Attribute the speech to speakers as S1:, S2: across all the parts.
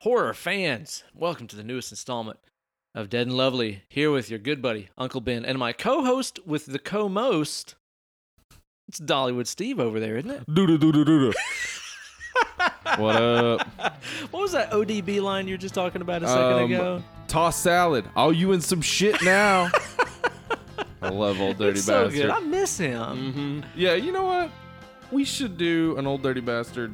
S1: horror fans. Welcome to the newest installment of Dead and Lovely. Here with your good buddy Uncle Ben and my co-host with the co-most. It's Dollywood Steve over there, isn't it?
S2: Doo doo doo doo doo. What up?
S1: What was that ODB line you were just talking about a second
S2: Um,
S1: ago?
S2: Toss salad. All you in some shit now. I love old dirty
S1: It's so
S2: bastard.
S1: good. I miss him.
S2: hmm Yeah, you know what? We should do an old dirty bastard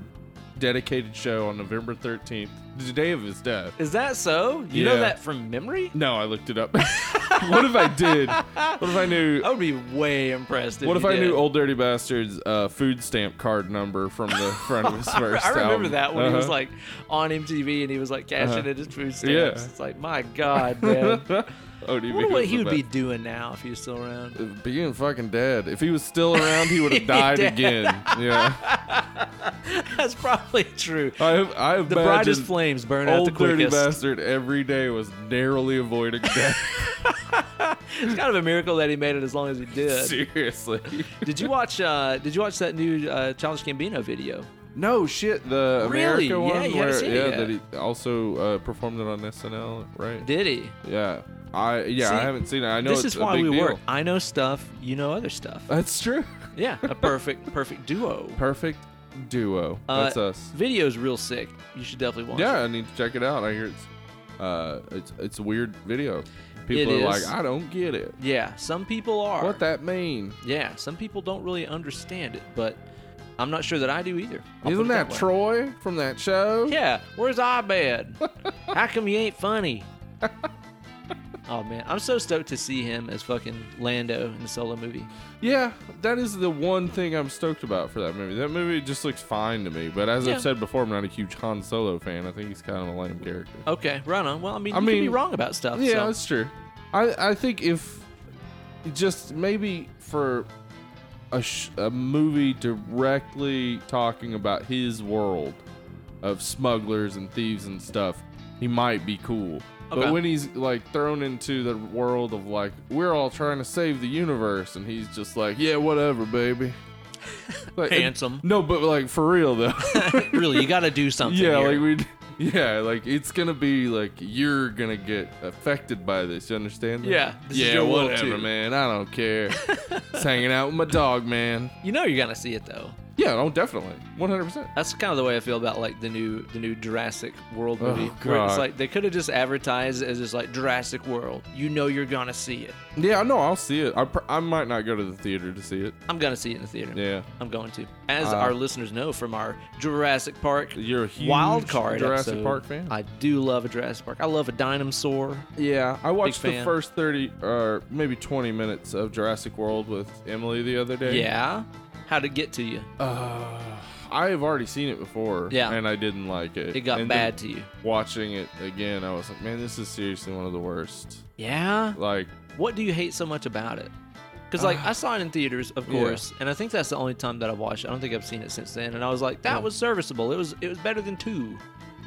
S2: dedicated show on November thirteenth, the day of his death.
S1: Is that so? You know
S2: Yeah.
S1: that from memory?
S2: No, I looked it up. what if I did? What if I knew?
S1: I would be way impressed. If
S2: What if
S1: Oh, you
S2: I
S1: did.
S2: knew Old Dirty Bastard's uh, food stamp card number from the front of his first
S1: I remember
S2: album?
S1: that when he was
S2: Uh-huh.
S1: like on MTV and he was like cashing
S2: Uh-huh.
S1: in his food stamps.
S2: Yeah.
S1: It's like, my God, man.
S2: ODB
S1: I wonder what
S2: was
S1: he
S2: the
S1: would be
S2: best.
S1: doing now if he was still around.
S2: being fucking dead. If he was still around, he would have died
S1: Dead.
S2: again. Yeah,
S1: That's probably true.
S2: I I
S1: The brightest
S2: imagine
S1: flames burn out the
S2: Old Dirty
S1: quickest.
S2: Bastard every day was narrowly avoiding death.
S1: It's kind of a miracle that he made it as long as he did.
S2: Seriously.
S1: did you watch? Uh, did you watch that new uh, Childish Gambino video?
S2: No shit. The
S1: Really?
S2: America
S1: Yeah,
S2: one
S1: you haven't
S2: where
S1: seen it
S2: yeah
S1: yet.
S2: that he also uh, performed it on SNL, right?
S1: Did he?
S2: Yeah. I yeah,
S1: See,
S2: I haven't seen it. I know
S1: this
S2: it's
S1: is
S2: a
S1: why
S2: big
S1: we
S2: deal.
S1: work. I know stuff. You know other stuff.
S2: That's true.
S1: Yeah, a perfect, perfect duo.
S2: Perfect duo.
S1: Uh,
S2: That's us.
S1: Video's real sick. You should definitely watch.
S2: Yeah, I need to check it out. I hear it's uh it's it's a weird video. People
S1: It
S2: are
S1: is.
S2: like, I don't get it.
S1: it. Yeah. Some people are.
S2: What that mean?
S1: Yeah. Some people don't really understand it, but I'm not sure that I do either. I'll put
S2: Isn't
S1: it
S2: that,
S1: way.
S2: Troy from that show?
S1: Yeah, where's Abed? How come you ain't funny? oh man, I'm so stoked to see him as fucking Lando in the solo movie.
S2: Yeah, that is the one thing I'm stoked about for that movie. That movie just looks fine to me. But as
S1: Yeah.
S2: I've said before, I'm not a huge Han Solo fan. I think he's kind of a lame character.
S1: Okay, right on. Well, I mean,
S2: I
S1: you can be
S2: mean,
S1: wrong about stuff.
S2: yeah,
S1: so.
S2: that's true. I I think if just maybe for a sh- a movie directly talking about his world of smugglers and thieves and stuff, he might be cool.
S1: Okay.
S2: But when he's like thrown into the world of like we're all trying to save the universe, and he's just like, yeah, whatever, baby. Like,
S1: Handsome.
S2: No, but like for real though.
S1: really, you got to do something.
S2: Yeah,
S1: here.
S2: like we. Yeah, like it's gonna be like you're gonna get affected by this. You understand? That?
S1: Yeah, this is
S2: yeah,
S1: your world
S2: whatever,
S1: too.
S2: man. I don't care. Just hanging out with my dog, man.
S1: you know you're gonna see it though.
S2: Yeah, oh, definitely, one hundred percent.
S1: That's kind of the way I feel about like the new the new Jurassic World movie.
S2: Oh,
S1: where it's
S2: God.
S1: like they could have just advertised as just like Jurassic World. You know you're gonna see it.
S2: Yeah, no, I'll see it. I pr- I might not go to the theater to see it.
S1: I'm gonna see it in the theater.
S2: Yeah,
S1: I'm going to. As
S2: Uh,
S1: our listeners know from our Jurassic Park
S2: you're a huge
S1: wild card
S2: Jurassic
S1: episode.
S2: Park fan.
S1: I do love a Jurassic Park. I love a dinosaur.
S2: yeah, I watched the
S1: fan.
S2: first thirty or maybe twenty minutes of Jurassic World with Emily the other day.
S1: Yeah. How'd it get to you?
S2: Uh, I have already seen it before.
S1: Yeah.
S2: and I didn't like it.
S1: It got
S2: And then-
S1: bad to you.
S2: watching it again, I was like, man, this is seriously one of the worst.
S1: Yeah.
S2: Like,
S1: What do you hate so much about it? Because like I saw it in theaters, of
S2: Uh, Yeah.
S1: course, and I think that's the only time that I've watched. it. I don't think I've seen it since then. And I was like, that was serviceable. It was it was better than two.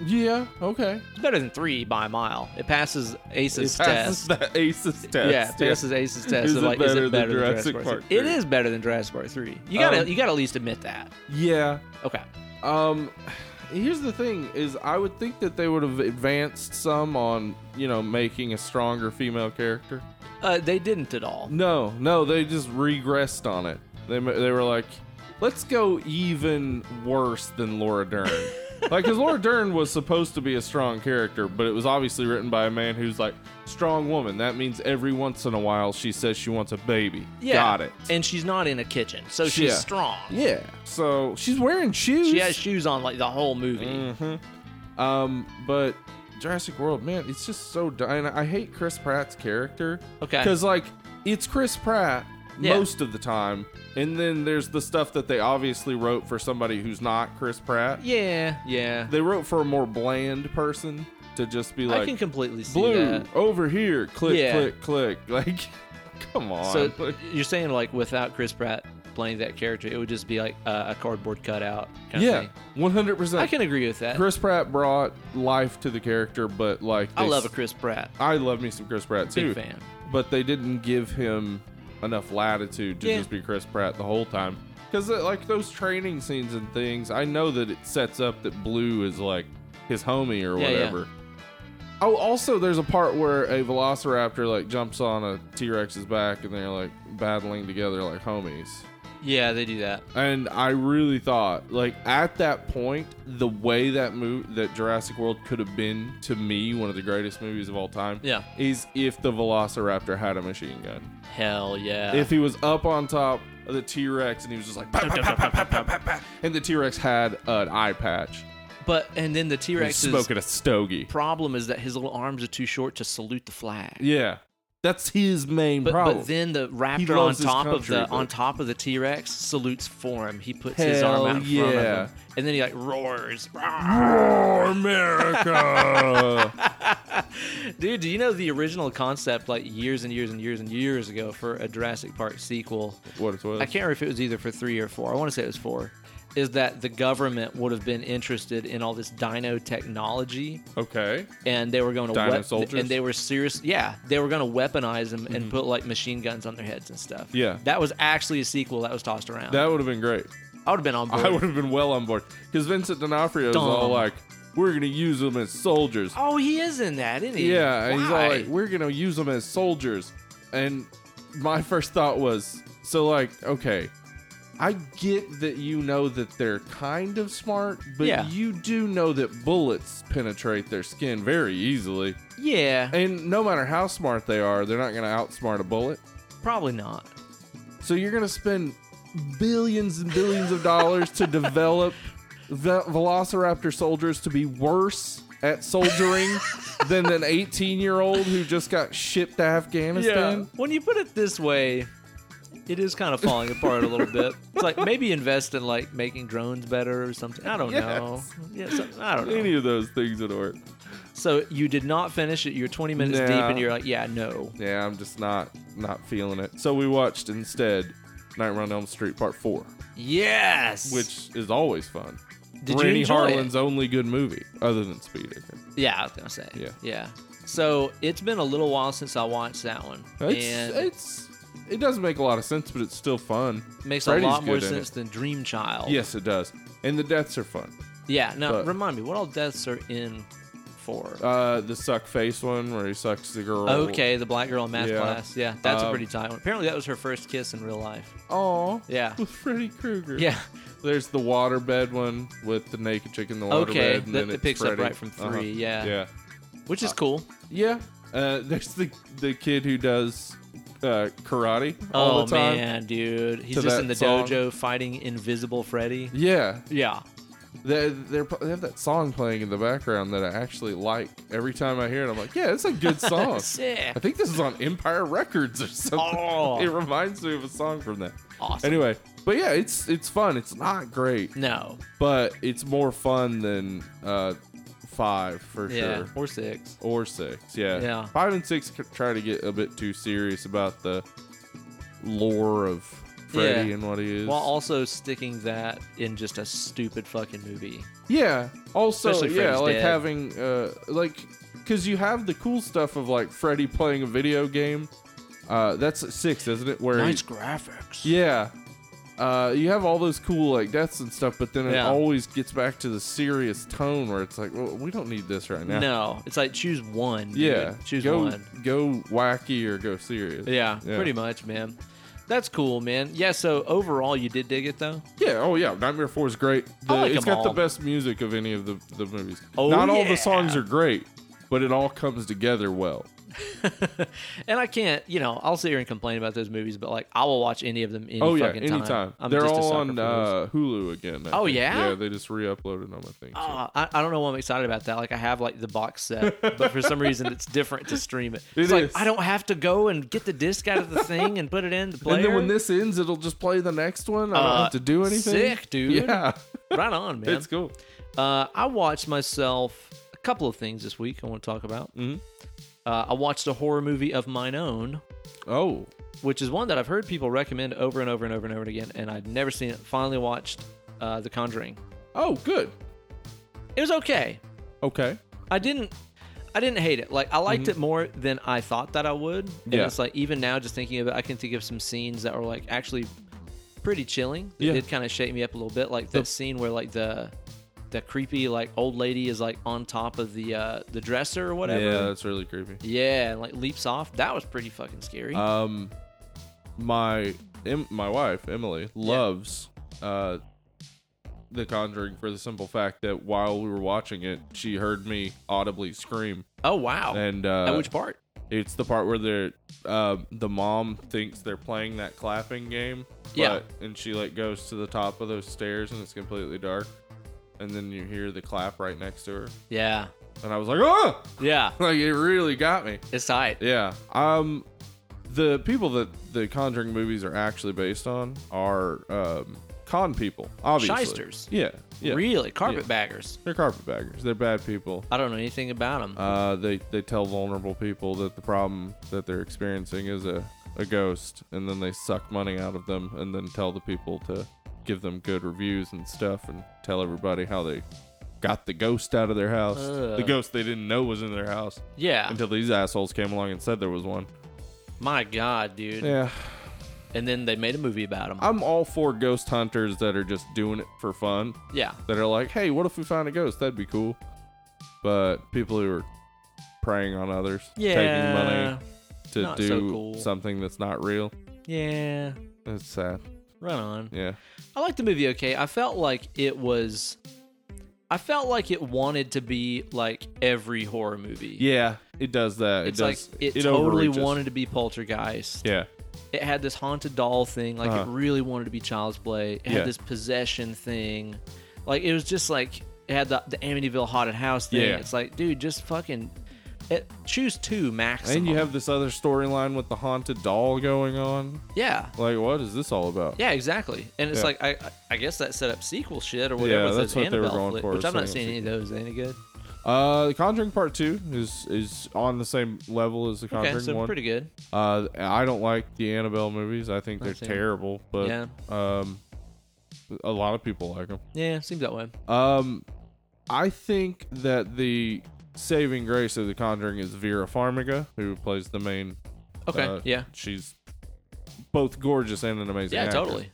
S2: yeah, okay.
S1: It's better than three by a mile. It passes Ace's test.
S2: the ACEs test.
S1: Yeah, it passes Ace's test.
S2: Is
S1: of,
S2: it
S1: like, is
S2: better
S1: it
S2: than
S1: better than Jurassic,
S2: Jurassic
S1: Park?
S2: Park
S1: three? It
S2: three?
S1: is better than Jurassic Park three. You gotta
S2: Um,
S1: you gotta at least admit that.
S2: Yeah.
S1: Okay.
S2: Um, here's the thing: is I would think that they would have advanced some on you know making a stronger female character.
S1: Uh, they didn't at all.
S2: No, no, they just regressed on it. They they were like, let's go even worse than Laura Dern. like, because Laura Dern was supposed to be a strong character, but it was obviously written by a man who's like strong woman. That means every once in a while she says she wants a baby.
S1: Yeah.
S2: got it.
S1: And she's not in a kitchen, so she's
S2: Yeah.
S1: strong.
S2: yeah. So she's wearing shoes.
S1: She has shoes on like the whole movie.
S2: Mm-hmm. Um, but Jurassic World, man, it's just so. Di- and I hate Chris Pratt's character.
S1: Okay.
S2: Because like it's Chris Pratt
S1: Yeah.
S2: most of the time, and then there's the stuff that they obviously wrote for somebody who's not Chris Pratt.
S1: Yeah, yeah.
S2: They wrote for a more bland person to just be
S1: I can
S2: like,
S1: completely see
S2: "Blue
S1: that.
S2: over here, click,
S1: Yeah.
S2: click, click." Like, come on.
S1: So
S2: Like,
S1: you're saying like without Chris Pratt playing that character, it would just be like uh, a cardboard cutout. Kind Of
S2: yeah,
S1: thing.
S2: one hundred
S1: I
S2: percent.
S1: can agree with that.
S2: Chris Pratt brought life to the character, but like
S1: I
S2: they
S1: love a
S2: s-
S1: Chris Pratt.
S2: I love me some Chris Pratt too.
S1: Big fan.
S2: but they didn't give him enough latitude to
S1: Yeah.
S2: just be Chris Pratt the whole time. uh, Because like those training scenes and things, I know that it sets up that Blue is like his homie or
S1: Yeah, yeah.
S2: whatever. Oh, also there's a part where a velociraptor like jumps on a T-Rex's back and they're like battling together like homies.
S1: Yeah, they do that.
S2: And I really thought, like, at that point, the way that move that Jurassic World could have been to me one of the greatest movies of all time
S1: Yeah.
S2: is if the Velociraptor had a machine gun.
S1: Hell yeah.
S2: If he was up on top of the T Rex and he was just like, "Pow, pow, pow, pow, pow, pow, pow, pow," and the T Rex had an eye patch,
S1: but and then the T
S2: he was
S1: Rex's
S2: smoking a stogie.
S1: problem is that his little arms are too short to salute the flag.
S2: Yeah, that's his main
S1: But,
S2: problem.
S1: but then the raptor on
S2: loves his
S1: top of
S2: country,
S1: the
S2: but-
S1: on top of the T Rex salutes for him. He puts his arm
S2: Hell
S1: out in front
S2: yeah.
S1: of him, and then he like roars.
S2: Roar, America.
S1: Dude, do you know the original concept like years and years and years and years ago for a Jurassic Park sequel?
S2: what it was?
S1: I can't remember if it was either for three or four. I want to say it was four. Is that the government would have been interested in all this dino technology,
S2: Okay.
S1: and they were going to
S2: Dino
S1: wep-
S2: soldiers?
S1: and they were serious. Yeah, they were going to weaponize them and put like machine guns on their heads and stuff.
S2: Yeah.
S1: that was actually a sequel that was tossed around.
S2: That would have been great.
S1: I would have been on board.
S2: I would have been well on board because Vincent D'Onofrio is all
S1: Dumb.
S2: like, "We're gonna use them as soldiers."
S1: Oh, he is in that, isn't he?
S2: yeah, and he's all
S1: Why?
S2: like, "We're gonna use them as soldiers," and my first thought was, "So like, okay, I get that you know that they're kind of smart, but
S1: Yeah.
S2: you do know that bullets penetrate their skin very easily,
S1: yeah,
S2: and no matter how smart they are, they're not gonna outsmart a bullet."
S1: probably not.
S2: So you're gonna spend billions and billions of dollars to develop ve- Velociraptor soldiers to be worse at soldiering than an 18 year old who just got shipped to Afghanistan.
S1: When you put it this way, it is kind of falling apart a little bit. It's like maybe invest in like making drones better or something. I don't know. Yeah, so, I don't know.
S2: Any of those things would work.
S1: So you did not finish it. You're 20 minutes deep,
S2: Nah.
S1: and you're like, yeah, no.
S2: Yeah, I'm just not not feeling it. So we watched instead Nightmare on Elm Street Part Four,
S1: Yes.
S2: which is always fun.
S1: did
S2: Randy
S1: you enjoy
S2: Harlan's only good movie, other than Speed. I think.
S1: It? Yeah, I was gonna say.
S2: Yeah.
S1: Yeah. So it's been a little while since I watched that one,
S2: It's,
S1: and
S2: it's it doesn't make a lot of sense, but it's still fun.
S1: makes
S2: Freddy's
S1: a lot more
S2: good in it.
S1: sense than Dream Child.
S2: Yes, it does. And the deaths are fun.
S1: Yeah. Now
S2: But-
S1: remind me, what all deaths are in for?
S2: Uh, the suck face one where he sucks the girl.
S1: Okay, the black girl in math
S2: Yeah.
S1: class. Yeah, that's a
S2: Um,
S1: pretty tight one. Apparently, that was her first kiss in real life.
S2: Aw.
S1: Yeah.
S2: With Freddy Krueger.
S1: Yeah.
S2: There's the waterbed one with the naked chick in the waterbed.
S1: Okay,
S2: and
S1: that-
S2: then
S1: that
S2: it's
S1: picks up
S2: Freddy.
S1: right from
S2: Uh-huh.
S1: three, yeah.
S2: Yeah.
S1: Which is cool.
S2: Yeah. Uh, there's the the kid who does uh, karate all
S1: Oh
S2: the time.
S1: man, dude, he's
S2: To
S1: just
S2: that
S1: in the
S2: song.
S1: dojo fighting Invisible Freddy.
S2: Yeah.
S1: Yeah.
S2: They they're, pl- they have that song playing in the background that I actually like. Every time I hear it, I'm like, yeah, it's a good song.
S1: Sick.
S2: I think this is on Empire Records or something.
S1: Oh.
S2: It reminds me of a song from that.
S1: Awesome.
S2: Anyway, but yeah, it's it's fun. It's not great,
S1: No.
S2: but it's more fun than uh five for
S1: Yeah.
S2: sure,
S1: Or six.
S2: or six. Yeah,
S1: Yeah.
S2: Five and six c- try to get a bit too serious about the lore of Freddy
S1: Yeah.
S2: and what he is.
S1: While also sticking that in just a stupid fucking movie.
S2: Yeah. Also,
S1: Especially
S2: yeah,
S1: Freddy's
S2: like
S1: dead.
S2: having uh like cuz you have the cool stuff of like Freddy playing a video game. Uh that's 6, isn't it? Where he-
S1: graphics.
S2: Yeah. Uh, you have all those cool like deaths and stuff, but then it
S1: Yeah.
S2: always gets back to the serious tone where it's like, well, we don't need this right now.
S1: No, it's like choose one. dude.
S2: Yeah.
S1: Choose
S2: go,
S1: one.
S2: Go wacky or go serious.
S1: Yeah,
S2: Yeah.
S1: Pretty much, man. That's cool, man. Yeah. So overall, you did dig it though.
S2: Yeah. Oh yeah. Nightmare Four is great. The,
S1: I like
S2: it's
S1: them
S2: got the
S1: all.
S2: best music of any of the the movies.
S1: Oh,
S2: Not all
S1: yeah.
S2: the songs are great, but it all comes together well.
S1: and I can't, you know, I'll sit here and complain about those movies, but like I will watch any of them any
S2: oh yeah.
S1: fucking time.
S2: Anytime.
S1: I'm
S2: They're
S1: just a
S2: all
S1: sucker for
S2: on
S1: those.
S2: uh, Hulu again. I
S1: Oh,
S2: think.
S1: yeah?
S2: Yeah. They just re-uploaded them. I think. so.
S1: Ah, I, I don't know why I'm excited about that. Like I have like the box set, but for some reason it's different to stream it.
S2: It
S1: it's like
S2: is.
S1: I don't have to go and get the disc out of the thing and put it in the player.
S2: and then when this ends, it'll just play the next one. I don't
S1: Uh,
S2: have to do anything.
S1: sick, dude.
S2: Yeah.
S1: right on, man.
S2: It's cool.
S1: Uh, I watched myself a couple of things this week. I want to talk about.
S2: Mhm.
S1: Uh, I watched a horror movie of mine own,
S2: Oh,
S1: which is one that I've heard people recommend over and over and over and over again, and I'd never seen it. Finally watched uh, The Conjuring.
S2: oh, good.
S1: It was okay.
S2: Okay.
S1: I didn't. I didn't hate it. Like I liked it more than I thought that I would. And
S2: Mm-hmm. Yeah.
S1: it's like even now, just thinking of it, I can think of some scenes that were like actually pretty chilling. It
S2: Yeah.
S1: did kind of shake me up a little bit, like that scene where like the the creepy like old lady is like on top of the uh, the dresser or whatever.
S2: Yeah, that's really creepy.
S1: Yeah, and like leaps off. That was pretty fucking scary.
S2: Um, my em, my wife Emily loves uh, The Conjuring for the simple fact that while we were watching it, she heard me audibly scream,
S1: oh wow.
S2: and uh,
S1: At which part?
S2: it's the part where they're uh, the mom thinks they're playing that clapping game,
S1: Yeah.
S2: but- and she like goes to the top of those stairs and it's completely dark, and then you hear the clap right next to her,
S1: Yeah.
S2: and I was like, oh,
S1: Yeah.
S2: like it really got me.
S1: It's tight.
S2: Yeah. Um, the people that the Conjuring movies are actually based on are um, con people, obviously.
S1: Shysters.
S2: Yeah. Yeah.
S1: Really? Carpetbaggers.
S2: They're carpetbaggers. They're bad people.
S1: I don't know anything about them.
S2: Uh, they they tell vulnerable people that the problem that they're experiencing is a a ghost, and then they suck money out of them, and then tell the people to give them good reviews and stuff, and tell everybody how they got the ghost out of their house. the
S1: Ugh.
S2: ghost they didn't know was in their house
S1: yeah.
S2: until these assholes came along and said there was one.
S1: My God, dude.
S2: Yeah.
S1: And then they made a movie about them.
S2: I'm all for ghost hunters that are just doing it for fun.
S1: yeah.
S2: That are like, hey, what if we find a ghost? That'd be cool. But people who are preying on others,
S1: Yeah.
S2: taking money to
S1: Not
S2: do
S1: so cool.
S2: something that's not real,
S1: Yeah.
S2: it's sad.
S1: Run on.
S2: Yeah.
S1: I liked the movie okay. I felt like it was. I felt like it wanted to be like every horror movie.
S2: Yeah, it does that.
S1: It's
S2: it
S1: like
S2: does.
S1: it, totally
S2: overreaches.
S1: wanted to be Poltergeist.
S2: Yeah.
S1: It had this haunted doll thing. Like it
S2: Uh-huh.
S1: really wanted to be Child's Play. It
S2: Yeah.
S1: had this possession thing. Like it was just like it had the, the Amityville haunted house thing.
S2: Yeah.
S1: It's like, dude, just fucking it, choose two max.
S2: And you have this other storyline with the haunted doll going on.
S1: yeah.
S2: Like, what is this all about?
S1: Yeah, exactly. And it's
S2: Yeah.
S1: like I I guess that set up sequel shit or whatever.
S2: Yeah,
S1: with
S2: that's
S1: those
S2: what they were
S1: Annabelle
S2: going
S1: flick-
S2: for,
S1: Which I've
S2: setting
S1: not
S2: up
S1: seen any of those. Any good?
S2: Uh, The Conjuring Part Two is is on the same level as the Conjuring
S1: okay, so
S2: One.
S1: pretty good.
S2: Uh, I don't like the Annabelle movies. I think they're
S1: I've seen 'em.
S2: terrible, but
S1: Yeah.
S2: um, a lot of people like them.
S1: Yeah, seems that way.
S2: Um, I think that the saving grace of The Conjuring is Vera Farmiga, who plays the main.
S1: Okay,
S2: uh,
S1: yeah,
S2: she's both gorgeous and an amazing.
S1: yeah,
S2: actress.
S1: totally.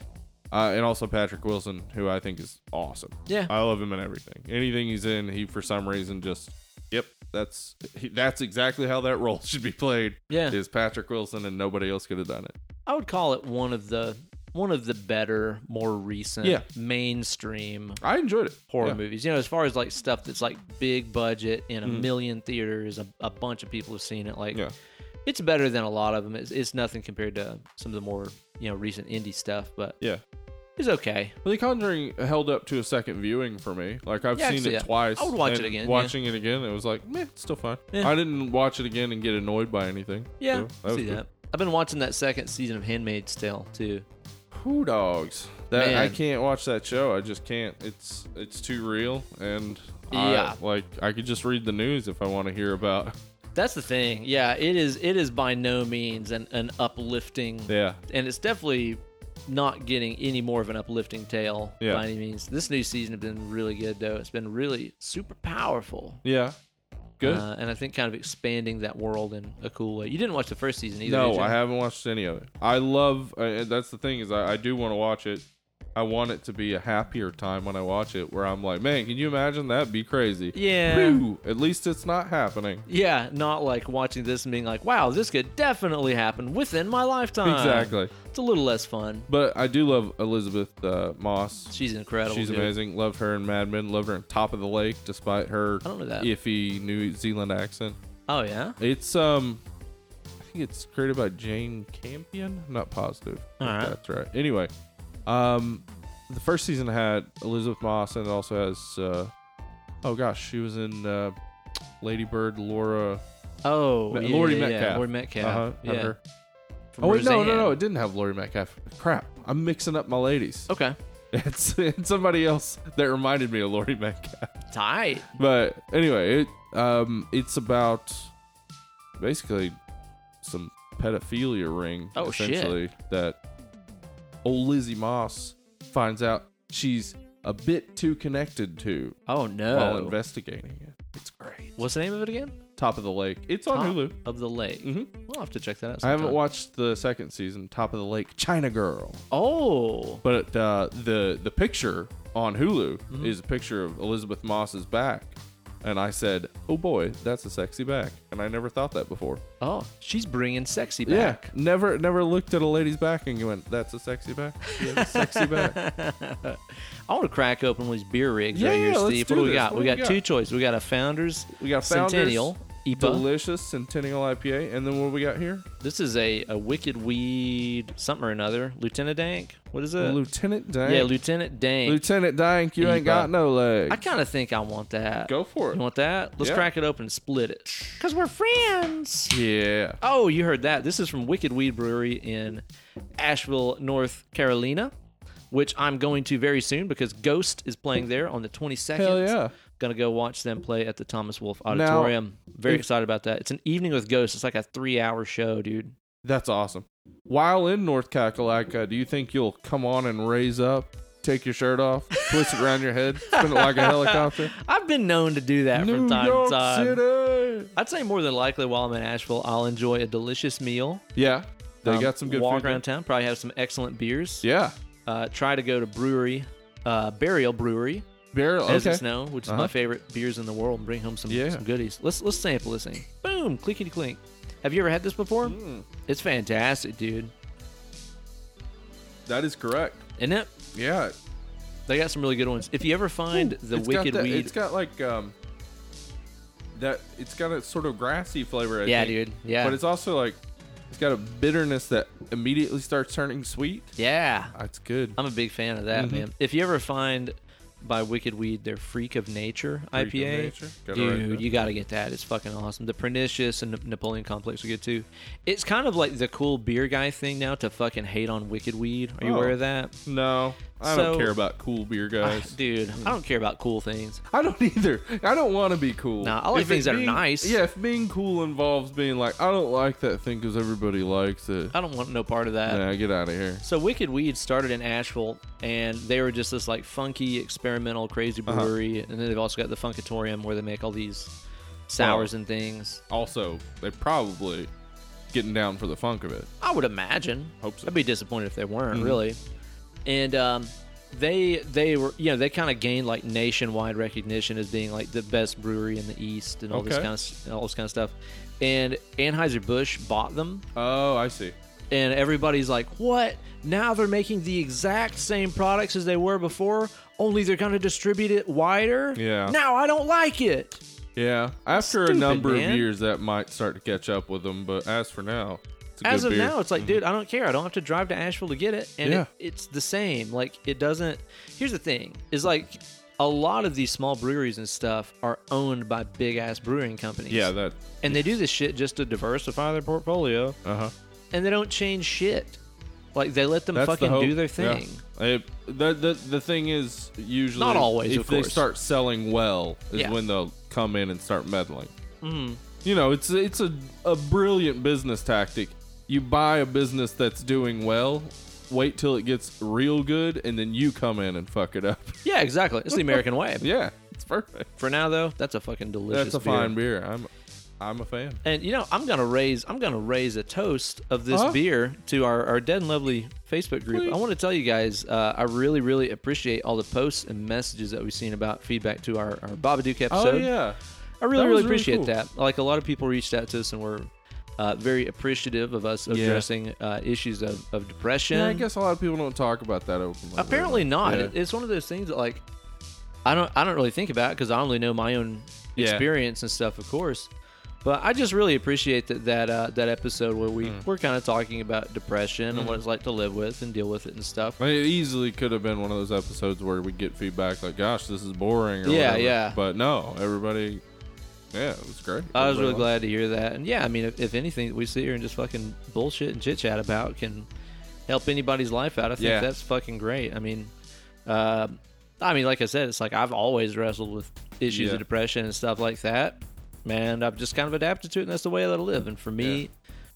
S2: Uh, and also Patrick Wilson, who I think is awesome.
S1: Yeah,
S2: I love him in everything. Anything he's in, he for some reason just. Yep, that's he, that's exactly how that role should be played.
S1: yeah.
S2: Is Patrick Wilson and nobody else could have done it.
S1: I would call it one of the one of the better, more recent,
S2: Yeah.
S1: mainstream
S2: I enjoyed it.
S1: horror
S2: Yeah.
S1: movies. You know, as far as like stuff that's like big budget in a million theaters, a, a bunch of people have seen it. Like,
S2: Yeah.
S1: it's better than a lot of them. It's, it's nothing compared to some of the more you know recent indie stuff, but
S2: Yeah.
S1: it's okay.
S2: But The Conjuring held up to a second viewing for me. Like I've
S1: Yeah, I can
S2: seen
S1: see
S2: it
S1: that.
S2: twice.
S1: I would watch it
S2: and
S1: again, yeah.
S2: Watching it again, it was like, meh, it's still fine.
S1: Yeah.
S2: I didn't watch it again and get annoyed by anything.
S1: Yeah,
S2: so that was
S1: see
S2: good.
S1: that. I've been watching that second season of Handmaid's Tale too.
S2: Who dogs? That I
S1: Man.
S2: can't watch that show. I just can't. It's it's too real, and I-
S1: Yeah.
S2: like I could just read the news if I want to hear about.
S1: That's the thing. Yeah, it is. It is by no means an, an uplifting,
S2: Yeah,
S1: and it's definitely not getting any more of an uplifting tale
S2: Yeah.
S1: by any means. This new season has been really good, though. It's been really super powerful.
S2: yeah, good.
S1: Uh, and I think kind of expanding that world in a cool way. You didn't watch the first season either. did
S2: No,
S1: you?
S2: I haven't watched any of it. I love. Uh, that's the thing is, I, I do want to watch it. I want it to be a happier time when I watch it, where I'm like, man, can you imagine that? Be crazy.
S1: Yeah.
S2: Whew, at least it's not happening.
S1: Yeah, not like watching this and being like, wow, this could definitely happen within my lifetime.
S2: Exactly.
S1: It's a little less fun.
S2: But I do love Elizabeth uh, Moss.
S1: She's incredible.
S2: She's
S1: dude.
S2: amazing. Loved her in Mad Men. Loved her in Top of the Lake, despite her
S1: I don't know that.
S2: iffy New Zealand accent.
S1: Oh, yeah?
S2: It's um, I think it's created by Jane Campion. I'm not positive. if
S1: Alright.
S2: That's right. Anyway, um, the first season had Elizabeth Moss, and it also has uh, oh gosh, she was in uh, Lady Bird, Laura,
S1: Oh,
S2: Ma-
S1: yeah,
S2: Lori
S1: yeah,
S2: Metcalf.
S1: Yeah. Lori Metcalf.
S2: Uh-huh, had
S1: Yeah.
S2: her.
S1: From
S2: Oh wait, no, no,
S1: Roseanne.
S2: no, it didn't have Lori Metcalf. Crap, I'm mixing up my ladies.
S1: Okay.
S2: It's, it's somebody else that reminded me of Lori Metcalf.
S1: Tight.
S2: But anyway, it um, it's about basically some pedophilia ring.
S1: Oh, shit.
S2: essentially, That old Lizzie Moss finds out she's a bit too connected to
S1: Oh,
S2: while
S1: no.
S2: investigating it. It's great.
S1: What's the name of it again?
S2: Top of the Lake. It's on
S1: Top
S2: Hulu.
S1: Of the Lake.
S2: Mhm.
S1: We'll have to check that out.
S2: I haven't
S1: sometime.
S2: watched the second season, Top of the Lake, China Girl,
S1: Oh.
S2: but uh, the the picture on Hulu
S1: Mm-hmm.
S2: is a picture of Elizabeth Moss's back. And I said, "Oh boy, that's a sexy back." And I never thought that before.
S1: Oh, she's bringing sexy back.
S2: Yeah, never, never looked at a lady's back and went, "That's a sexy back." She has a sexy back.
S1: I want to crack open one of these beer rigs right
S2: Yeah,
S1: here,
S2: let's
S1: Steve.
S2: do
S1: what do we
S2: this.
S1: got?
S2: What
S1: we
S2: do we
S1: got, two
S2: got?
S1: choices. We got a Founders,
S2: We got Founders
S1: Centennial E IPA.
S2: Delicious Centennial IPA. And then what we got here?
S1: this is a, a Wicked Weed something or another. Lieutenant Dank. What is it?
S2: Lieutenant Dank.
S1: Uh, yeah, Lieutenant Dank.
S2: Lieutenant Dank, you
S1: Eva.
S2: ain't got no legs.
S1: I kind of think I want that.
S2: Go for it.
S1: You want that? Let's
S2: Yeah.
S1: crack it open and split it. Because we're friends.
S2: yeah.
S1: Oh, you heard that. This is from Wicked Weed Brewery in Asheville, North Carolina, which I'm going to very soon because Ghost is playing there on the 22nd.
S2: Hell yeah.
S1: Gonna go watch them play at the Thomas Wolfe Auditorium. very
S2: if-
S1: excited about that. It's an evening with Ghost. It's like a three hour show, dude.
S2: That's awesome. While in North Kakalaka, do you think you'll come on and raise up, take your shirt off, twist it around your head, spin it like a helicopter?
S1: I've been known to do that
S2: New
S1: from time
S2: York
S1: to time.
S2: City.
S1: I'd say more than likely while I'm in Asheville, I'll enjoy a delicious meal.
S2: Yeah, they
S1: um,
S2: got some good
S1: walk
S2: food.
S1: around town. Probably have some excellent beers.
S2: Yeah,
S1: Uh, try to go to brewery, uh, Burial Brewery,
S2: barrel.
S1: as
S2: Okay.
S1: it's known, which is my
S2: Uh-huh.
S1: favorite beers in the world, and bring home some,
S2: Yeah.
S1: some goodies. Let's let's sample this thing. Boom, clickety clink. Have you ever had this before?
S2: Hmm.
S1: It's fantastic, dude.
S2: That is correct.
S1: And it
S2: Yeah,
S1: they got some really good ones. If you ever find the
S2: It's got
S1: Wicked
S2: that-
S1: Weed,
S2: It's got like um, that. It's got a sort of grassy flavor. I
S1: Yeah,
S2: think.
S1: dude. Yeah.
S2: but it's also like it's got a bitterness that immediately starts turning sweet.
S1: yeah,
S2: That's good.
S1: I'm a big fan of
S2: Mm-hmm.
S1: that, man. If you ever find by Wicked Weed their Freak of Nature
S2: Freak of
S1: IPA,
S2: Nature. Gotta write it
S1: dude,
S2: down.
S1: you got to get that. It's fucking awesome. The Pernicious and the Napoleon Complex are good too. It's kind of like the cool beer guy thing now to fucking hate on Wicked Weed. Are you
S2: Oh.
S1: aware of that?
S2: no, I
S1: So-
S2: don't care about cool beer guys.
S1: Dude, I don't care about cool things.
S2: I don't either. I don't want to be cool.
S1: Nah, I like
S2: it
S1: things that are
S2: being-
S1: nice.
S2: Yeah, if being cool involves being like, I don't like that thing because everybody likes it.
S1: I don't want no part of that.
S2: Nah, get out of here.
S1: So Wicked Weed started in Asheville, and they were just this like funky, experimental, crazy
S2: Uh-huh.
S1: brewery. And then they've also got the Funkatorium where they make all these sours and things.
S2: Also, they probably getting down for the funk of it.
S1: I would imagine.
S2: Hope so. Mm-hmm.
S1: I'd be disappointed if they weren't really. And um, they they were you know they kind of gained like nationwide recognition as being like the best brewery in the East and all this
S2: Okay.
S1: kind of all this kind of stuff. And Anheuser Busch bought them,
S2: Oh, I see.
S1: and everybody's like, "What? Now they're making the exact same products as they were before, only they're going to distribute it wider."
S2: Yeah.
S1: Now I don't like it.
S2: Yeah. After
S1: Stupid,
S2: a number
S1: man.
S2: of years, that might start to catch up with them. But as for now, it's a
S1: as
S2: good
S1: of
S2: beer. Mm-hmm.
S1: now, it's like, dude, I don't care. I don't have to drive to Asheville to get it, and
S2: Yeah.
S1: it, it's the same. Like, it doesn't. Here's the thing: is like a lot of these small breweries and stuff are owned by big ass brewing companies.
S2: yeah, that.
S1: and they do this shit just to diversify their portfolio,
S2: Uh huh.
S1: and they don't change shit. Like they let them
S2: That's
S1: fucking
S2: the hope.
S1: do their
S2: Yeah.
S1: thing.
S2: It- the, the the thing is usually
S1: Not always,
S2: if
S1: of
S2: they
S1: course.
S2: start selling well is
S1: Yeah. Mm-hmm.
S2: when they'll come in and start meddling. You know, it's it's a a brilliant business tactic. You buy a business that's doing well, wait till it gets real good, and then you come in and fuck it up.
S1: Yeah, exactly. It's the American way.
S2: yeah, it's perfect.
S1: For now, though, that's a fucking delicious.
S2: That's a
S1: beer.
S2: fine beer. I'm I'm a fan.
S1: And you know, I'm gonna raise I'm gonna raise a toast of this
S2: Huh?
S1: beer to our, our dead and lovely Facebook group. I want to tell you guys, uh, I really really appreciate all the posts and messages that we've seen about feedback to our our Babadook episode.
S2: Oh
S1: I
S2: yeah.
S1: really
S2: That
S1: really
S2: was really
S1: appreciate
S2: cool.
S1: that. Like a lot of people reached out to us and were uh, very appreciative of us addressing uh, issues of, of depression.
S2: Yeah, I guess a lot of people don't talk about that openly.
S1: Apparently not.
S2: Yeah.
S1: It- It's one of those things that like I don't I don't really think about because I only know my own
S2: Yeah.
S1: experience and stuff, of course. But I just really appreciate that that uh, that episode where
S2: Hmm.
S1: we we're kind of talking about depression and what it's like to live with and deal with it and stuff.
S2: I mean, it easily could have been one of those episodes where we get feedback like, "Gosh, this is boring." Or
S1: Yeah,
S2: whatever.
S1: yeah.
S2: But no, everybody. Yeah, it was great.
S1: I was really
S2: Everybody
S1: glad to hear that. And yeah, I mean, if, if anything that we sit here and just fucking bullshit and chit chat about can help anybody's life out, I think
S2: Yeah.
S1: that's fucking great. I mean, uh, I mean, like I said, it's like I've always wrestled with issues
S2: Yeah.
S1: of depression and stuff like that, and I've just kind of adapted to it, and that's the way I let it live. And for me,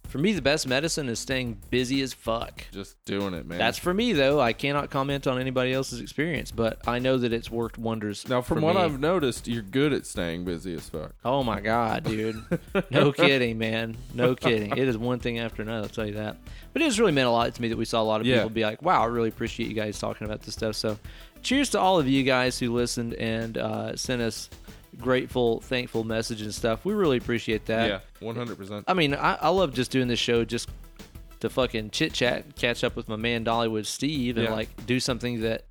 S1: for me, the best medicine is staying busy as fuck.
S2: just doing it, man.
S1: That's for me though. I cannot comment on anybody else's experience, but I know that it's worked wonders.
S2: now from
S1: for
S2: what
S1: me.
S2: I've noticed, you're good at staying busy as fuck.
S1: Oh my god, dude. No kidding, man. No kidding. It is one thing after another, I'll tell you that. But it has really meant a lot to me that we saw a lot of
S2: Yeah.
S1: people be like, Wow, I really appreciate you guys talking about this stuff. So cheers to all of you guys who listened and uh, sent us grateful, thankful messages and stuff. We really appreciate that.
S2: yeah, one hundred percent.
S1: I mean, I, I love just doing this show just to fucking chit chat, catch up with my man Dollywood Steve, and
S2: Yeah.
S1: like do something that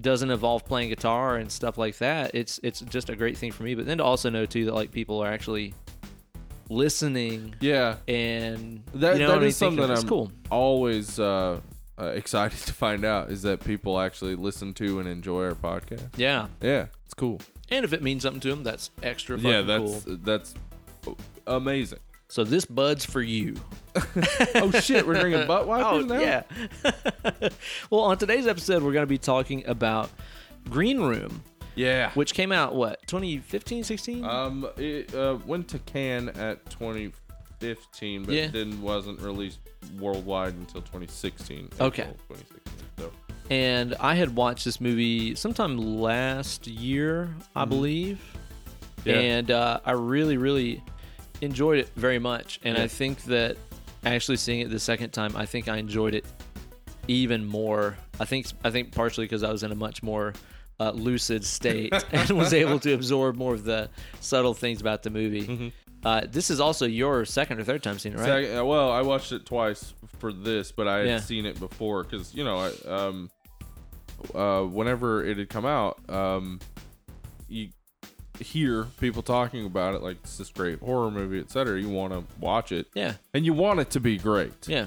S1: doesn't involve playing guitar and stuff like that. It's it's just a great thing for me. But then to also know too that like people are actually listening
S2: Yeah,
S1: and
S2: that,
S1: you know
S2: that
S1: what I mean,
S2: is
S1: thinking
S2: something
S1: it's
S2: I'm
S1: cool.
S2: always uh, uh, excited to find out is that people actually listen to and enjoy our podcast.
S1: Yeah,
S2: Yeah, it's cool.
S1: and if it means something to them, that's extra.
S2: yeah,
S1: fucking
S2: that's
S1: cool.
S2: that's amazing.
S1: so. This bud's for you.
S2: Oh shit, we're drinking butt
S1: Oh
S2: wipers now.
S1: yeah. well, on today's episode, we're going to be talking about Green Room.
S2: yeah.
S1: which came out what 2015 16
S2: Um, it uh, went to Cannes at 2015, but
S1: Yeah.
S2: then wasn't released worldwide until 2016.
S1: Okay.
S2: April 2016. So
S1: and i had watched this movie sometime last year i believe
S2: Mm-hmm. Yeah.
S1: and uh, i really really enjoyed it very much and i
S2: Yeah.
S1: think that actually seeing it the second time i think i enjoyed it even more i think i think partially because i was in a much more uh, lucid state and was able to absorb more of the subtle things about the movie
S2: Mm-hmm.
S1: uh, this is also your second or third time seeing it right
S2: Sec- uh, well, I watched it twice for this, but I had
S1: Yeah.
S2: seen it before because you know, I, um, uh, whenever it had come out, um, you hear people talking about it like it's this great horror movie, etc. You want to watch it,
S1: yeah
S2: and you want it to be great,
S1: yeah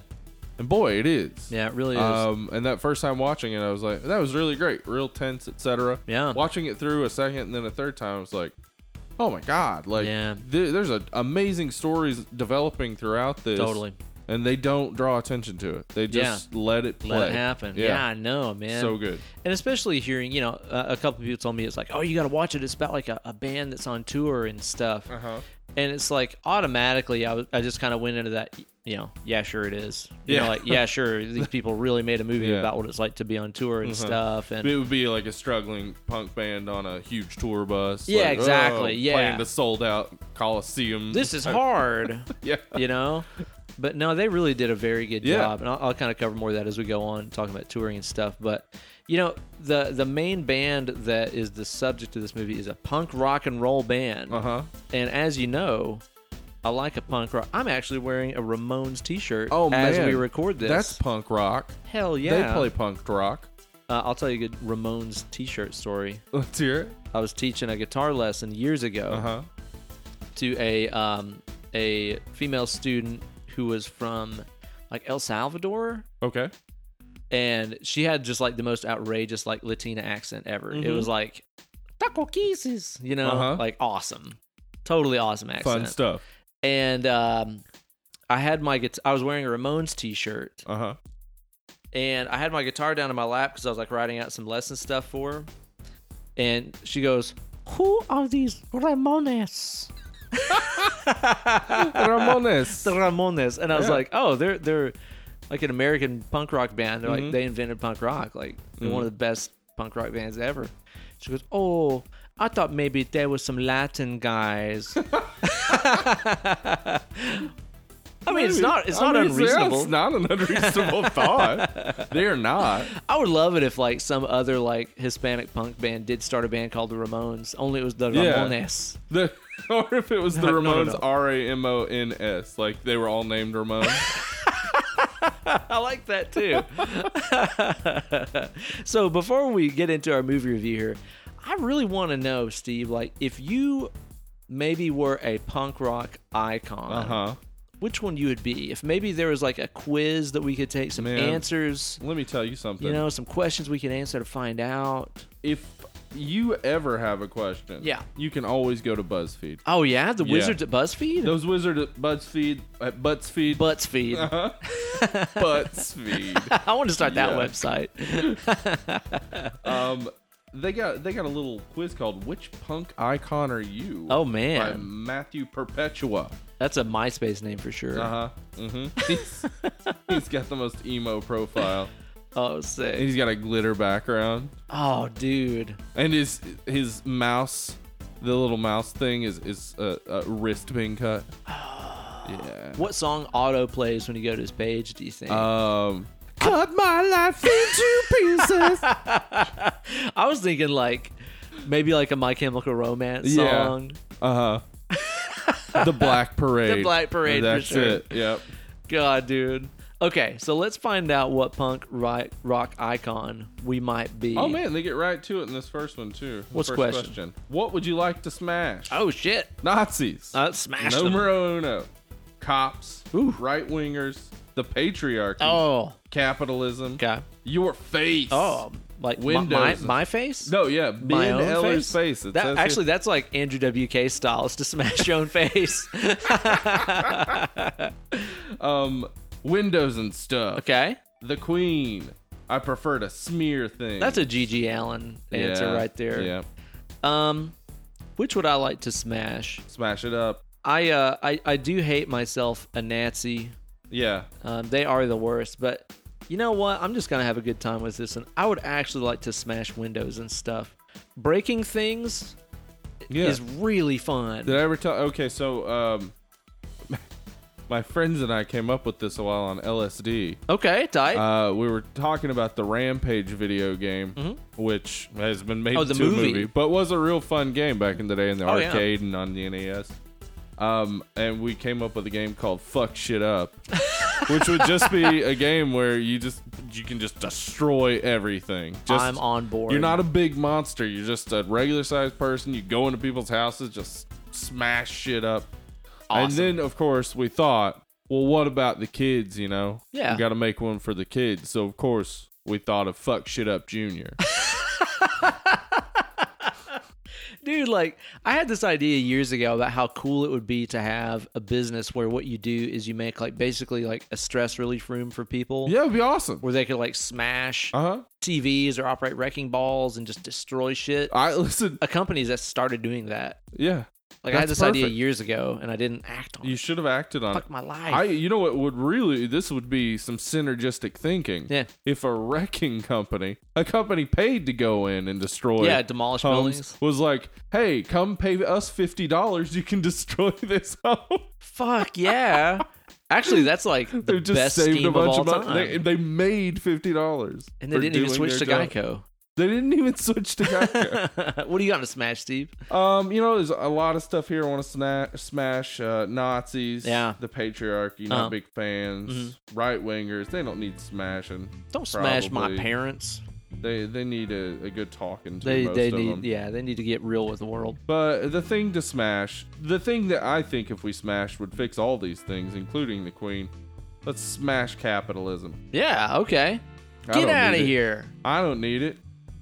S2: and boy, it is.
S1: yeah it really is
S2: Um, and that first time watching it, I was like, that was really great, real tense, etc.
S1: Yeah.
S2: Watching it through a second and then a third time, I was like, oh my god, like,
S1: Yeah.
S2: th- there's a amazing stories developing throughout this.
S1: Totally.
S2: And they don't draw attention to it. They just let it play.
S1: let it happen. Yeah, I know, man.
S2: So good.
S1: And especially hearing, you know, a, a couple people told me it's like, oh, you got to watch it. It's about like a, a band that's on tour and stuff.
S2: Uh-huh.
S1: And it's like automatically, I, was, I just kind of went into that, you know, yeah, sure it is. You know,
S2: Yeah.
S1: like, yeah, sure. These people really made a movie
S2: Yeah.
S1: about what it's like to be on tour and stuff. And
S2: It would be like a struggling punk band on a huge tour bus.
S1: Yeah,
S2: like,
S1: exactly,
S2: oh,
S1: yeah.
S2: Playing the sold out Coliseum.
S1: this is hard,
S2: yeah.
S1: you know? But no, they really did a very good
S2: Yeah.
S1: job. And I'll, I'll kind of cover more of that as we go on talking about touring and stuff. But, you know, the, the main band that is the subject of this movie is a punk rock and roll band.
S2: Uh huh.
S1: And as you know, I like a punk rock. I'm actually wearing a Ramones t-shirt
S2: Oh man.
S1: as we record this.
S2: That's punk rock.
S1: hell yeah.
S2: They play punk rock.
S1: Uh, I'll tell you a good Ramones t-shirt story.
S2: Let's hear it.
S1: I was teaching a guitar lesson years ago
S2: Uh huh.
S1: to a um, a female student who was from like El Salvador.
S2: Okay.
S1: and she had just like the most outrageous like Latina accent ever. It
S2: Mhm.
S1: was like taco quises, you know,
S2: Uh-huh.
S1: like awesome, totally awesome accent.
S2: Fun stuff.
S1: And um, I had my guitar. I was wearing a Ramones T-shirt,
S2: Uh huh.
S1: and I had my guitar down in my lap because I was like writing out some lesson stuff for her. And she goes, "Who are these Ramones?" the
S2: Ah. Ramones.
S1: Ramones, and I was
S2: Yeah.
S1: like, oh, they're they're like an American punk rock band. They're
S2: Mm-hmm.
S1: like they invented punk rock, like they're one of the best punk rock bands ever. She goes, oh, I thought maybe there was some Latin guys. I mean, it's not it's
S2: I
S1: not
S2: mean,
S1: unreasonable.
S2: It's not an unreasonable thought. They are not.
S1: I would love it if like some other like Hispanic punk band did start a band called the Ramones. Only it was the
S2: Yeah.
S1: Ramones.
S2: The, or if it was the
S1: No, no, no,
S2: Ramones,
S1: no.
S2: R A M O N S, like they were all named Ramon.
S1: I like that too. so before we get into our movie review here, I really want to know, Steve, like if you maybe were a punk rock icon,
S2: Uh huh.
S1: which one you would be? If maybe there was like a quiz that we could take some
S2: Man.
S1: answers,
S2: Let me tell you something.
S1: you know, some questions we could answer to find out.
S2: if you ever have a question,
S1: Yeah.
S2: you can always go to BuzzFeed.
S1: Oh yeah, the
S2: Yeah.
S1: wizards at BuzzFeed,
S2: Those wizard at BuzzFeed, at BuzzFeed,
S1: BuzzFeed.
S2: uh-huh. BuzzFeed.
S1: I want to start that
S2: Yeah.
S1: website.
S2: Um, they got they got a little quiz called "Which Punk Icon Are You?"
S1: Oh
S2: by
S1: man,
S2: Matthew Perpetua.
S1: that's a MySpace name for sure.
S2: Uh huh. Mm-hmm. He's, he's got the most emo profile.
S1: Oh sick.
S2: And he's got a glitter background,
S1: Oh dude.
S2: and his his mouse, the little mouse thing, is is a, a wrist being cut. Yeah.
S1: What song auto plays when you go to his page? Do you think?
S2: Um, Cut my life into pieces.
S1: I was thinking like maybe like a My Chemical Romance
S2: Yeah.
S1: song.
S2: Uh huh. the Black Parade.
S1: The Black Parade, for
S2: That's
S1: sure.
S2: it. Yep.
S1: God, dude. Okay, so let's find out what punk rock, rock icon we might be.
S2: Oh man, they get right to it in this first one too. The Uh,
S1: What's
S2: first
S1: question?
S2: What would you like to smash?
S1: Oh shit!
S2: Nazis.
S1: I smashed them.
S2: Numero uno. Cops. Right wingers. The patriarchy.
S1: Oh,
S2: Capitalism.
S1: okay.
S2: Your face.
S1: Oh, like my, my
S2: Windows.
S1: my face?
S2: No, yeah. Me
S1: my
S2: and
S1: own
S2: Eller's
S1: face.
S2: face. It says
S1: that,
S2: here.
S1: actually, that's like Andrew WK style. It's to smash your own face.
S2: um, windows and stuff.
S1: okay,
S2: The queen. I prefer to smear things.
S1: that's a GG Allen answer
S2: Yeah,
S1: right there.
S2: Yeah.
S1: Um, which would I like to smash?
S2: Smash it up.
S1: I uh, I I do hate myself a Nazi.
S2: Yeah.
S1: Um, they are the worst, but you know what? I'm just gonna have a good time with this, and I would actually like to smash windows and stuff. Breaking things
S2: Yeah.
S1: is really fun.
S2: Did I ever tell? Okay, so um, my friends and I came up with this a while on LSD.
S1: okay, tight.
S2: Uh, we were talking about the Rampage video game, which has been made
S1: Mm-hmm. Oh, the
S2: into a
S1: movie.
S2: movie, but was a real fun game back in the day in the
S1: Oh, yeah.
S2: arcade and on the NES. Um, and we came up with a game called "Fuck Shit Up," which would just be a game where you just you can just destroy everything. Just,
S1: I'm on board.
S2: You're not a big monster. You're just a regular sized person. You go into people's houses, just smash shit up.
S1: Awesome.
S2: And then, of course, we thought, well, what about the kids? You know,
S1: Yeah.
S2: we got to make one for the kids. So, of course, we thought of fuck shit up Junior.
S1: Dude, like I had this idea years ago about how cool it would be to have a business where what you do is you make like basically like a stress relief room for people
S2: yeah, it'd be awesome.
S1: where they could like smash
S2: Uh huh.
S1: TVs or operate wrecking balls and just destroy shit.
S2: I listen.
S1: a company that started doing that.
S2: Yeah,
S1: Like I had
S2: That's
S1: this idea
S2: perfect.
S1: years ago and I didn't act on
S2: you
S1: it.
S2: should have acted on it.
S1: Fuck my life.
S2: I, you know what would really this would be some synergistic thinking.
S1: Yeah.
S2: If a wrecking company, a company paid to go in and destroy,
S1: Yeah, demolish
S2: homes,
S1: buildings.
S2: was like, hey, come pay us fifty dollars, you can destroy this home.
S1: Fuck yeah. Actually, that's like the
S2: They just
S1: best
S2: saved
S1: scheme
S2: a bunch
S1: of all
S2: of
S1: time.
S2: money. They, they made fifty dollars,
S1: and they didn't even switch to Geico.
S2: They didn't even switch to Geico.
S1: what do you got to smash, Steve?
S2: um, you know, there's a lot of stuff here. I want to sna- smash uh, Nazis,
S1: Yeah.
S2: the patriarchy, not
S1: Uh-huh. Mm-hmm.
S2: big fans, right wingers. They don't need smashing.
S1: Don't smash
S2: Probably.
S1: my parents.
S2: They they need a, a good talking to
S1: They
S2: most
S1: they
S2: of
S1: need
S2: them.
S1: yeah, they need to get real with the world.
S2: But the thing to smash, the thing that I think if we smash would fix all these things, including the queen. Let's smash capitalism.
S1: Yeah, okay.
S2: I
S1: Get
S2: don't
S1: out of
S2: need it.
S1: here.
S2: I don't need it.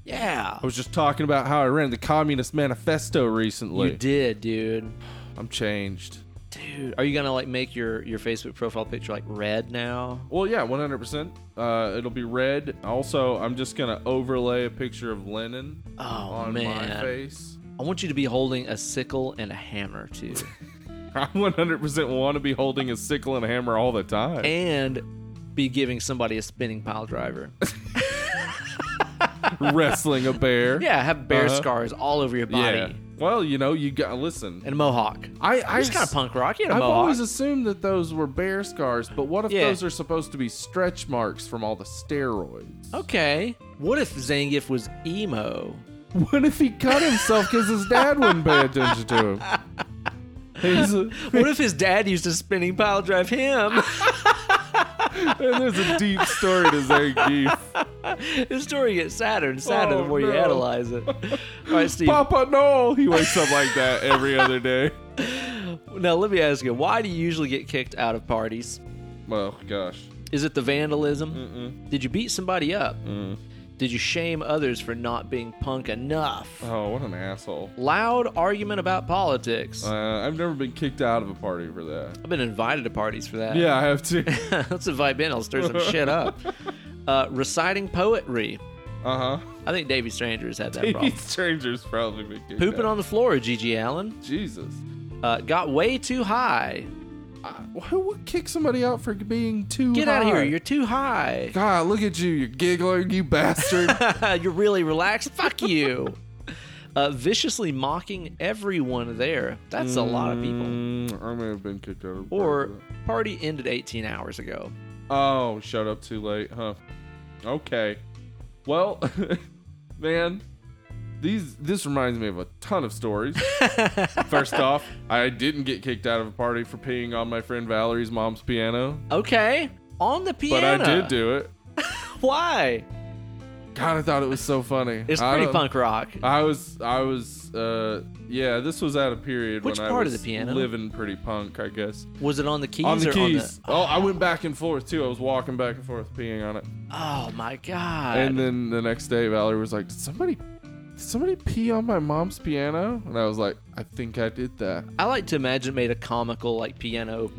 S1: Yeah.
S2: I was just talking about how I ran the Communist Manifesto recently.
S1: You did, dude.
S2: I'm changed.
S1: Dude, are you going to like make your your Facebook profile picture like red now?
S2: Well, yeah, 100%. Uh, it'll be red. Also, I'm just gonna overlay a picture of Lenin
S1: Oh
S2: on my
S1: man.
S2: face.
S1: I want you to be holding a sickle and a hammer too.
S2: I 100% want to be holding a sickle and a hammer all the time.
S1: and be giving somebody a spinning pile driver.
S2: wrestling a bear.
S1: Yeah, have bear
S2: Uh-huh.
S1: scars all over your body
S2: Yeah. Well, you know, you got listen.
S1: and a mohawk.
S2: I I
S1: It's kind of punk rock. You had a
S2: I've
S1: mohawk.
S2: always assumed that those were bear scars, but what if
S1: Yeah.
S2: those are supposed to be stretch marks from all the steroids?
S1: Oh. okay. What if Zangief was emo?
S2: What if he cut himself because his dad wouldn't pay attention to him? He's a-
S1: What if his dad used a spinning pile drive him?
S2: and there's a deep story to Zangief.
S1: His story gets sadder and sadder
S2: Oh,
S1: the more you
S2: no.
S1: analyze it. All right, Steve.
S2: Papa Noel! He wakes up like that every other day.
S1: Now let me ask you: Why do you usually get kicked out of parties?
S2: Oh, gosh.
S1: Is it the vandalism? Mm-mm. Did you beat somebody up?
S2: Mm.
S1: Did you shame others for not being punk enough?
S2: Oh, what an asshole.
S1: Loud argument about politics.
S2: Uh, I've never been kicked out of a party for that.
S1: I've been invited to parties for that.
S2: Yeah, I have to.
S1: Let's invite Ben. I'll stir some shit up. Uh, reciting poetry.
S2: Uh huh.
S1: I think Davy Strangers had that
S2: Maybe
S1: problem.
S2: strangers probably been kicked
S1: Pooping
S2: out.
S1: on the floor, Gigi Allen.
S2: Jesus.
S1: Uh, got way too high.
S2: I, who would kick somebody out for being too
S1: Get out of here.
S2: high?
S1: You're too high.
S2: God, look at you. You're giggling, you bastard.
S1: You're really relaxed. Fuck you. Uh, viciously mocking everyone there. That's a lot of people.
S2: Mm, I may have been kicked out of a party
S1: Or
S2: for that.
S1: party ended 18 hours ago.
S2: Oh, shut up too late, huh? Okay. Well, man, these this reminds me of a ton of stories. First off, I didn't get kicked out of a party for peeing on my friend Valerie's mom's piano,
S1: Okay, on the
S2: but
S1: piano.
S2: I did do it.
S1: Why?
S2: God, I thought it was so funny.
S1: It's
S2: I
S1: pretty
S2: don't-
S1: punk rock.
S2: I was, I was, uh, yeah. This was at a period
S1: Which
S2: when
S1: part
S2: I
S1: of
S2: was
S1: the piano?
S2: living pretty punk, I guess.
S1: Was it on the keys
S2: on the
S1: or
S2: keys.
S1: on
S2: Oh, I went back and forth too. I was walking back and forth, peeing on it.
S1: the? Oh my god!
S2: And then the next day, Valerie was like, "Did somebody, did somebody pee on my mom's piano?" And I was like, "I think I did that."
S1: I like to imagine it made a comical like piano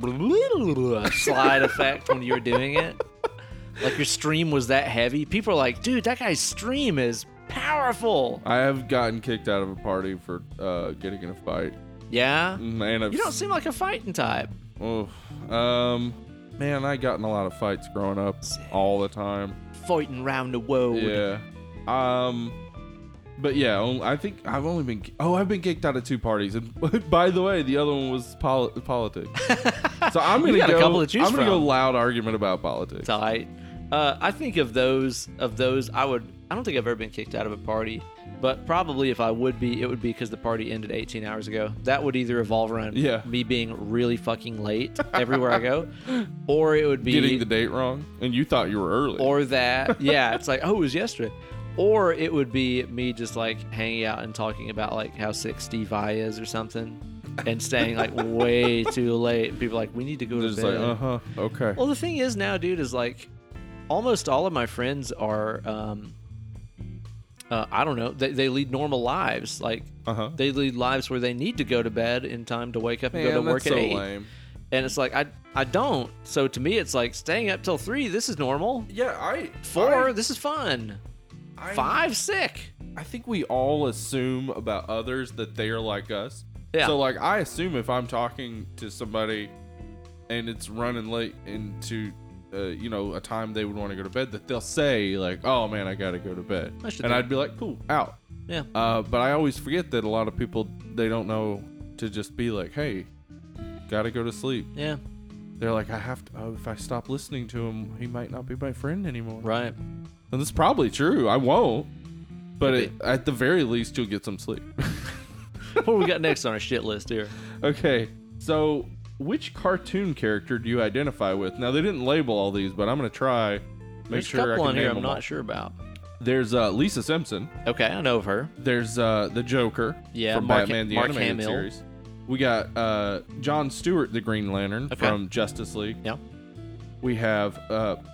S1: slide effect when you were doing it. Like your stream was that heavy. People are like, dude, that guy's stream is powerful.
S2: I have gotten kicked out of a party for uh, getting in a fight,
S1: Yeah.
S2: and I've,
S1: You don't seem like a fighting type.
S2: oh, um, man, I got in a lot of fights growing up,
S1: Sick.
S2: all the time.
S1: Fighting round the world.
S2: Yeah, um, but yeah, only, I think I've only been oh, I've been kicked out of two parties, and by the way, the other one was poli- politics. So I'm
S1: You
S2: gonna
S1: got a
S2: go.
S1: couple to choose
S2: I'm gonna go
S1: from.
S2: loud argument about politics.
S1: Tight. Uh, I think of those of those I would I don't think I've ever been kicked out of a party, but probably if I would be, it would be because the party ended 18 hours ago. That would either revolve around
S2: Yeah.
S1: me being really fucking late everywhere I go, or it would be
S2: getting the date wrong, and you thought you were early.
S1: or that yeah it's like oh it was yesterday or it would be me just like hanging out and talking about like how sick steve i is or something and staying like way too late and people are like we need to go
S2: They're
S1: to
S2: just
S1: bed
S2: like, uh huh, okay.
S1: well the thing is now dude is like almost all of my friends are um uh, i don't know they, they lead normal lives like
S2: Uh huh.
S1: they lead lives where they need to go to bed in time to wake up and
S2: Man,
S1: go to work
S2: that's
S1: at
S2: so
S1: eight
S2: lame.
S1: and it's like i i don't so to me it's like staying up till three this is normal
S2: Yeah, I
S1: Four, this is fun.
S2: I,
S1: Five, sick.
S2: I think we all assume about others that they are like us.
S1: Yeah.
S2: So like, I assume if I'm talking to somebody, and it's running late into. Uh, you know, a time they would want to go to bed that they'll say like, "Oh man, I gotta go to bed,"
S1: I should
S2: and
S1: do-
S2: I'd be like, "Cool, out."
S1: Yeah.
S2: Uh, but I always forget that a lot of people they don't know to just be like, "Hey, gotta go to sleep."
S1: Yeah.
S2: They're like, I have to. Oh, if I stop listening to him, he might not be my friend anymore.
S1: Right.
S2: And that's probably true. I won't. But it, at the very least, you'll get some sleep.
S1: what we got next on our shit list here?
S2: okay. So, which cartoon character do you identify with? Now, they didn't label all these, but I'm gonna try. Make
S1: There's
S2: sure
S1: a
S2: I
S1: couple
S2: can
S1: on here
S2: name
S1: I'm
S2: them all.
S1: not sure about.
S2: There's uh, Lisa Simpson.
S1: Okay, I know of her.
S2: There's uh, the Joker.
S1: Yeah,
S2: from
S1: Mark-
S2: Batman the
S1: Mark
S2: animated
S1: Hamill.
S2: series. We got uh, John Stewart, the Green Lantern
S1: Okay.
S2: from Justice League.
S1: Yeah.
S2: We have uh,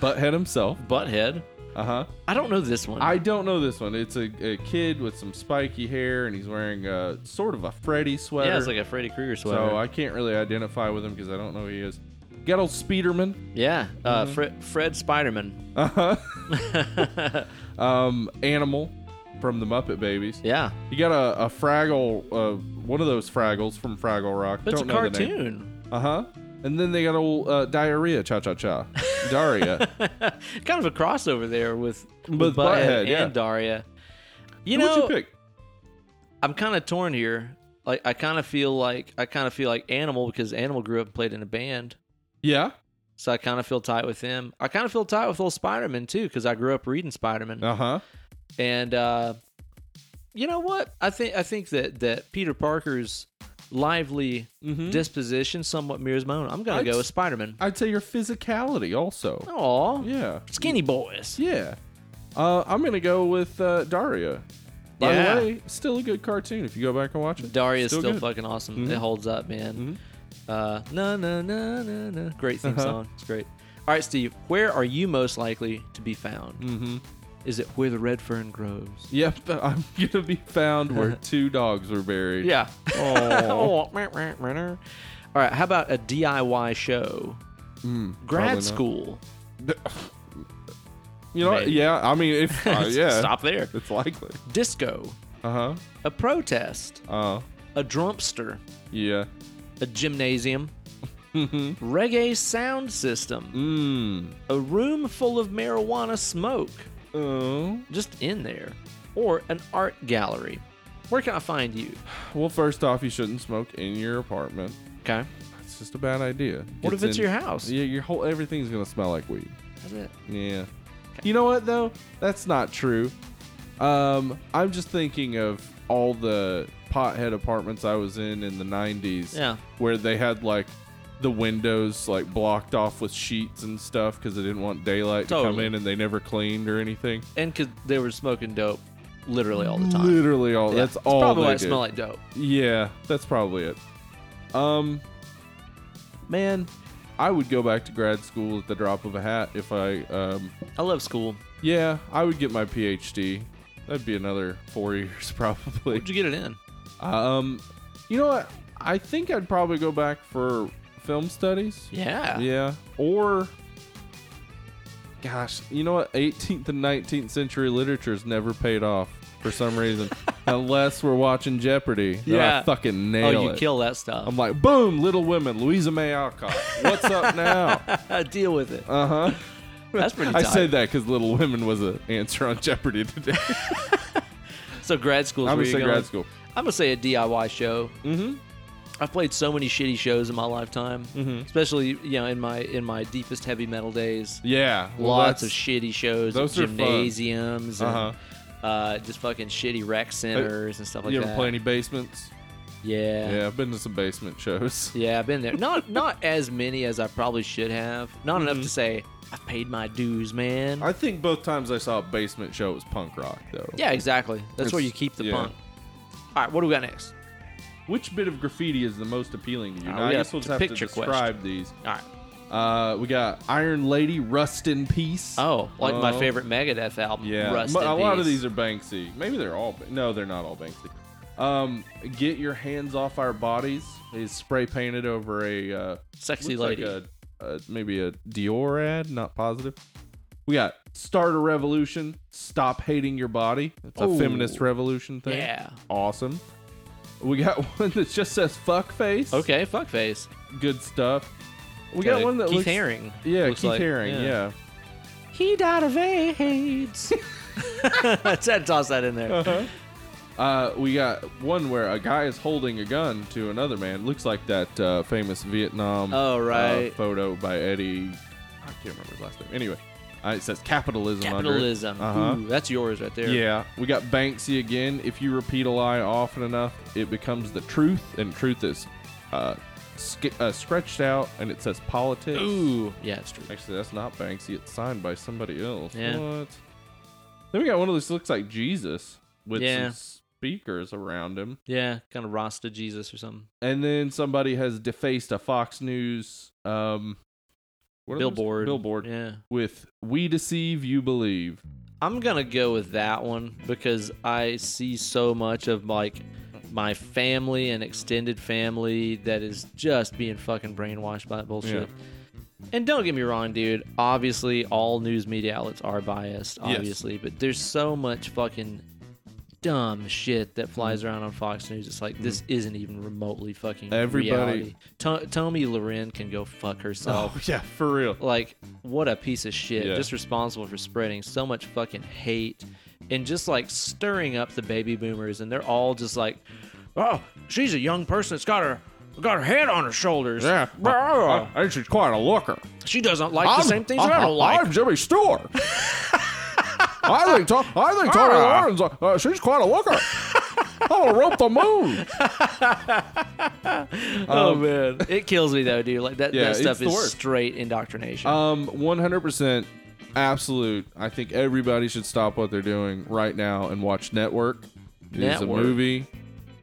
S2: Butthead himself.
S1: Butthead.
S2: Uh huh.
S1: I don't know this one.
S2: I don't know this one. It's a, a kid with some spiky hair, and he's wearing a sort of a Freddy sweater.
S1: yeah, it's like a Freddy Krueger sweater.
S2: so I can't really identify with him because I don't know who he is. Got old Speederman.
S1: yeah, uh, Fred, Fred Spiderman.
S2: Uh huh. um, Animal from the Muppet Babies.
S1: yeah,
S2: You got a, a Fraggle, uh, one of those Fraggles from Fraggle Rock.
S1: but it's
S2: Don't
S1: a
S2: know the name.
S1: cartoon.
S2: Uh huh. And then they got old uh, diarrhea, cha cha cha, Daria.
S1: kind of a crossover there with, with
S2: With Butthead,
S1: and
S2: yeah.
S1: Daria. You know,
S2: What'd you pick?
S1: I'm kind of torn here. Like, I kind of feel like I kind of feel like Animal because Animal grew up and played in a band.
S2: Yeah.
S1: So I kind of feel tight with him. I kind of feel tight with old Spider Man too, because I grew up reading Spider Man.
S2: Uh huh.
S1: And uh, you know what? I think I think that that Peter Parker's lively
S2: Mm-hmm.
S1: disposition somewhat mirrors my own. I'm gonna
S2: I'd
S1: go
S2: s-
S1: with Spider Man.
S2: I'd say your physicality also.
S1: Oh,
S2: Yeah.
S1: skinny boys.
S2: Yeah. Uh, I'm gonna go with uh, Daria. By
S1: Yeah.
S2: the way, still a good cartoon if you go back and watch it.
S1: Daria's still,
S2: good. Mm-hmm.
S1: fucking awesome. It holds up, man. Uh, no, no, no, no, no. Great theme
S2: Uh-huh.
S1: song. It's great. All right, Steve. Where are you most likely to be found? Mm-hmm. Is it where the red fern grows?
S2: Yep, I'm gonna be found where two dogs were buried.
S1: Yeah. All
S2: Oh.
S1: right. How about a DIY show?
S2: Hmm, probably
S1: Grad
S2: not.
S1: school.
S2: You know, what?
S1: Maybe.
S2: yeah. I mean, if uh, yeah,
S1: Stop there.
S2: It's likely.
S1: Disco.
S2: Uh
S1: A protest.
S2: huh. Uh.
S1: A drumpster.
S2: Yeah. Mm-hmm.
S1: A gymnasium. Reggae sound system.
S2: Mmm.
S1: A room full of marijuana smoke.
S2: Oh.
S1: Just in there. Or an art gallery. Where can I find you?
S2: Well, first off, you shouldn't smoke in your apartment.
S1: Okay.
S2: It's just a bad idea.
S1: What if it's your house?
S2: Yeah, your whole everything's gonna smell like weed.
S1: That's it.
S2: Yeah. You know what though? That's not true. Um, I'm just thinking of all the pothead apartments I was in in the 90s.
S1: Yeah.
S2: Where they had like the windows like blocked off with sheets and stuff because they didn't want daylight to come
S1: Totally.
S2: in, and they never cleaned or anything.
S1: And because they were smoking dope literally all the time.
S2: Literally all.
S1: Yeah.
S2: That's
S1: It's
S2: all.
S1: probably
S2: they
S1: why it
S2: did.
S1: smelled like dope.
S2: Yeah, that's probably it. Um, man, I would go back to grad school at the drop of a hat if I. Um,
S1: I love school.
S2: yeah, I would get my PhD. That'd be another four years probably.
S1: Where'd you get it in?
S2: Um, you know what? I think I'd probably go back for film studies.
S1: Yeah.
S2: Yeah, or. Gosh, you know what? 18th and 19th century literature's never paid off for some reason, unless we're watching Jeopardy. Then I
S1: Yeah.
S2: fucking nail
S1: Oh, you
S2: it.
S1: kill that stuff.
S2: I'm like, boom, Little Women, Louisa May Alcott. What's up now?
S1: Deal with it.
S2: Uh huh.
S1: That's pretty.
S2: I
S1: tight.
S2: say that because Little Women was an answer on Jeopardy today.
S1: So grad school.
S2: I'm
S1: where
S2: gonna
S1: you
S2: say
S1: going.
S2: grad school.
S1: I'm gonna say a DIY show. Mm-hmm. I've played so many shitty shows in my lifetime,
S2: Mm-hmm.
S1: especially you know in my in my deepest heavy metal days.
S2: Yeah, well,
S1: Lots
S2: that's-
S1: of shitty shows,
S2: those are fun.
S1: gymnasiums, and,
S2: Uh-huh.
S1: uh, just fucking shitty rec centers and stuff like
S2: you
S1: that.
S2: ever play any basements?
S1: yeah.
S2: Yeah, I've been to some basement shows.
S1: Yeah, I've been there. Not not as many as I probably should have. Not
S2: Mm-hmm.
S1: enough to say I paid my dues, man.
S2: I think both times I saw a basement show it was punk rock though.
S1: yeah, exactly. That's
S2: It's-
S1: where you keep the
S2: yeah.
S1: punk. All right, what do we got next?
S2: Which bit of graffiti is the most appealing to you?
S1: Oh,
S2: Now, I
S1: yeah,
S2: guess we'll
S1: it's
S2: just
S1: a
S2: have to
S1: picture
S2: describe
S1: question.
S2: these.
S1: All right.
S2: Uh, we got Iron Lady, Rust in Peace.
S1: Oh, like my
S2: Oh.
S1: favorite Megadeth album.
S2: Yeah,
S1: Rust
S2: mo-
S1: in
S2: a lot of
S1: Peace.
S2: these are Banksy. Maybe they're all. Ba- No, they're not all Banksy. Um, get your hands off our bodies is spray painted over a uh,
S1: Sexy
S2: looks
S1: lady.
S2: like a, uh, maybe a Dior ad. Not positive. We got start a revolution. Stop hating your body. It's a
S1: Ooh.
S2: feminist revolution thing.
S1: Yeah.
S2: awesome. We got one that just says fuck face.
S1: Okay, fuckface.
S2: good stuff. We
S1: Uh,
S2: got one that
S1: Keith
S2: looks.
S1: Haring.
S2: Yeah,
S1: looks
S2: Keith
S1: like-
S2: Haring. yeah.
S1: He died of AIDS. I said toss that in there.
S2: Uh, we got one where a guy is holding a gun to another man. Looks like that uh, famous Vietnam
S1: Oh, right.
S2: uh, photo by Eddie. I can't remember his last name. Anyway, uh, it says capitalism. under it.
S1: Capitalism.
S2: Uh-huh.
S1: Ooh, that's yours right there.
S2: Yeah, we got Banksy again. If you repeat a lie often enough, it becomes the truth, and truth is uh, sk- uh, scratched out, and it says politics.
S1: Ooh. Yeah, it's true.
S2: Actually, that's not Banksy. It's signed by somebody else.
S1: Yeah.
S2: What? Then we got one of those looks like Jesus with
S1: Yeah.
S2: some speakers around him.
S1: Yeah, kind of Rasta Jesus or something.
S2: and then somebody has defaced a Fox News um what are those?
S1: Billboard.
S2: billboard
S1: Yeah.
S2: with "We deceive, you believe."
S1: I'm gonna go with that one because I see so much of like my family and extended family that is just being fucking brainwashed by that bullshit. And don't get me wrong, dude. Obviously, all news media outlets are biased,
S2: Yes.
S1: obviously, but there's so much fucking dumb shit that
S2: Mm-hmm.
S1: flies around on Fox News. It's like this isn't even remotely fucking
S2: Everybody-
S1: reality. To- Tommy Loren can go fuck herself
S2: Oh, yeah, for real.
S1: like what a piece of shit
S2: Yeah.
S1: just responsible for spreading so much fucking hate and just like stirring up the baby boomers and they're all just like oh she's a young person that's got her got her head on her shoulders
S2: Yeah,
S1: Brr.
S2: and she's quite a looker.
S1: she doesn't like the same things
S2: I'm,
S1: i don't like
S2: I'm Jimmy Stewart. I think Tom, I think Tommy
S1: Ah.
S2: Lauren's uh, uh, she's quite a looker. I'm gonna rope the moon.
S1: oh man it kills me though dude like that,
S2: Um, Yeah,
S1: that
S2: it's
S1: stuff
S2: the
S1: is
S2: worst.
S1: straight indoctrination
S2: Um, 100% absolute. I think everybody should stop what they're doing right now and watch Network. It's a
S1: Network.
S2: movie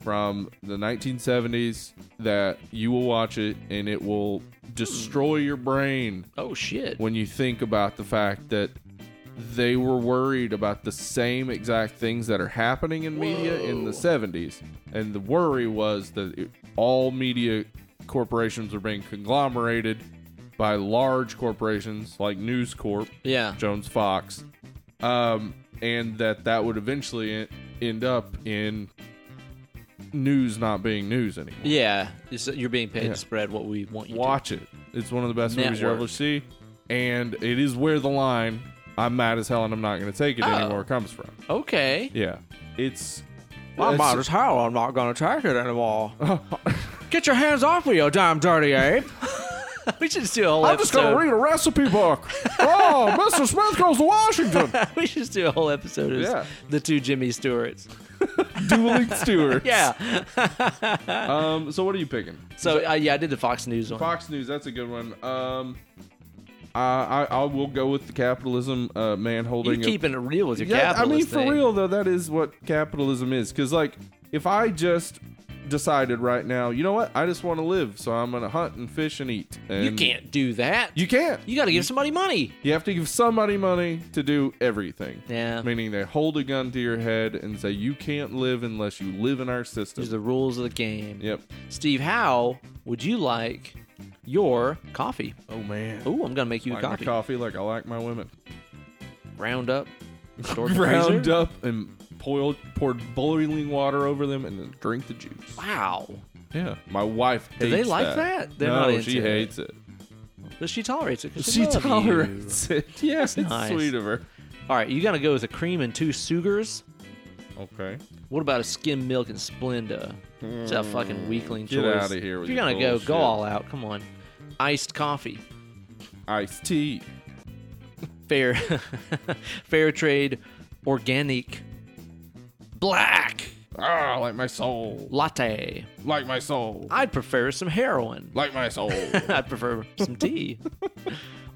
S2: from the 1970s that you will watch it and it will destroy your brain
S1: oh shit
S2: when you think about the fact that they were worried about the same exact things that are happening in media in the 70s. And the worry was that it, all media corporations were being conglomerated by large corporations like News Corp,
S1: yeah
S2: Jones Fox, um, and that that would eventually en- end up in news not being news anymore.
S1: yeah It's- you're being paid
S2: Yeah.
S1: to spread what we want you to
S2: Watch it. It's one of the best movies you'll
S1: Network.
S2: ever see. And it is where the line I'm mad as hell and I'm not going to take it
S1: Oh.
S2: anymore comes from.
S1: okay
S2: Yeah. It's.
S1: hell i'm not gonna track it anymore Get your hands off me, you damn dirty ape! we should just do a whole
S2: I'm just
S1: episode.
S2: gonna read a recipe book. oh, Mr. Smith goes to Washington.
S1: we should just do a whole episode of
S2: Yeah.
S1: the two Jimmy Stewarts.
S2: Dueling Stewards.
S1: Yeah.
S2: Um. So what are you picking?
S1: So uh, yeah, I did the Fox News one.
S2: Fox News. That's a good one. Um. I I, I will go with the capitalism uh, man
S1: You're
S2: holding. a-
S1: keeping it real with your
S2: yeah, I
S1: capitalist
S2: mean, for
S1: thing.
S2: real though, that is what capitalism is. Because like, if I just decided right now, you know what? I just want to live, so I'm gonna hunt and fish and eat. And
S1: You can't do that.
S2: You can't.
S1: You got to give somebody money.
S2: You have to give somebody money to do everything.
S1: Yeah.
S2: Meaning they hold a gun to your head and say you can't live unless you live in our system.
S1: There's the rules of the game.
S2: yep.
S1: Steve, how would you like your coffee?
S2: Oh man.
S1: Oh, I'm gonna make you
S2: like
S1: a
S2: my
S1: coffee.
S2: coffee like I like my women.
S1: Round up. Store
S2: Round
S1: freezer.
S2: up and boiled, poured boiling water over them and then drink the juice.
S1: Wow.
S2: Yeah. My wife hates
S1: they like that? They're
S2: no,
S1: not
S2: she
S1: into it.
S2: hates it.
S1: But she tolerates it. 'cause
S2: She
S1: loves you.
S2: tolerates it. Yeah, it's
S1: nice.
S2: sweet of her.
S1: All right, you gotta go with a cream and two sugars.
S2: Okay.
S1: What about a skim milk and Splenda? It's a fucking weakling
S2: Hmm, Get
S1: choice.
S2: outta here with
S1: if you're
S2: your
S1: gonna go,
S2: bullshit.
S1: go all out. Come on. Iced coffee.
S2: Iced tea.
S1: Fair, fair trade, organic, black
S2: Ah, like my soul.
S1: latte.
S2: Like my soul.
S1: I'd prefer some heroin.
S2: Like my soul.
S1: I'd prefer some tea.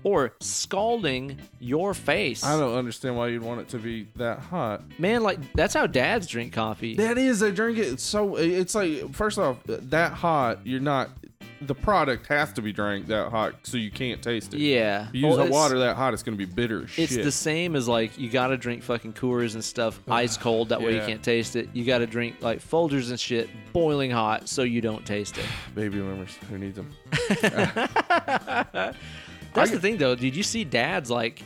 S1: or scalding your face.
S2: I don't understand why you'd want it to be that hot.
S1: Man, like that's how dads drink coffee.
S2: That is, they drink it so. It's like first off, that hot. You're not. The product has to be drank that hot, so you can't taste it.
S1: yeah.
S2: You use
S1: Well,
S2: the
S1: it's-
S2: water that hot, it's gonna be bitter. as
S1: It's
S2: shit.
S1: the same as like you got to drink fucking Coors and stuff ice cold. That way you
S2: Yeah.
S1: can't taste it. You got to drink like Folgers and shit boiling hot so you don't taste it.
S2: baby boomers who needs them.
S1: That's the thing though, dude. You see dads like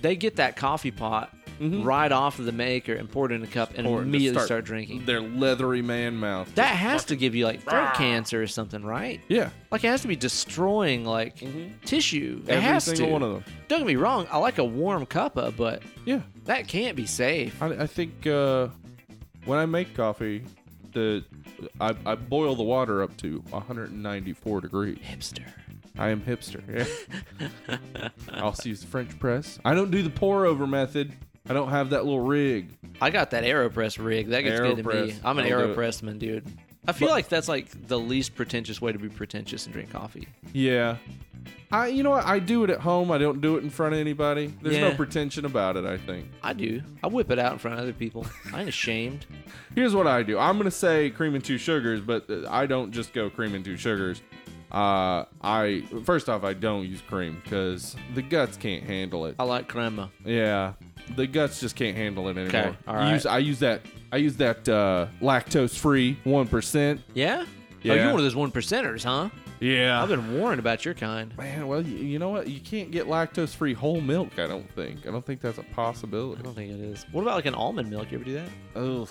S1: they get that coffee pot right off of the maker and pour it in a cup and
S2: Or
S1: immediately
S2: Mm-hmm. just
S1: start, drinking.
S2: Their leathery man mouth.
S1: That has to give you like throat cancer or something, right?
S2: yeah,
S1: Like it has to be destroying like tissue. It
S2: Mm-hmm. Every
S1: has
S2: single
S1: to.
S2: one of them.
S1: Don't get me wrong. I like a warm cuppa, but
S2: yeah.
S1: that can't be safe.
S2: I, I think uh, when I make coffee, the I, I boil the water up to 194 degrees.
S1: Hipster.
S2: I am hipster. Yeah. I also use the French press. I don't do the pour over method. I don't have that little rig.
S1: I got that AeroPress rig. That gets good to me.
S2: AeroPress.
S1: I'm an
S2: I'll do it.
S1: AeroPressman, dude. I feel like that's like the least pretentious way to be pretentious and drink coffee.
S2: Yeah. I you know what? I do it at home. I don't do it in front of anybody. There's no
S1: Yeah.
S2: pretension about it, I think.
S1: I do. I whip it out in front of other people. I ain't ashamed.
S2: Here's what I do. I'm going to say cream and two sugars, but uh, I don't just go cream and two sugars. Uh, I first off, I don't use cream because the guts can't handle it.
S1: I like crema.
S2: Yeah, the guts just can't handle it anymore.
S1: Okay, all
S2: You
S1: right.
S2: use- I use that. I use that uh, lactose-free one percent.
S1: Yeah? Oh, you're
S2: Yeah.
S1: one of those one percenters, huh?
S2: Yeah,
S1: I've been warned about your kind.
S2: Man, well, you, you know what? You can't get lactose-free whole milk. I don't think. I don't think that's a possibility.
S1: I don't think it is. What about like an almond milk? You ever do that?
S2: Ugh,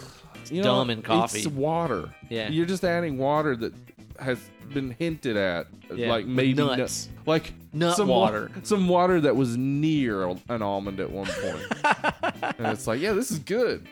S2: you
S1: dumb
S2: what?
S1: in coffee.
S2: It's water.
S1: Yeah.
S2: you're just adding water that has been hinted at, uh,
S1: Yeah,
S2: like maybe nu-
S1: nuts.
S2: like
S1: Nut
S2: some wa-
S1: water.
S2: some water that was near al- an almond at one point. and it's like, yeah, this is good.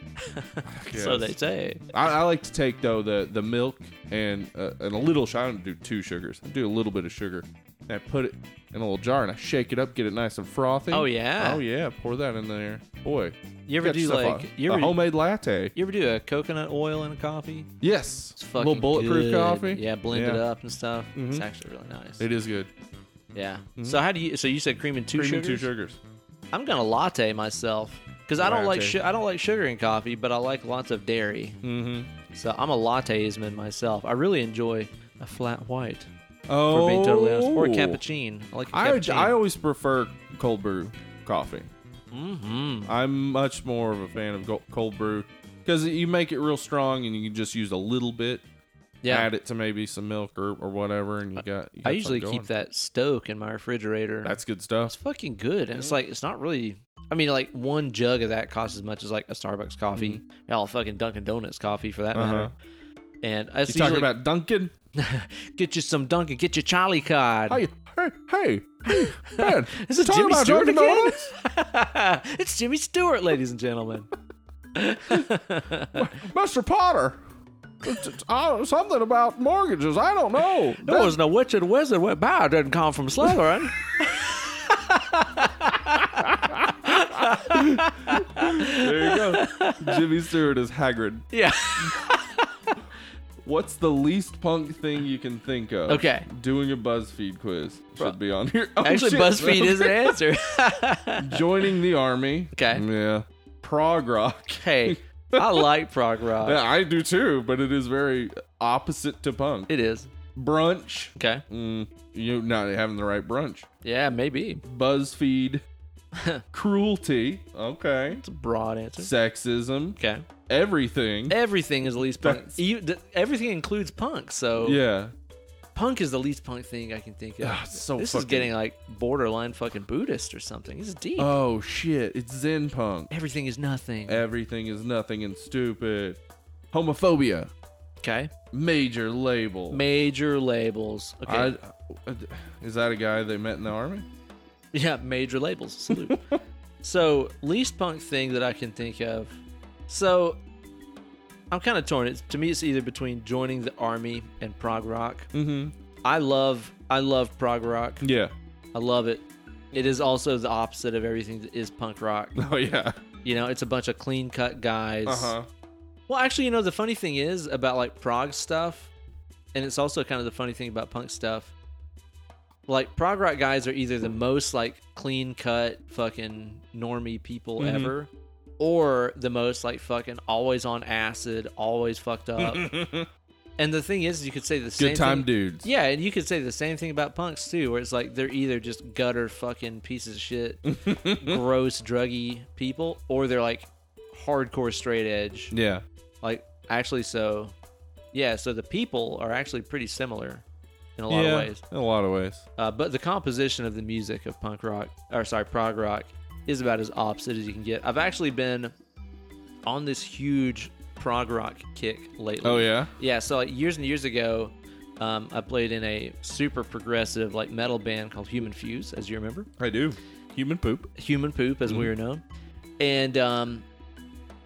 S1: So
S2: Yes.
S1: they say.
S2: I, I like to take though the the milk and uh, and a little. sh- I don't do two sugars. I do a little bit of sugar. And I put it in a little jar and I shake it up, get it nice and frothy.
S1: Oh, yeah.
S2: Oh yeah. Pour that in there, boy.
S1: You ever
S2: got
S1: do,
S2: yourself a-
S1: like- you
S2: a
S1: ever-
S2: homemade latte?
S1: You ever do a coconut oil in a coffee?
S2: Yes.
S1: It's
S2: a
S1: fucking
S2: little bulletproof
S1: good.
S2: coffee.
S1: Yeah, blend it
S2: Yeah. Mm-hmm.
S1: up and stuff. It's actually really nice.
S2: It is good.
S1: yeah. So how do you? So you said cream and two
S2: Cream and
S1: sugars.
S2: two sugars.
S1: I'm gonna latte myself because I don't like
S2: Latte.
S1: su- I don't like sugar in coffee, but I like lots of dairy.
S2: Mm-hmm.
S1: So I'm a latteisman myself. I really enjoy a flat white.
S2: Oh.
S1: For being totally honest, or a cappuccino. I like a
S2: I,
S1: cappuccino.
S2: I always prefer cold brew coffee. Mm-hmm. I'm much more of a fan of go- cold brew because you make it real strong and you can just use a little bit.
S1: yeah.
S2: Add it to maybe some milk or, or whatever, and you got. You
S1: I
S2: got
S1: usually
S2: something
S1: keep
S2: going.
S1: that Stoke in my refrigerator.
S2: That's good
S1: it's
S2: stuff.
S1: fucking good, and it's like it's not really. I mean, like one jug of that costs as much as like a Starbucks coffee,
S2: Mm-hmm.
S1: all fucking Dunkin' Donuts coffee for that matter. And I
S2: Uh-huh. You talking about Duncan?
S1: get you some Dunkin', get you Charlie card.
S2: Hey, hey, hey, hey, man!
S1: Is it
S2: talking
S1: Jimmy
S2: about
S1: Stewart
S2: Dunkin'
S1: again?
S2: Donuts?
S1: it's Jimmy Stewart, ladies and gentlemen.
S2: Mr. Potter, It's- it's- oh, something about mortgages. I don't know.
S1: There was no witch and wizard went by. It didn't come from Slytherin.
S2: There you go. Jimmy Stewart is Hagrid.
S1: yeah.
S2: What's the least punk thing you can think of?
S1: Okay.
S2: Doing a BuzzFeed quiz should be on here. Oh,
S1: Actually,
S2: shit.
S1: BuzzFeed is an answer.
S2: joining the army.
S1: Okay.
S2: Yeah. Prog rock.
S1: hey, I like prog rock.
S2: Yeah, I do too, but it is very opposite to punk.
S1: It is.
S2: Brunch.
S1: Okay.
S2: Mm, you not having the right brunch.
S1: Yeah, maybe.
S2: BuzzFeed. Cruelty. Okay.
S1: It's a broad answer.
S2: Sexism.
S1: Okay.
S2: Everything.
S1: Everything is the least punk.
S2: That's-
S1: You, th- everything includes punk, so
S2: Yeah.
S1: punk is the least punk thing I can think of.
S2: Ah, it's so
S1: this is
S2: fucking-
S1: getting like borderline fucking Buddhist or something. This is deep.
S2: Oh shit! It's Zen punk.
S1: everything is nothing.
S2: Everything is nothing and stupid. Homophobia.
S1: okay.
S2: Major label.
S1: Major labels. Okay.
S2: I- I- is that a guy they met in the army?
S1: Yeah, major labels. Salute. so, least punk thing that I can think of. So, I'm kind of torn. It's, to me, it's either between joining the army and prog rock.
S2: Mm-hmm.
S1: I love, I love prog rock.
S2: Yeah.
S1: I love it. It is also the opposite of everything that is punk rock.
S2: Oh yeah.
S1: You know, it's a bunch of clean cut guys.
S2: Uh huh.
S1: Well, actually, you know, the funny thing is about like prog stuff, and it's also kind of the funny thing about punk stuff. Like prog rock guys are either the most like clean cut fucking normie people
S2: Mhm.
S1: ever, or the most like fucking always on acid, always fucked up. and the thing is, you could say the same
S2: Good time
S1: thing.
S2: dudes.
S1: Yeah, and you could say the same thing about punks too, where it's like they're either just gutter fucking pieces of shit, gross druggy people, or they're like hardcore straight edge.
S2: Yeah.
S1: Like actually, so yeah, so the people are actually pretty similar in a lot
S2: yeah.
S1: of ways.
S2: In a lot of ways.
S1: Uh, but the composition of the music of punk rock, or sorry, prog rock, is about as opposite as you can get. I've actually been on this huge prog rock kick lately.
S2: Oh yeah.
S1: Yeah, so like years and years ago, um, I played in a super progressive like metal band called Human Fuse, as you remember,
S2: I do. Human poop.
S1: Human Poop, as we were known. And um,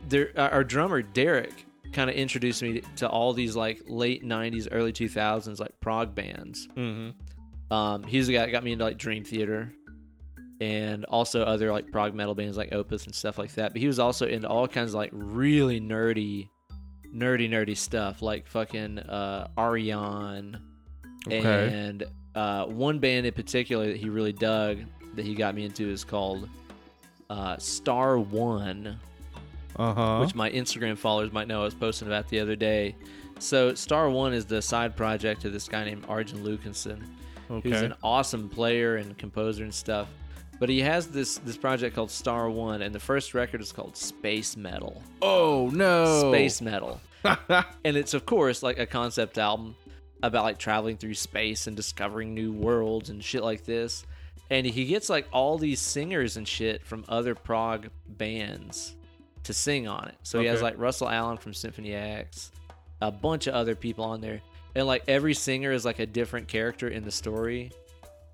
S1: there, our our drummer Derek kind of introduced me to, to all these like late '90s, early 2000s like prog bands.
S2: Mm-hmm.
S1: Um, he's the guy that got me into like Dream Theater and also other like prog metal bands like Opus and stuff like that. But he was also into all kinds of like really nerdy, nerdy, nerdy stuff like fucking uh, Arion
S2: Okay.
S1: and uh, one band in particular that he really dug that he got me into is called uh, Star One
S2: Uh huh.
S1: which my Instagram followers might know I was posting about the other day. So Star One is the side project of this guy named Arjun Lukinson, who's
S2: Okay.
S1: an awesome player and composer and stuff. But he has this this project called Star One, and the first record is called Space Metal.
S2: Oh no.
S1: Space Metal, and it's of course like a concept album about like traveling through space and discovering new worlds and shit like this. And he gets like all these singers and shit from other prog bands to sing on it. So he has
S2: Okay.
S1: like Russell Allen from Symphony X, a bunch of other people on there, and like every singer is like a different character in the story.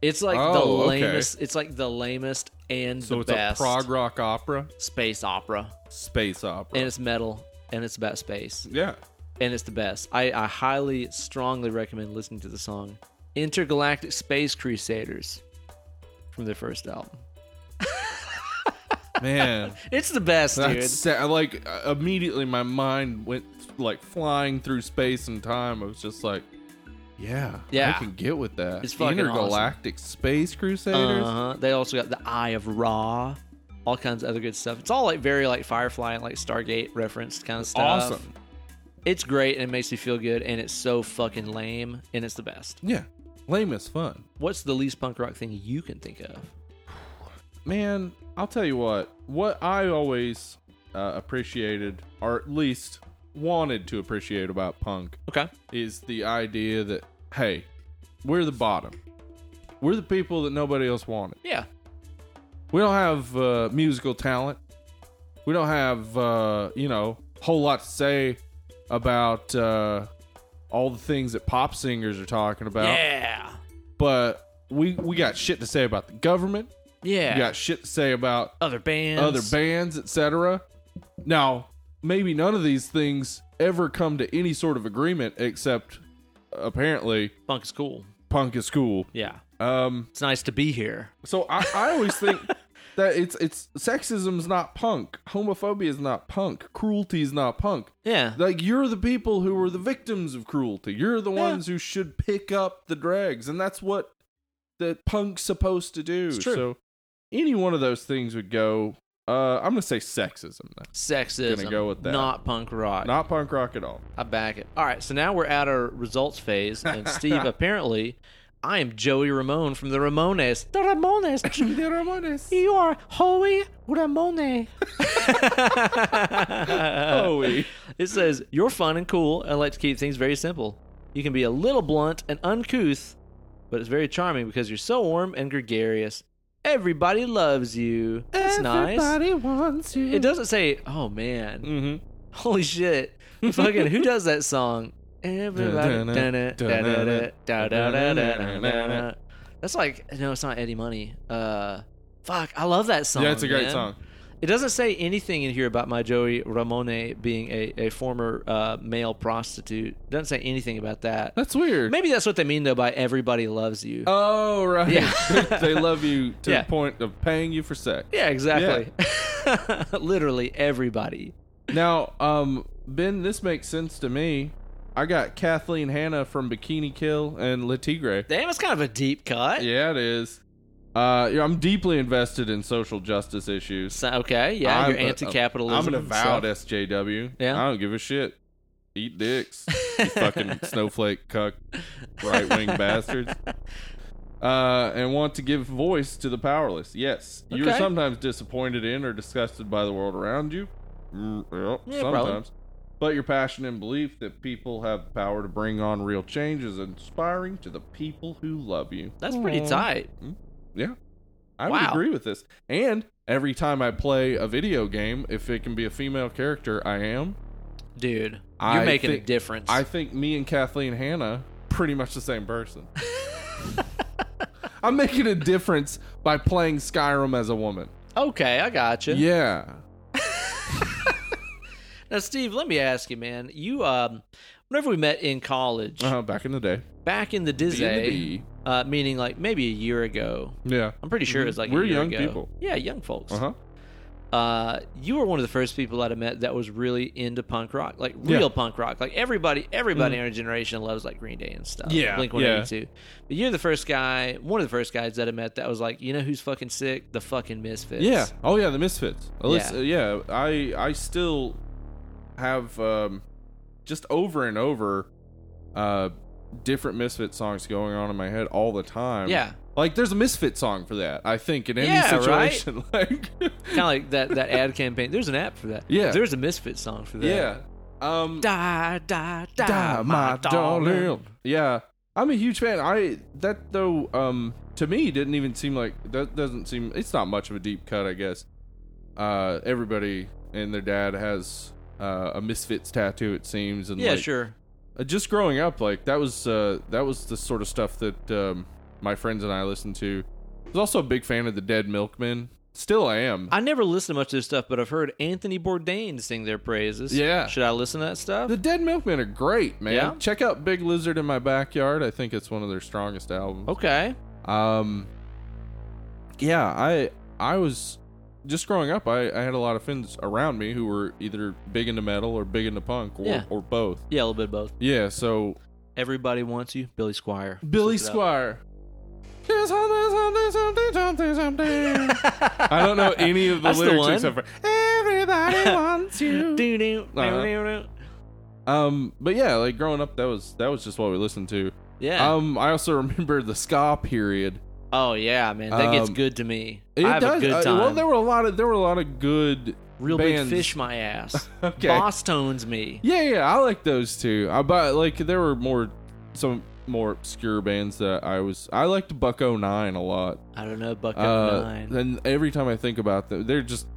S1: It's like the
S2: Oh, okay.
S1: lamest. It's like the lamest and
S2: So
S1: the
S2: it's
S1: best
S2: a prog rock opera,
S1: space opera,
S2: space opera.
S1: and it's metal, and it's about space
S2: yeah.
S1: and it's the best. I, I highly, strongly recommend listening to the song Intergalactic Space Crusaders from their first album.
S2: Man.
S1: It's the best, dude.
S2: That's sad. like uh, immediately my mind went like flying through space and time. I was just like, yeah,
S1: Yeah.
S2: I can get with that.
S1: It's fucking
S2: intergalactic space crusaders.
S1: Uh-huh. They also got the Eye of Ra, all kinds of other good stuff. It's all like very like Firefly and like Stargate referenced kind of stuff.
S2: Awesome.
S1: It's great and it makes you feel good and it's so fucking lame and it's the best.
S2: Yeah, lame is fun,
S1: What's the least punk rock thing you can think of?
S2: man. I'll tell you what. What I always uh, appreciated, or at least wanted to appreciate about punk,
S1: Okay.
S2: is the idea that hey, we're the bottom. We're the people that nobody else wanted.
S1: Yeah.
S2: We don't have uh, musical talent. We don't have, uh, you know, a whole lot to say about uh, all the things that pop singers are talking about.
S1: Yeah.
S2: But we we got shit to say about the government.
S1: Yeah.
S2: We got shit to say about
S1: Other bands.
S2: other bands, etc. Now, maybe none of these things ever come to any sort of agreement except apparently
S1: Funk is cool.
S2: punk is cool.
S1: Yeah.
S2: Um,
S1: It's nice to be here.
S2: so I, I always think that it's it's sexism's not punk, homophobia is not punk, cruelty is not punk.
S1: Yeah.
S2: Like you're the people who were the victims of cruelty. You're the ones who should pick up the dregs, and that's what the punk's supposed to do.
S1: It's true.
S2: So any one of those things would go. Uh, I'm gonna say sexism. Then.
S1: Sexism.
S2: Gonna go with that.
S1: Not punk rock.
S2: Not punk rock at all.
S1: I back it. All right, so now we're at our results phase, and Steve apparently, I am Joey Ramone from the Ramones. The Ramones. You are Joey Ramone.
S2: Joey.
S1: It says you're fun and cool, and like to keep things very simple. You can be a little blunt and uncouth, but it's very charming because you're so warm and gregarious. Everybody loves you. That's nice.
S2: wants you.
S1: It doesn't say, "Oh man,
S2: Mm-hmm.
S1: holy shit, fucking who does that song?" Everybody.
S2: Dun-dun-dun,
S1: da-da-da,
S2: dun-dun-dun,
S1: da-da-da-da-da-da. That's like no, it's not Eddie Money. Uh, fuck, I love that song.
S2: Yeah, it's a great
S1: man.
S2: song.
S1: It doesn't say anything in here about my Joey Ramone being a, a former uh, male prostitute. It doesn't say anything about that.
S2: That's weird.
S1: Maybe that's what they mean though by everybody loves you.
S2: Oh right.
S1: Yeah.
S2: they love you to
S1: Yeah.
S2: the point of paying you for sex.
S1: yeah, exactly. Literally everybody.
S2: Now, um, Ben, this makes sense to me. I got Kathleen Hanna from Bikini Kill and La Tigre.
S1: Damn, it's kind of a deep cut.
S2: Yeah, it is. Uh, yeah, I'm deeply invested in social justice issues.
S1: So- okay, yeah,
S2: I'm
S1: you're
S2: a-
S1: anti-capitalism.
S2: I'm an
S1: and
S2: avowed
S1: stuff.
S2: SJW.
S1: Yeah.
S2: I don't give a shit. Eat dicks. you fucking snowflake cuck right wing bastards. Uh, and want to give voice to the powerless. Yes. You are
S1: Okay.
S2: sometimes disappointed in or disgusted by the world around you. Mm, well,
S1: Yeah, probably.
S2: sometimes. But your passion and belief that people have the power to bring on real change is inspiring to the people who love you.
S1: That's pretty
S2: Aw.
S1: tight.
S2: I would
S1: Wow.
S2: agree with this. And every time I play a video game, if it can be a female character, I am.
S1: Dude, you're
S2: I
S1: making a
S2: think-
S1: difference.
S2: I think me and Kathleen Hanna pretty much the same person. I'm making a difference by playing Skyrim as a woman.
S1: okay, I got you.
S2: Yeah.
S1: Now, Steve, let me ask you, man. You, um, whenever we met in college,
S2: Uh, back in the day.
S1: back in the Disney,
S2: D&D.
S1: uh, meaning like maybe a year ago.
S2: Yeah.
S1: I'm pretty sure it was like a
S2: Mm-hmm. We're
S1: year
S2: young
S1: ago.
S2: people.
S1: Yeah, young folks.
S2: Uh
S1: uh
S2: huh.
S1: you were one of the first people that I met that was really into punk rock, like
S2: Yeah. Mm-hmm.
S1: real punk rock. Like everybody, everybody in our generation loves like Green Day and stuff.
S2: Yeah,
S1: Blink One Eighty Two. But you're the first guy, one of the first guys that I met that was like, you know who's fucking sick? The fucking Misfits.
S2: Yeah. Oh yeah, the Misfits. At least,
S1: Yeah.
S2: uh, yeah. I I still have um, just over and over uh, different Misfit songs going on in my head all the time.
S1: yeah.
S2: Like there's a Misfit song for that. I think in any
S1: Yeah, right?
S2: situation. Like
S1: Kind of like that that ad campaign. There's an app for that.
S2: Yeah.
S1: There's a Misfit song for that.
S2: yeah. Um,
S1: Die, die, die,
S2: Die,
S1: my darling.
S2: Yeah, I'm a huge fan. I that though, um, to me didn't even seem like that doesn't seem. It's not much of a deep cut, I guess. Uh, everybody and their dad has uh, a misfits tattoo. It seems, and
S1: Yeah,
S2: like,
S1: sure.
S2: uh, just growing up, like that was uh, that was the sort of stuff that um, my friends and I listened to. I was also a big fan of the Dead Milkmen. Still, I am.
S1: I never listened to much of this stuff, but I've heard Anthony Bourdain sing their praises.
S2: Yeah.
S1: Should I listen to that stuff?
S2: the Dead Milkmen are great, man.
S1: Yeah?
S2: Check out Big Lizard in My Backyard. I think it's one of their strongest albums.
S1: Okay.
S2: Um, yeah, I I was just growing up. I, I had a lot of friends around me who were either big into metal or big into punk or,
S1: Yeah.
S2: or both.
S1: Yeah, a little bit of both.
S2: Yeah, so
S1: Everybody wants you. Billy Squire.
S2: Billy
S1: Look it up.
S2: Squire. Yes, someday, someday, someday, someday, someday. I don't know any of the
S1: That's the
S2: lyrics
S1: one.
S2: except for "Everybody wants you."
S1: Do, do, do,
S2: Uh-huh.
S1: do, do.
S2: Um, but yeah, like growing up, that was that was just what we listened to.
S1: Yeah.
S2: Um, I also remember the ska period.
S1: oh yeah, man, that gets
S2: um,
S1: good to me.
S2: It
S1: I have
S2: does.
S1: a good
S2: uh,
S1: time.
S2: well, there were a lot of there were a lot of good
S1: Real
S2: bands.
S1: big fish, my ass.
S2: Okay.
S1: Boss tones me.
S2: Yeah, yeah, I like those too. I but like there were more some more obscure bands that I was I liked Bucko Nine a lot.
S1: I don't know, Buck
S2: Uh,
S1: Nine.
S2: And every time I think about them, they're just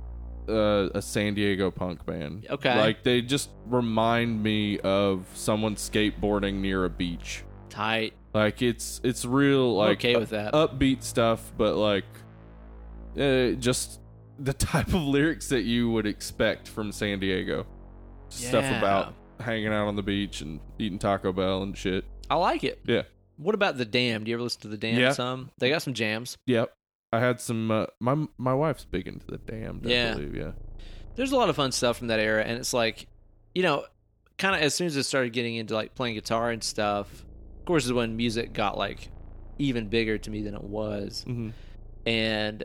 S2: uh, a San Diego punk band.
S1: Okay.
S2: like they just remind me of someone skateboarding near a beach.
S1: Tight.
S2: Like it's it's real
S1: I'm
S2: like uh,
S1: okay with that.
S2: upbeat stuff, but like eh, uh, just the type of lyrics that you would expect from San Diego. stuff
S1: Yeah.
S2: about hanging out on the beach and eating Taco Bell and shit.
S1: I like it.
S2: Yeah.
S1: What about the Damned? Do you ever listen to the Damned?
S2: Yeah.
S1: Some they got some jams.
S2: Yep. I had some. Uh, my my wife's big into the damned.
S1: Yeah.
S2: I believe. Yeah.
S1: there's a lot of fun stuff from that era and it's like you know kind of as soon as i started getting into like playing guitar and stuff of course is when music got like even bigger to me than it was
S2: Mm-hmm.
S1: and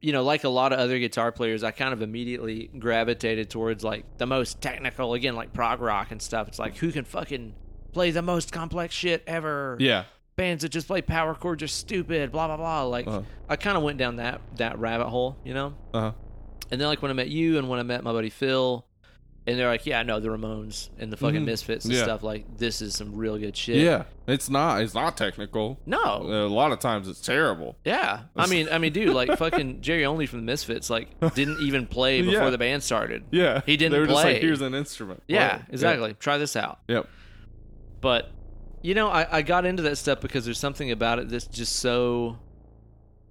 S1: you know like a lot of other guitar players i kind of immediately gravitated towards like the most technical again like prog rock and stuff it's like who can fucking play the most complex shit ever
S2: Yeah.
S1: bands that just play power chords are stupid blah blah blah like
S2: Uh-huh.
S1: i kind of went down that that rabbit hole you know
S2: Uh-huh.
S1: and then like when I met you and when I met my buddy Phil, and they're like, yeah, no, the Ramones and the fucking
S2: Mhm.
S1: Misfits and
S2: Yeah.
S1: stuff. Like this is some real good shit.
S2: yeah. It's not. It's not technical. A
S1: No.
S2: lot of times it's terrible.
S1: Yeah. I mean, I mean, dude, like fucking Jerry Only from the Misfits, like didn't even play before
S2: Yeah.
S1: the band started.
S2: Yeah.
S1: He didn't
S2: They were just
S1: play.
S2: like, here's an instrument. Play
S1: Yeah.
S2: it."
S1: Exactly. Try this out.
S2: Yep.
S1: But you know, I, I got into that stuff because there's something about it that's just so,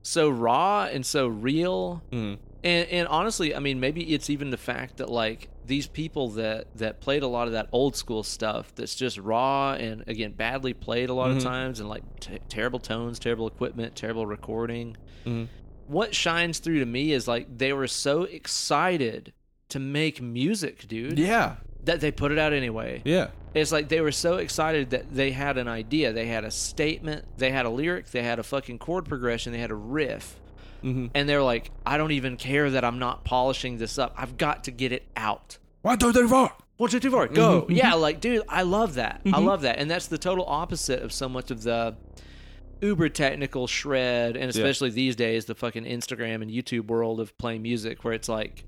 S1: so raw and so real.
S2: Mhm.
S1: And, and honestly, I mean, maybe it's even the fact that like these people that that played a lot of that old school stuff that's just raw and again badly played a lot of
S2: Mhm.
S1: times and like t- terrible tones, terrible equipment, terrible recording.
S2: Mhm.
S1: What shines through to me is like they were so excited to make music, dude,
S2: Yeah.
S1: that they put it out anyway.
S2: Yeah.
S1: It's like they were so excited that they had an idea, they had a statement, they had a lyric, they had a fucking chord progression, they had a riff
S2: Mm-hmm.
S1: and they're like, I don't even care that I'm not polishing this up. I've got to get it out.
S2: One, two, three, four.
S1: One, two, three, four, go. Yeah, like, dude, I love that. I love that. And that's the total opposite of so much of the uber technical shred, and especially these days, the fucking Instagram and YouTube world of playing music, where it's like,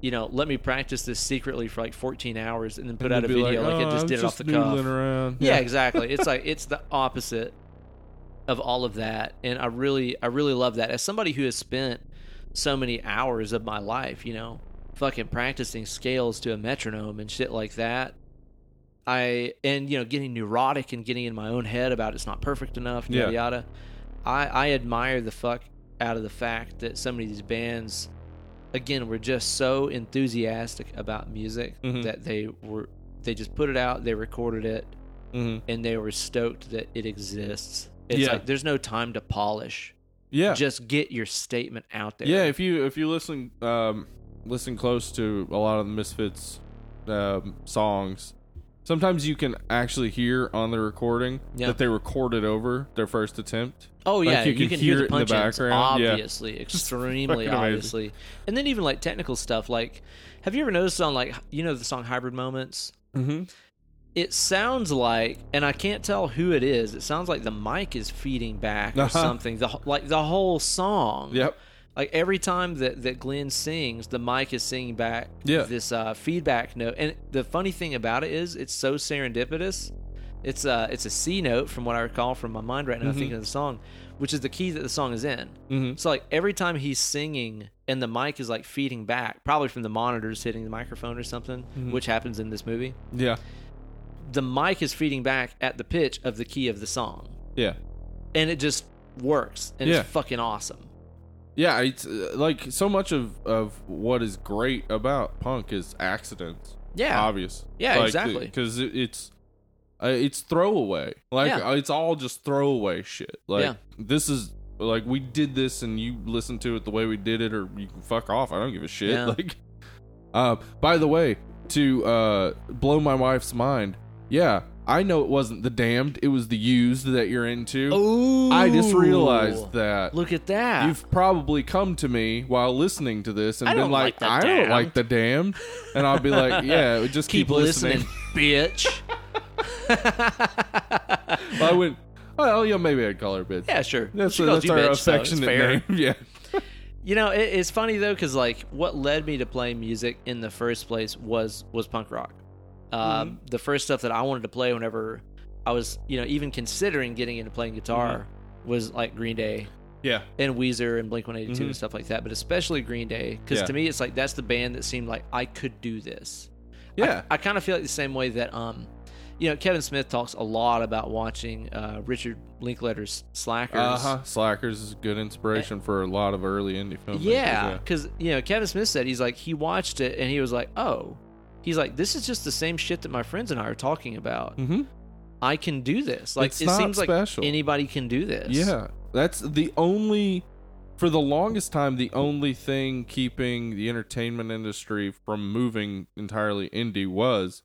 S1: you know, let me practice this secretly for like 14 hours and then put out a
S2: They'd be
S1: video like,
S2: "Oh,
S1: I just
S2: I'm
S1: did it off the
S2: noodling
S1: cuff.
S2: Around.
S1: Yeah, exactly. It's like it's the opposite of all of that, and I really, I really love that. As somebody who has spent so many hours of my life, you know, fucking practicing scales to a metronome and shit like that. I and you know, getting neurotic and getting in my own head about it's not perfect enough, yada
S2: Yeah.
S1: yada. I I admire the fuck out of the fact that so many of these bands again were just so enthusiastic about music
S2: Mhm.
S1: that they were they just put it out, they recorded it,
S2: Mhm.
S1: and they were stoked that it exists. It's
S2: Yeah.
S1: like there's no time to polish.
S2: Yeah.
S1: Just get your statement out there.
S2: Yeah, if you if you listen um listen close to a lot of the Misfits um, songs, sometimes you can actually hear on the recording
S1: Yeah.
S2: that they recorded over their first attempt.
S1: Oh yeah,
S2: you
S1: you,
S2: can
S1: can
S2: hear
S1: hear,
S2: it
S1: the
S2: in the
S1: punch ins,
S2: background. Yeah.
S1: obviously, extremely
S2: fucking amazing.
S1: obviously, and then even like technical stuff. Like, have you ever noticed on like you know the song "Hybrid Moments"?
S2: Mm-hmm.
S1: It sounds like, and I can't tell who it is. It sounds like the mic is feeding back or
S2: Uh-huh.
S1: something. The wh- like the whole song.
S2: Yep.
S1: Like every time that that Glenn sings, the mic is singing back
S2: Yeah.
S1: this uh, feedback note. And the funny thing about it is, it's so serendipitous. It's uh it's a C note from what I recall from my mind right now
S2: Mhm.
S1: thinking of the song, which is the key that the song is in.
S2: Mm-hmm.
S1: So like every time he's singing and the mic is like feeding back, probably from the monitors hitting the microphone or something,
S2: Mhm.
S1: which happens in this movie.
S2: Yeah.
S1: The mic is feeding back at the pitch of the key of the song,
S2: Yeah.
S1: and it just works and
S2: Yeah.
S1: it's fucking awesome.
S2: Yeah, it's uh, like so much of of what is great about punk is accidents.
S1: Yeah,
S2: Obvious.
S1: Yeah, exactly.
S2: Because it, it's uh, it's throwaway. Like
S1: Yeah.
S2: uh, it's all just throwaway shit. Like
S1: Yeah.
S2: this is like we did this, and you listen to it the way we did it, or you can fuck off. I don't give a shit.
S1: Yeah.
S2: Like, uh, by the way, to uh, blow my wife's mind, yeah, I know it wasn't the damned, it was the used that you're into.
S1: Ooh,
S2: I just realized that.
S1: Look at that.
S2: You've probably come to me while listening to this and
S1: I
S2: been
S1: don't like
S2: like,
S1: the
S2: I don't
S1: damned."
S2: like the damned. And I'll be like, yeah, just keep,
S1: keep, listening, bitch.
S2: I went, oh, yeah, maybe I'd call her bitch.
S1: yeah, sure.
S2: That's,
S1: She calls
S2: that's
S1: you
S2: our
S1: bitch, so it's
S2: affectionate
S1: fair.
S2: name. Yeah.
S1: You know, it, it's funny though, because like what led me to play music in the first place was was punk rock. Um,
S2: Mm-hmm.
S1: The first stuff that I wanted to play whenever I was, you know, even considering getting into playing guitar
S2: Mm-hmm.
S1: was like Green Day
S2: Yeah.
S1: and Weezer and Blink One and
S2: Mhm.
S1: stuff like that. But especially Green Day, because
S2: Yeah.
S1: to me, it's like that's the band that seemed like I could do this.
S2: Yeah.
S1: I, kind of feel like the same way that um, you know, Kevin Smith talks a lot about watching uh, Richard Linklater's Slackers.
S2: Uh huh. Slackers is good inspiration for a lot of early indie films.
S1: Yeah, because you know Kevin Smith said he's like he watched it and he was like, oh, he's like, this is just the same shit that my friends and I are talking about.
S2: Mm-hmm.
S1: I can do this. Like
S2: It's
S1: it
S2: not
S1: seems
S2: special.
S1: like anybody can do this.
S2: Yeah. That's the only for the longest time the only thing keeping the entertainment industry from moving entirely indie was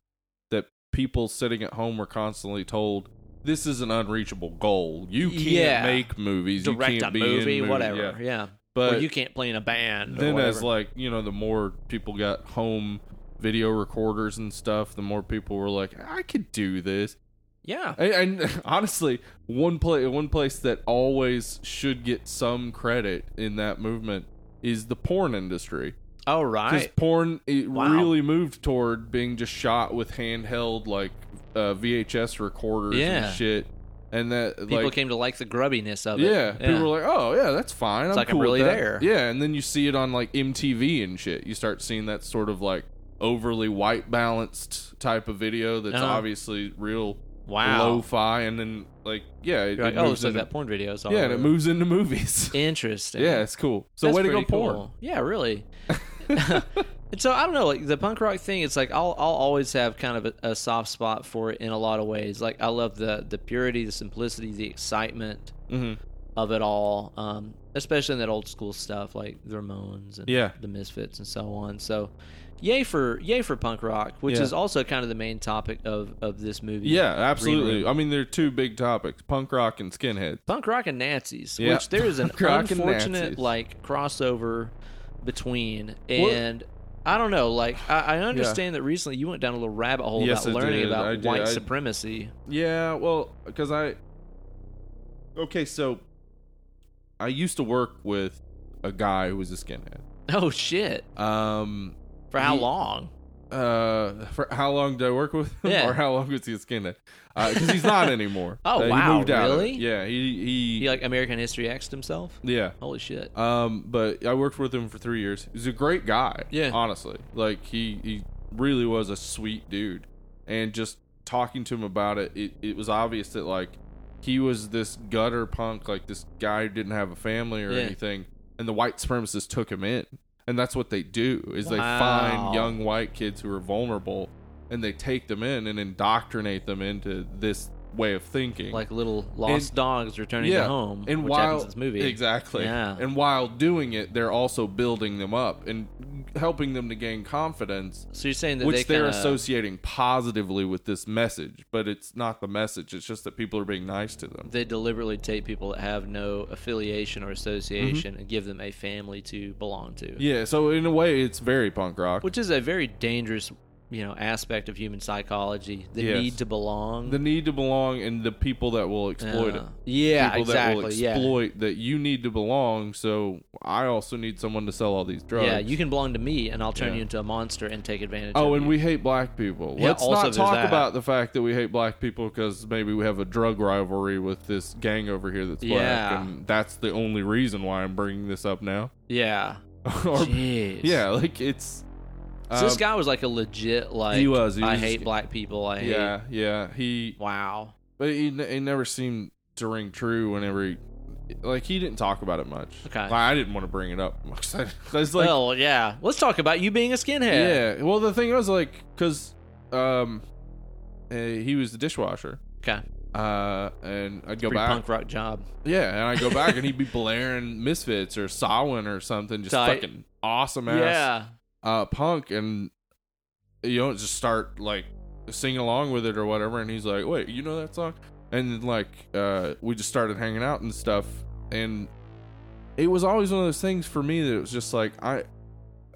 S2: that people sitting at home were constantly told this is an unreachable goal. You can't
S1: Yeah.
S2: make movies. you
S1: direct a
S2: can't be in
S1: movie,
S2: movie-
S1: whatever.
S2: yeah.
S1: Yeah.
S2: But
S1: or you can't play in a band. or
S2: then as
S1: whatever.
S2: like you know the more people got home video recorders and stuff the more people were like i could do this
S1: yeah,
S2: and, and honestly one place one place that always should get some credit in that movement is the porn industry
S1: all
S2: because
S1: right,
S2: porn it
S1: Wow.
S2: really moved toward being just shot with handheld like uh, vhs recorders
S1: Yeah.
S2: and shit and that
S1: people
S2: like,
S1: came to like the grubbiness of it.
S2: yeah, people were like, "Oh, yeah, that's fine. I'm
S1: like I'm
S2: cool with
S1: really
S2: that."
S1: there.
S2: Yeah, and then you see it on like MTV and shit. You start seeing that sort of like overly white balanced type of video that's
S1: Uh-huh.
S2: obviously real
S1: wow.
S2: lo-fi, and then like yeah, it,
S1: You're like,
S2: it
S1: oh,
S2: moves
S1: so
S2: into,
S1: that porn video is all
S2: yeah, and
S1: over.
S2: it moves into movies.
S1: Interesting.
S2: yeah, it's cool. So
S1: That's
S2: way to go,
S1: pretty
S2: porn.
S1: cool. Yeah, really. and so I don't know, like the punk rock thing. It's like I'll I'll always have kind of a, a soft spot for it in a lot of ways. Like I love the the purity, the simplicity, the excitement
S2: Mm-hmm.
S1: of it all, um, especially in that old school stuff like the Ramones and
S2: Yeah.
S1: the Misfits and so on. So, yay for yay for punk rock, which
S2: Yeah.
S1: is also kind of the main topic of of this movie.
S2: Yeah, absolutely.
S1: Room.
S2: I mean, they're two big topics: punk rock and skinhead.
S1: punk rock and Nazis,
S2: Yeah.
S1: which there is an
S2: Punk rock and
S1: unfortunate
S2: Nazis.
S1: like crossover between and. I don't know. Like, I, I understand that recently you went down a little rabbit hole
S2: Yes,
S1: about
S2: I
S1: learning
S2: did.
S1: about
S2: I did.
S1: white
S2: I-
S1: supremacy.
S2: Yeah, well, because I. Okay, so I used to work with a guy who was a skinhead.
S1: Oh shit!
S2: Um,
S1: For how
S2: Ye-
S1: long?
S2: uh, for how long did I work with him,
S1: Yeah.
S2: or how long was he a skinhead? Because he's not anymore.
S1: Oh,
S2: Uh,
S1: wow,
S2: He moved out of it.
S1: really?
S2: Yeah, he he.
S1: He like American History X'd himself.
S2: yeah.
S1: Holy shit!
S2: Um, but I worked with him for three years. He's a great guy.
S1: Yeah.
S2: honestly, like he he really was a sweet dude, and just talking to him about it, it, it was obvious that like he was this gutter punk, like this guy who didn't have a family or
S1: Yeah.
S2: anything, and the white supremacists took him in, and that's what they do is they
S1: Wow.
S2: find young white kids who are vulnerable, and they take them in and indoctrinate them into this way of thinking,
S1: Like little lost dogs returning to home,
S2: and
S1: which
S2: while
S1: happens in this movie.
S2: exactly,
S1: Yeah.
S2: and while doing it, they're also building them up and helping them to gain confidence,
S1: So you're saying that
S2: which
S1: they
S2: they're
S1: kinda,
S2: associating positively with this message. But it's not the message; it's just that people are being nice to them.
S1: they deliberately take people that have no affiliation or
S2: Mm-hmm.
S1: association and give them a family to belong to,
S2: Yeah, so in a way, it's very punk rock.
S1: which is a very dangerous, you know, aspect of human psychology. The
S2: Yes.
S1: need to belong.
S2: the need to belong and the people that will exploit
S1: Uh,
S2: it.
S1: Yeah,
S2: people
S1: exactly.
S2: that will
S1: yeah.
S2: exploit that you need to belong. So I also need someone to sell all these drugs.
S1: Yeah, you can belong to me, and I'll turn
S2: Yeah.
S1: you into a monster and take advantage.
S2: Oh,
S1: of
S2: and
S1: you.
S2: we hate black people.
S1: Yeah,
S2: Let's
S1: also
S2: not
S1: there's
S2: talk
S1: that.
S2: about the fact that we hate black people because maybe we have a drug rivalry with this gang over here that's black,
S1: Yeah.
S2: and that's the only reason why I'm bringing this up now.
S1: yeah,
S2: or,
S1: Jeez.
S2: yeah, like it's.
S1: So this
S2: um,
S1: guy was like a legit like.
S2: He was, he
S1: I
S2: was-
S1: hate black people. I hate.
S2: Yeah, yeah. He,
S1: Wow.
S2: but he, n- it never seemed to ring true whenever he, like, he didn't talk about it much.
S1: Okay.
S2: Like, I didn't want to bring it up. That's like,
S1: well, yeah. Let's talk about you being a skinhead.
S2: yeah. Well, the thing was, like, because, um, uh, he was the dishwasher.
S1: Okay.
S2: Uh, and I'd go
S1: Pretty
S2: back.
S1: punk rock job.
S2: Yeah, and I go back and he'd be blaring Misfits or Sawin or something, just
S1: Tight.
S2: fucking awesome ass
S1: Yeah.
S2: uh, punk, and you don't just start like sing along with it or whatever. And he's like, "Wait, you know that song?" And then, like uh, we just started hanging out and stuff, and it was always one of those things for me that it was just like I,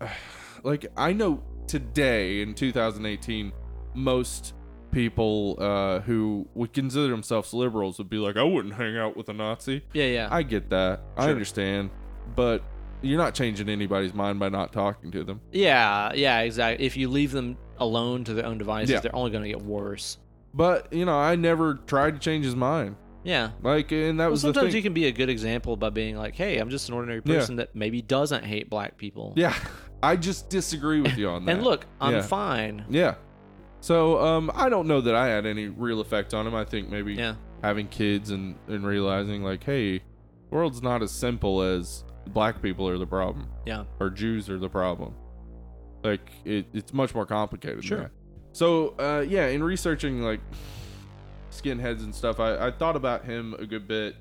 S2: like I know today in 2018, most people uh, who would consider themselves liberals would be like, "I wouldn't hang out with a Nazi."
S1: Yeah, yeah.
S2: I get that. I
S1: Sure.
S2: understand. But you're not changing anybody's mind by not talking to them.
S1: yeah, yeah, exactly. If you leave them alone to their own devices,
S2: Yeah.
S1: they're only going to get worse.
S2: But, you know, I never tried to change his mind.
S1: Yeah.
S2: Like, and that
S1: Well,
S2: was the
S1: sometimes
S2: thing.
S1: you can be a good example by being like, "Hey, I'm just an ordinary
S2: Yeah.
S1: person that maybe doesn't hate black people."
S2: yeah. I just disagree with you on that.
S1: And look, I'm
S2: Yeah.
S1: fine.
S2: Yeah. So, um, I don't know that I had any real effect on him. I think maybe
S1: Yeah.
S2: having kids and, and realizing, like, hey, the world's not as simple as black people are the problem
S1: Yeah.
S2: or Jews are the problem. Like it, it's much more complicated. than
S1: Sure.
S2: that. So uh, yeah, in researching like skinheads and stuff, I, I thought about him a good bit.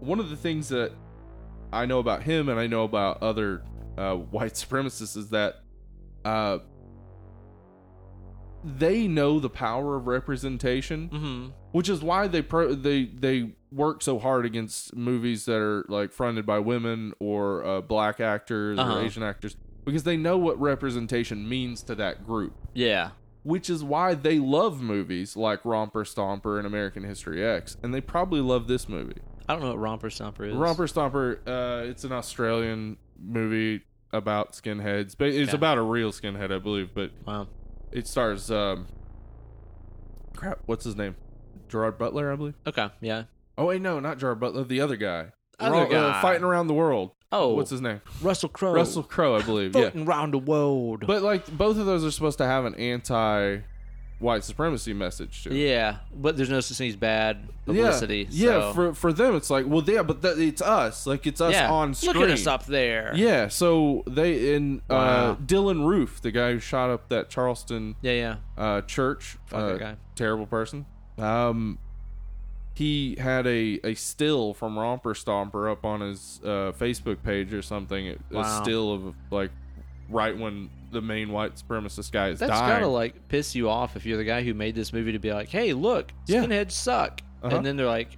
S2: One of the things that I know about him and I know about other uh, white supremacists is that uh, they know the power of representation
S1: Mm-hmm.
S2: which is why they pro- they they work so hard against movies that are like fronted by women or uh, black actors
S1: Uh-huh.
S2: or Asian actors because they know what representation means to that group,
S1: Yeah.
S2: which is why they love movies like Romper Stomper and American History X, and they probably love this movie.
S1: I don't know what romper stomper is.
S2: Romper Stomper, uh, it's an Australian movie about skinheads, but it's
S1: Yeah.
S2: about a real skinhead, I believe, but
S1: Wow.
S2: it stars um, crap, what's his name? Gerard Butler, I believe.
S1: Okay. Yeah.
S2: Oh wait, no, not Gerard Butler, the other guy.
S1: Other
S2: Ro- uh,
S1: guy.
S2: fighting around the world.
S1: Oh,
S2: What's his name?
S1: Russell Crowe.
S2: Russell Crowe, I believe. yeah.
S1: floating round the world.
S2: But like both of those are supposed to have an anti white supremacy message to it.
S1: yeah, but there's no such thing as bad publicity.
S2: Yeah, yeah
S1: so-
S2: for for them it's like, well yeah, but that it's us. Like it's us
S1: yeah.
S2: on screen.
S1: Look at us up there.
S2: Yeah, so they in uh
S1: Wow.
S2: Dylan Roof, the guy who shot up that Charleston
S1: Yeah. Yeah.
S2: uh church.
S1: Fuck
S2: uh,
S1: that guy.
S2: terrible person. Um, he had a, a still from Romper Stomper up on his uh, Facebook page or something. A
S1: Wow.
S2: still of like right when the main white supremacist guy is
S1: That's
S2: dying.
S1: gotta like piss you off if you're the guy who made this movie to be like, hey, look,
S2: Yeah.
S1: skinheads suck,
S2: Uh-huh.
S1: and then they're like,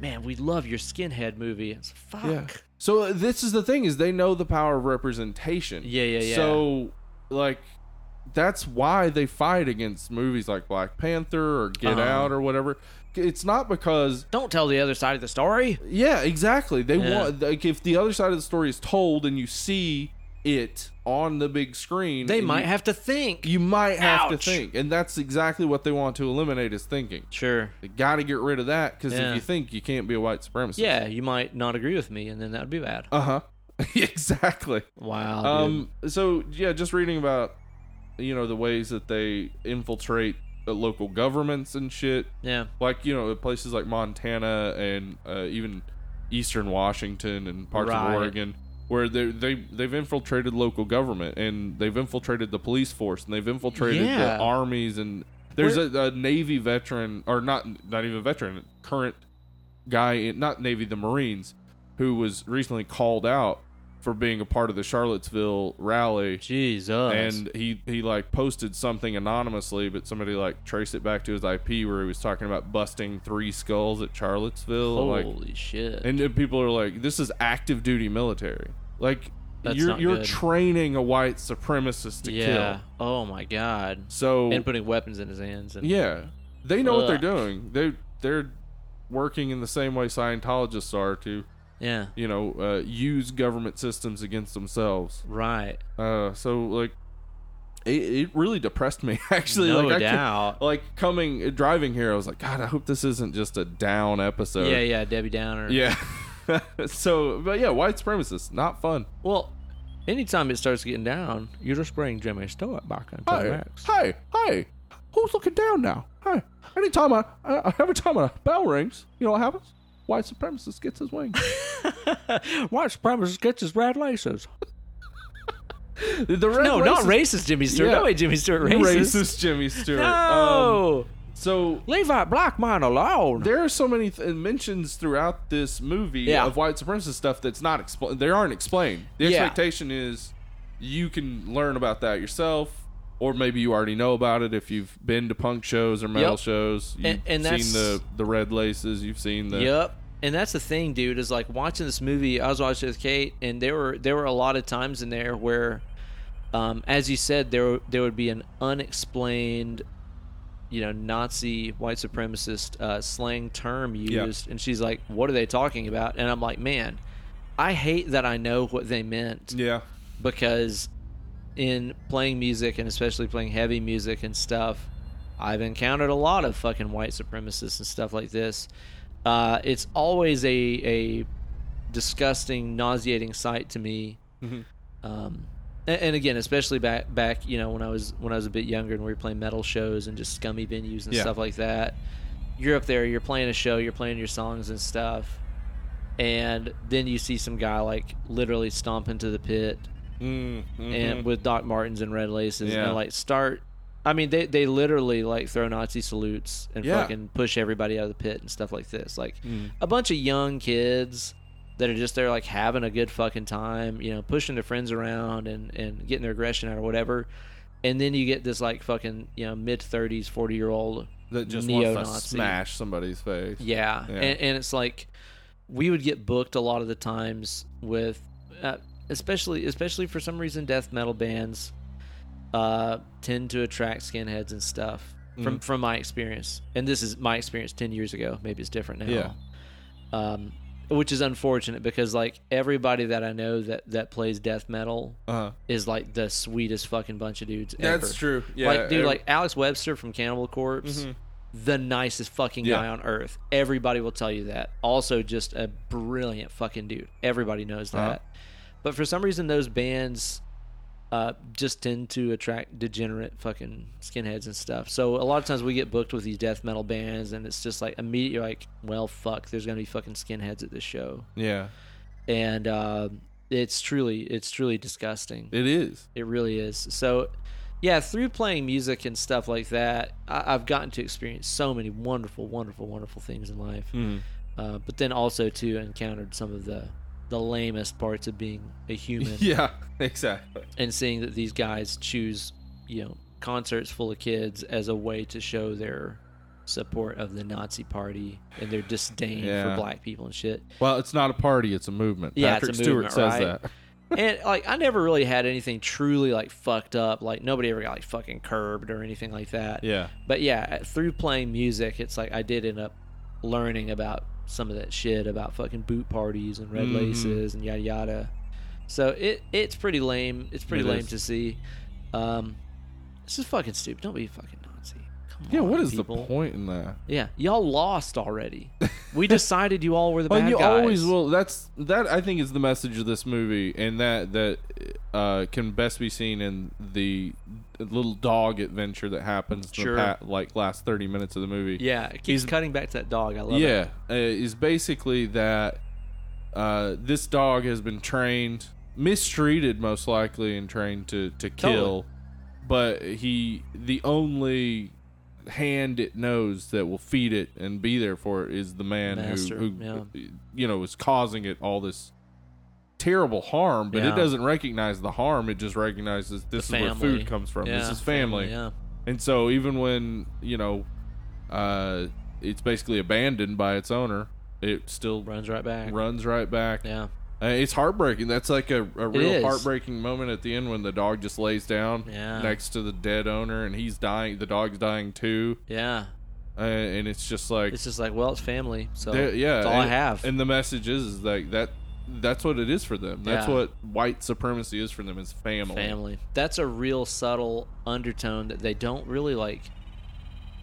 S1: man, we love your skinhead movie. It's fuck.
S2: Yeah. so uh, this is the thing is they know the power of representation.
S1: Yeah, yeah, yeah.
S2: So like that's why they fight against movies like Black Panther or Get
S1: Uh-huh.
S2: Out or whatever. It's not because
S1: Don't tell the other side of the story.
S2: Yeah, exactly. They
S1: Yeah.
S2: want like if the other side of the story is told and you see it on the big screen,
S1: They
S2: and
S1: might
S2: you,
S1: have to think.
S2: you might have
S1: Ouch.
S2: to think, and that's exactly what they want to eliminate is thinking.
S1: Sure.
S2: They got to get rid of that because
S1: Yeah.
S2: if you think, you can't be a white supremacist.
S1: Yeah, you might not agree with me, and then that would be bad.
S2: Uh huh. exactly.
S1: Wow. dude.
S2: Um. So yeah, just reading about you know the ways that they infiltrate uh, local governments and shit
S1: Yeah.
S2: like you know places like Montana and uh, even eastern Washington and parts
S1: Right.
S2: of Oregon where they they they've infiltrated local government and they've infiltrated the police force and they've infiltrated
S1: Yeah.
S2: the armies and there's a, a Navy veteran or not not even veteran current guy in not Navy the Marines who was recently called out for being a part of the Charlottesville rally
S1: Jesus.
S2: and he he like posted something anonymously, but somebody like traced it back to his IP where he was talking about busting three skulls at Charlottesville. and,
S1: holy
S2: like,
S1: shit.
S2: and then people are like, "This is active duty military. Like,
S1: That's
S2: you're
S1: not
S2: you're
S1: good.
S2: training a white supremacist to
S1: yeah.
S2: kill."
S1: Oh my god.
S2: So
S1: And putting weapons in his hands. And,
S2: yeah, they know what
S1: Ugh.
S2: they're doing. They they're working in the same way Scientologists are to
S1: yeah.
S2: you know uh, use government systems against themselves.
S1: Right.
S2: Uh, so like, it, it really depressed me actually.
S1: no
S2: like, I could-
S1: doubt.
S2: like coming driving here, I was like, God, I hope this isn't just a down episode.
S1: yeah. Yeah. Debbie Downer.
S2: Oh. yeah. so, but yeah, white supremacists, not fun.
S1: Well, anytime it starts getting down, you're just bringing Jimmy Stewart back into the
S2: Hey,
S1: mix.
S2: hey, hey, who's looking down now? Hey, anytime I, I every time a bell rings, you know what happens? White supremacist gets his wings.
S1: White supremacist gets his red laces.
S2: the red
S1: No,
S2: racist,
S1: not racist Jimmy Stewart.
S2: Yeah.
S1: No way Jimmy Stewart
S2: you
S1: racist.
S2: racist Jimmy Stewart. Um,
S1: No.
S2: so
S1: Leave that black man alone.
S2: there are so many th- mentions throughout this movie
S1: Yeah.
S2: of white supremacist stuff that's not explained. They aren't explained. The
S1: Yeah.
S2: expectation is you can learn about that yourself, or maybe you already know about it if you've been to punk shows or metal
S1: Yep.
S2: shows. You've
S1: And- and that's-
S2: seen the the red laces. You've seen the
S1: Yep. And that's the thing, dude, is like watching this movie, I was watching it with Kate and there were there were a lot of times in there where um, as you said, there there would be an unexplained you know, Nazi white supremacist uh, slang term
S2: Yeah.
S1: used and she's like, What are they talking about? And I'm like, Man, I hate that I know what they meant
S2: yeah.
S1: because in playing music and especially playing heavy music and stuff, I've encountered a lot of fucking white supremacists and stuff like this. Uh, it's always a a disgusting, nauseating sight to me.
S2: Mhm.
S1: Um, a- and, again, especially back back you know when I was when I was a bit younger and we were playing metal shows and just scummy venues and
S2: Yeah.
S1: stuff like that. You're up there, you're playing a show, you're playing your songs and stuff, and then you see some guy like literally stomp into the pit
S2: Mm, mhm.
S1: and with Doc Martens and red laces
S2: Yeah.
S1: and like start. I mean, they, they literally like throw Nazi salutes and
S2: Yeah.
S1: fucking push everybody out of the pit and stuff like this. Like
S2: Mm-hmm.
S1: a bunch of young kids that are just there like having a good fucking time, you know, pushing their friends around and, and getting their aggression out or whatever. And then you get this like fucking, you know, mid 30s, 40 year old
S2: that just wants to
S1: neo-Nazi.
S2: smash somebody's face.
S1: yeah.
S2: Yeah.
S1: And, and it's like we would get booked a lot of the times with, uh, especially especially for some reason, death metal bands uh, tend to attract skinheads and stuff. From
S2: Mm.
S1: from my experience, and this is my experience ten years ago. Maybe it's different now.
S2: Yeah.
S1: Um, which is unfortunate because like everybody that I know that that plays death metal
S2: Uh-huh.
S1: is like the sweetest fucking bunch of dudes.
S2: That's
S1: ever.
S2: true. Yeah,
S1: like dude,
S2: ev- Mm-hmm.
S1: like Alex Webster from Cannibal Corpse, the nicest fucking
S2: Yeah.
S1: guy on earth. Everybody will tell you that. Also, just a brilliant fucking dude. Everybody knows that.
S2: Uh-huh.
S1: But for some reason, those bands uh, just tend to attract degenerate fucking skinheads and stuff. So a lot of times we get booked with these death metal bands, and it's just like immediately you're like, well, fuck, there's gonna be fucking skinheads at this show,
S2: Yeah.
S1: and uh, it's truly, it's truly disgusting.
S2: It is.
S1: It really is. So, yeah, through playing music and stuff like that, I, I've gotten to experience so many wonderful, wonderful, wonderful things in life.
S2: Hmm.
S1: Uh, but then also too encountered some of the the lamest parts of being a human
S2: Yeah, exactly.
S1: and seeing that these guys choose you know concerts full of kids as a way to show their support of the Nazi party and their disdain
S2: Yeah.
S1: for black people and shit.
S2: Well, it's not a party, it's a movement.
S1: Yeah,
S2: Patrick
S1: it's a
S2: Stewart
S1: movement,
S2: says
S1: right?
S2: that.
S1: and like I never really had anything truly like fucked up. Like nobody ever got like fucking curbed or anything like that.
S2: Yeah.
S1: But yeah, uh, through playing music, it's like I did end up learning about some of that shit about fucking boot parties and red
S2: Mhm.
S1: laces and yada yada. So it it's pretty lame. It's pretty
S2: It
S1: lame
S2: is.
S1: to see. Um, this is fucking stupid. Don't be a fucking Nazi. Come
S2: Yeah,
S1: on,
S2: what is
S1: people.
S2: the point in that?
S1: Yeah, y'all lost already. we decided you all were the
S2: Well,
S1: bad
S2: you
S1: guys.
S2: always will. That's that. I think is the message of this movie, and that that uh, can best be seen in the little dog adventure that happens. in
S1: Sure.
S2: The pa- like last thirty minutes of the movie.
S1: Yeah, it keeps cutting back to that dog. I love it.
S2: yeah, uh, is basically that uh, this dog has been trained, mistreated most likely, and trained to to kill. But he, the only hand it knows that will feed it and be there for it is the man
S1: Master,
S2: who, who you know, is causing it all this terrible harm. But
S1: Yeah.
S2: it doesn't recognize the harm; it just recognizes this is where
S1: family.
S2: food comes from.
S1: Yeah,
S2: This is family.
S1: Yeah.
S2: And so even when, you know, uh, it's basically abandoned by its owner, it still
S1: Runs right back.
S2: runs right back.
S1: Yeah.
S2: Uh, it's heartbreaking. That's like a, a real
S1: is.
S2: heartbreaking moment at the end when the dog just lays down
S1: Yeah.
S2: next to the dead owner and he's dying. The dog's dying too.
S1: Yeah.
S2: Uh, and it's just like,
S1: It's just like, well, it's family. So
S2: there- yeah.
S1: that's all I
S2: and-
S1: have.
S2: And the message is, is like that. That's what it is for them. That's
S1: Yeah.
S2: what white supremacy is for them is family.
S1: family. That's a real subtle undertone that they don't really like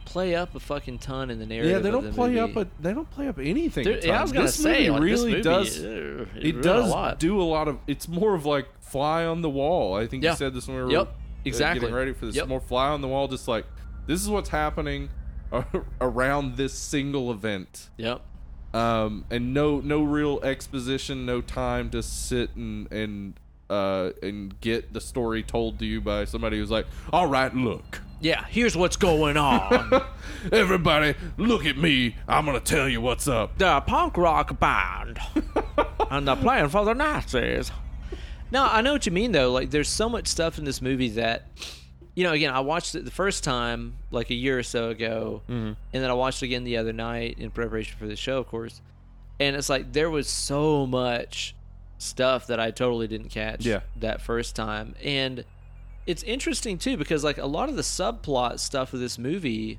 S1: play up a fucking ton in the narrative.
S2: Yeah, they
S1: of
S2: don't
S1: the
S2: play
S1: movie.
S2: up a they don't play up anything.
S1: There-
S2: at
S1: yeah, I
S2: times.
S1: was gonna
S2: this
S1: say
S2: movie
S1: like, this
S2: really
S1: movie,
S2: does
S1: uh, it,
S2: it
S1: really
S2: does
S1: a lot.
S2: do a lot of it's more of like fly on the wall i think
S1: Yeah.
S2: you said this when we were
S1: Yep.
S2: uh,
S1: Exactly.
S2: getting ready for this
S1: Yep.
S2: more fly on the wall just like this is what's happening ar- around this single event
S1: Yep.
S2: um and no no real exposition no time to sit and and uh and get the story told to you by somebody who's like all right look
S1: Yeah. Here's what's going on.
S2: everybody look at me i'm gonna tell you what's up
S1: the punk rock band and they're playing for the Nazis. No, I know what you mean though. Like there's so much stuff in this movie that you know, again, I watched it the first time like a year or so ago,
S2: Mm-hmm.
S1: and then I watched it again the other night in preparation for the show, of course. And it's like there was so much stuff that I totally didn't catch
S2: Yeah.
S1: that first time. And it's interesting too because like a lot of the subplot stuff of this movie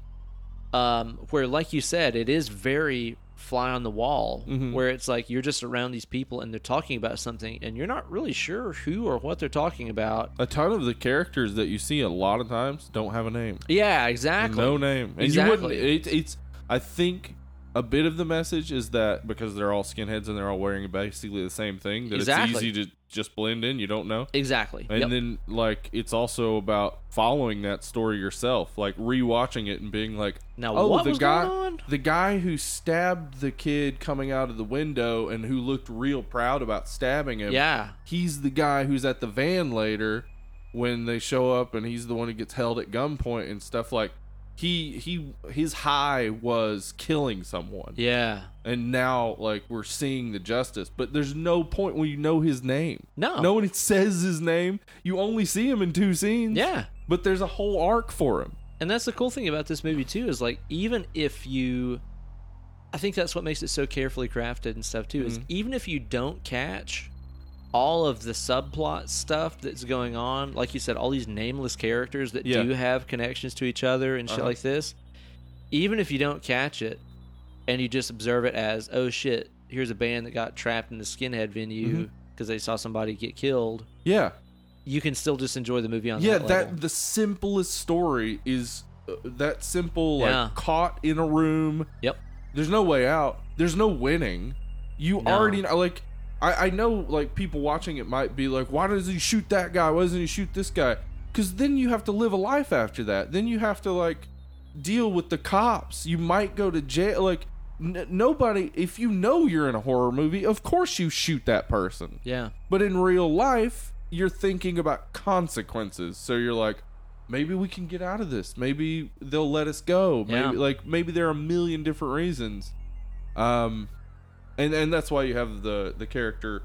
S1: um, where like you said it is very fly on the wall
S2: Mm-hmm.
S1: where it's like you're just around these people and they're talking about something and you're not really sure who or what they're talking about
S2: a ton of the characters that you see a lot of times don't have a name
S1: yeah exactly
S2: no name and you
S1: Exactly.
S2: wouldn't it, it's i think a bit of the message is that because they're all skinheads and they're all wearing basically the same thing, that
S1: Exactly.
S2: it's easy to just blend in. You don't know.
S1: Exactly.
S2: And
S1: Yep.
S2: then, like, it's also about following that story yourself, like rewatching it and being like,
S1: Now,
S2: "Oh,
S1: what
S2: the
S1: was
S2: guy,
S1: going on?"
S2: the guy who stabbed the kid coming out of the window and who looked real proud about stabbing him,
S1: yeah.
S2: he's the guy who's at the van later when they show up, and he's the one who gets held at gunpoint and stuff. Like, he he his high was killing someone,
S1: Yeah.
S2: and now like we're seeing the justice, but there's no point when you know his name.
S1: No.
S2: No one says his name. You only see him in two scenes.
S1: Yeah.
S2: But there's a whole arc for him.
S1: And that's the cool thing about this movie too is like even if you I think that's what makes it so carefully crafted and stuff too is
S2: Mm-hmm.
S1: even if you don't catch all of the subplot stuff that's going on, like you said all these nameless characters that
S2: Yeah.
S1: do have connections to each other and shit
S2: Uh-huh.
S1: like this, even if you don't catch it and you just observe it as oh shit, here's a band that got trapped in the skinhead venue
S2: Mm-hmm.
S1: because they saw somebody get killed,
S2: Yeah.
S1: you can still just enjoy the movie on
S2: yeah,
S1: that
S2: that,
S1: level.
S2: the simplest story is uh, that simple like
S1: Yeah.
S2: caught in a room.
S1: Yep.
S2: There's no way out. There's no winning. You
S1: No.
S2: already know, like I, I know like people watching it might be like, why does he shoot that guy? Why doesn't he shoot this guy? Because then you have to live a life after that. Then you have to like deal with the cops. You might go to jail. Like n- nobody, if you know you're in a horror movie, of course you shoot that person.
S1: yeah.
S2: But in real life, you're thinking about consequences. So you're like, maybe we can get out of this. Maybe they'll let us go. Maybe
S1: Yeah.
S2: like maybe there are a million different reasons. Um and and that's why you have the the character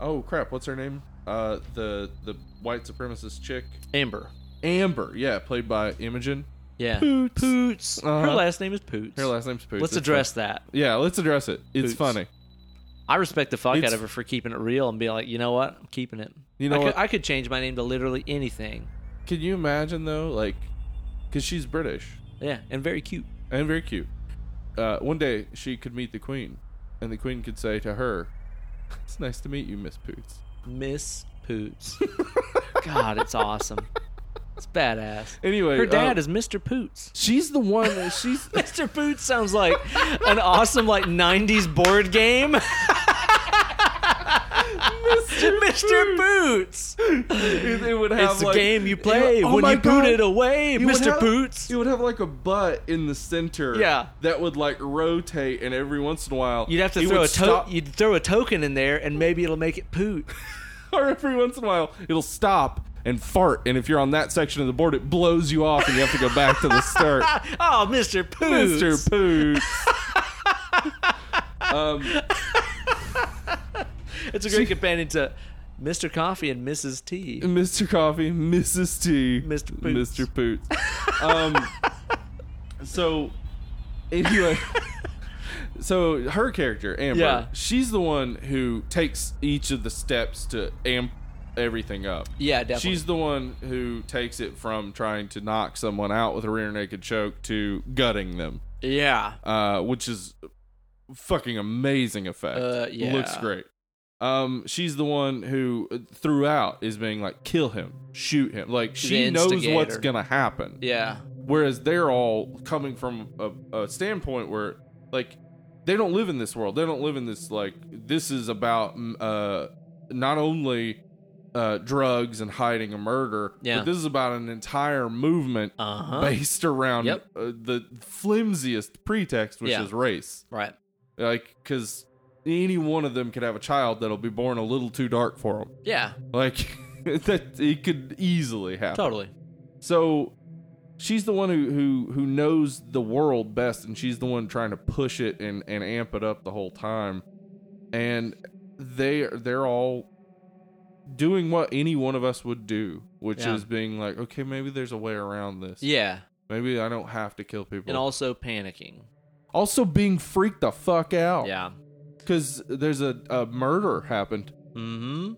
S2: Oh crap, what's her name? Uh the the white supremacist chick.
S1: Amber.
S2: Amber, yeah, played by Imogen.
S1: Yeah.
S2: Poots.
S1: Poots. Her
S2: Uh-huh.
S1: last name is Poots.
S2: Her last name's Poots.
S1: Let's
S2: It's
S1: address that.
S2: fine. Yeah, let's address it. It's
S1: Poots.
S2: funny.
S1: I respect the fuck out
S2: It's-
S1: of her for keeping it real and being like, you know what? I'm keeping it.
S2: You know
S1: I could,
S2: what?
S1: I could change my name to literally anything.
S2: Can you imagine though, like cuz she's British.
S1: Yeah, and very cute.
S2: and very cute. Uh, one day she could meet the queen, and the queen could say to her, "It's nice to meet you, Miss Poots."
S1: Miss Poots. God, it's awesome. It's badass.
S2: Anyway,
S1: Her dad
S2: uh,
S1: is Mr. Poots.
S2: She's the one. that- She's
S1: Mr. Poots sounds like an awesome like 90s board game. Mr. Poots.
S2: it, it would have
S1: It's
S2: like,
S1: a game you
S2: it-
S1: play
S2: oh
S1: when
S2: my
S1: you boot
S2: God.
S1: it away,
S2: You would
S1: Mr.
S2: have-
S1: Poots.
S2: You would have like a butt in the center,
S1: Yeah.
S2: that would like rotate, and every once in a while
S1: You'd have to
S2: it
S1: throw a
S2: would
S1: to-
S2: stop-
S1: you'd throw a token in there, and maybe it'll make it poot.
S2: or every once in a while it'll stop and fart, and if you're on that section of the board, it blows you off, and you have to go back to the start.
S1: oh, Mister Poot!
S2: Mr. Poots. um,
S1: It's a great companion to Mister Coffee and Mrs. T.
S2: Mr. Coffee, Mrs. T,
S1: Mr. Poots.
S2: Mr. Poots. Um, so anyway, so her character Amber,
S1: Yeah.
S2: she's the one who takes each of the steps to amp everything up.
S1: Yeah, definitely.
S2: She's the one who takes it from trying to knock someone out with a rear naked choke to gutting them,
S1: yeah,
S2: uh, which is fucking amazing effect.
S1: Uh, yeah.
S2: Looks great. Um, she's the one who uh, throughout is being like, kill him, shoot him. Like she
S1: The
S2: knows
S1: instigator.
S2: what's gonna happen.
S1: yeah,
S2: Whereas they're all coming from a, a standpoint where like they don't live in this world. They don't live in this like this is about mm, uh not only uh drugs and hiding a murder,
S1: Yeah.
S2: but this is about an entire movement
S1: uh huh,
S2: based around
S1: Yep.
S2: uh, the flimsiest pretext, which
S1: Yeah.
S2: is race
S1: right,
S2: like because any one of them could have a child that'll be born a little too dark for them
S1: yeah,
S2: like that it could easily happen
S1: totally,
S2: so she's the one who, who who knows the world best and she's the one trying to push it and and amp it up the whole time and they they're all doing what any one of us would do which
S1: Yeah.
S2: is being like okay maybe there's a way around this
S1: yeah,
S2: maybe i don't have to kill people
S1: and also panicking.
S2: also being freaked the fuck out
S1: Yeah,
S2: because there's a, a murder happened.
S1: hmm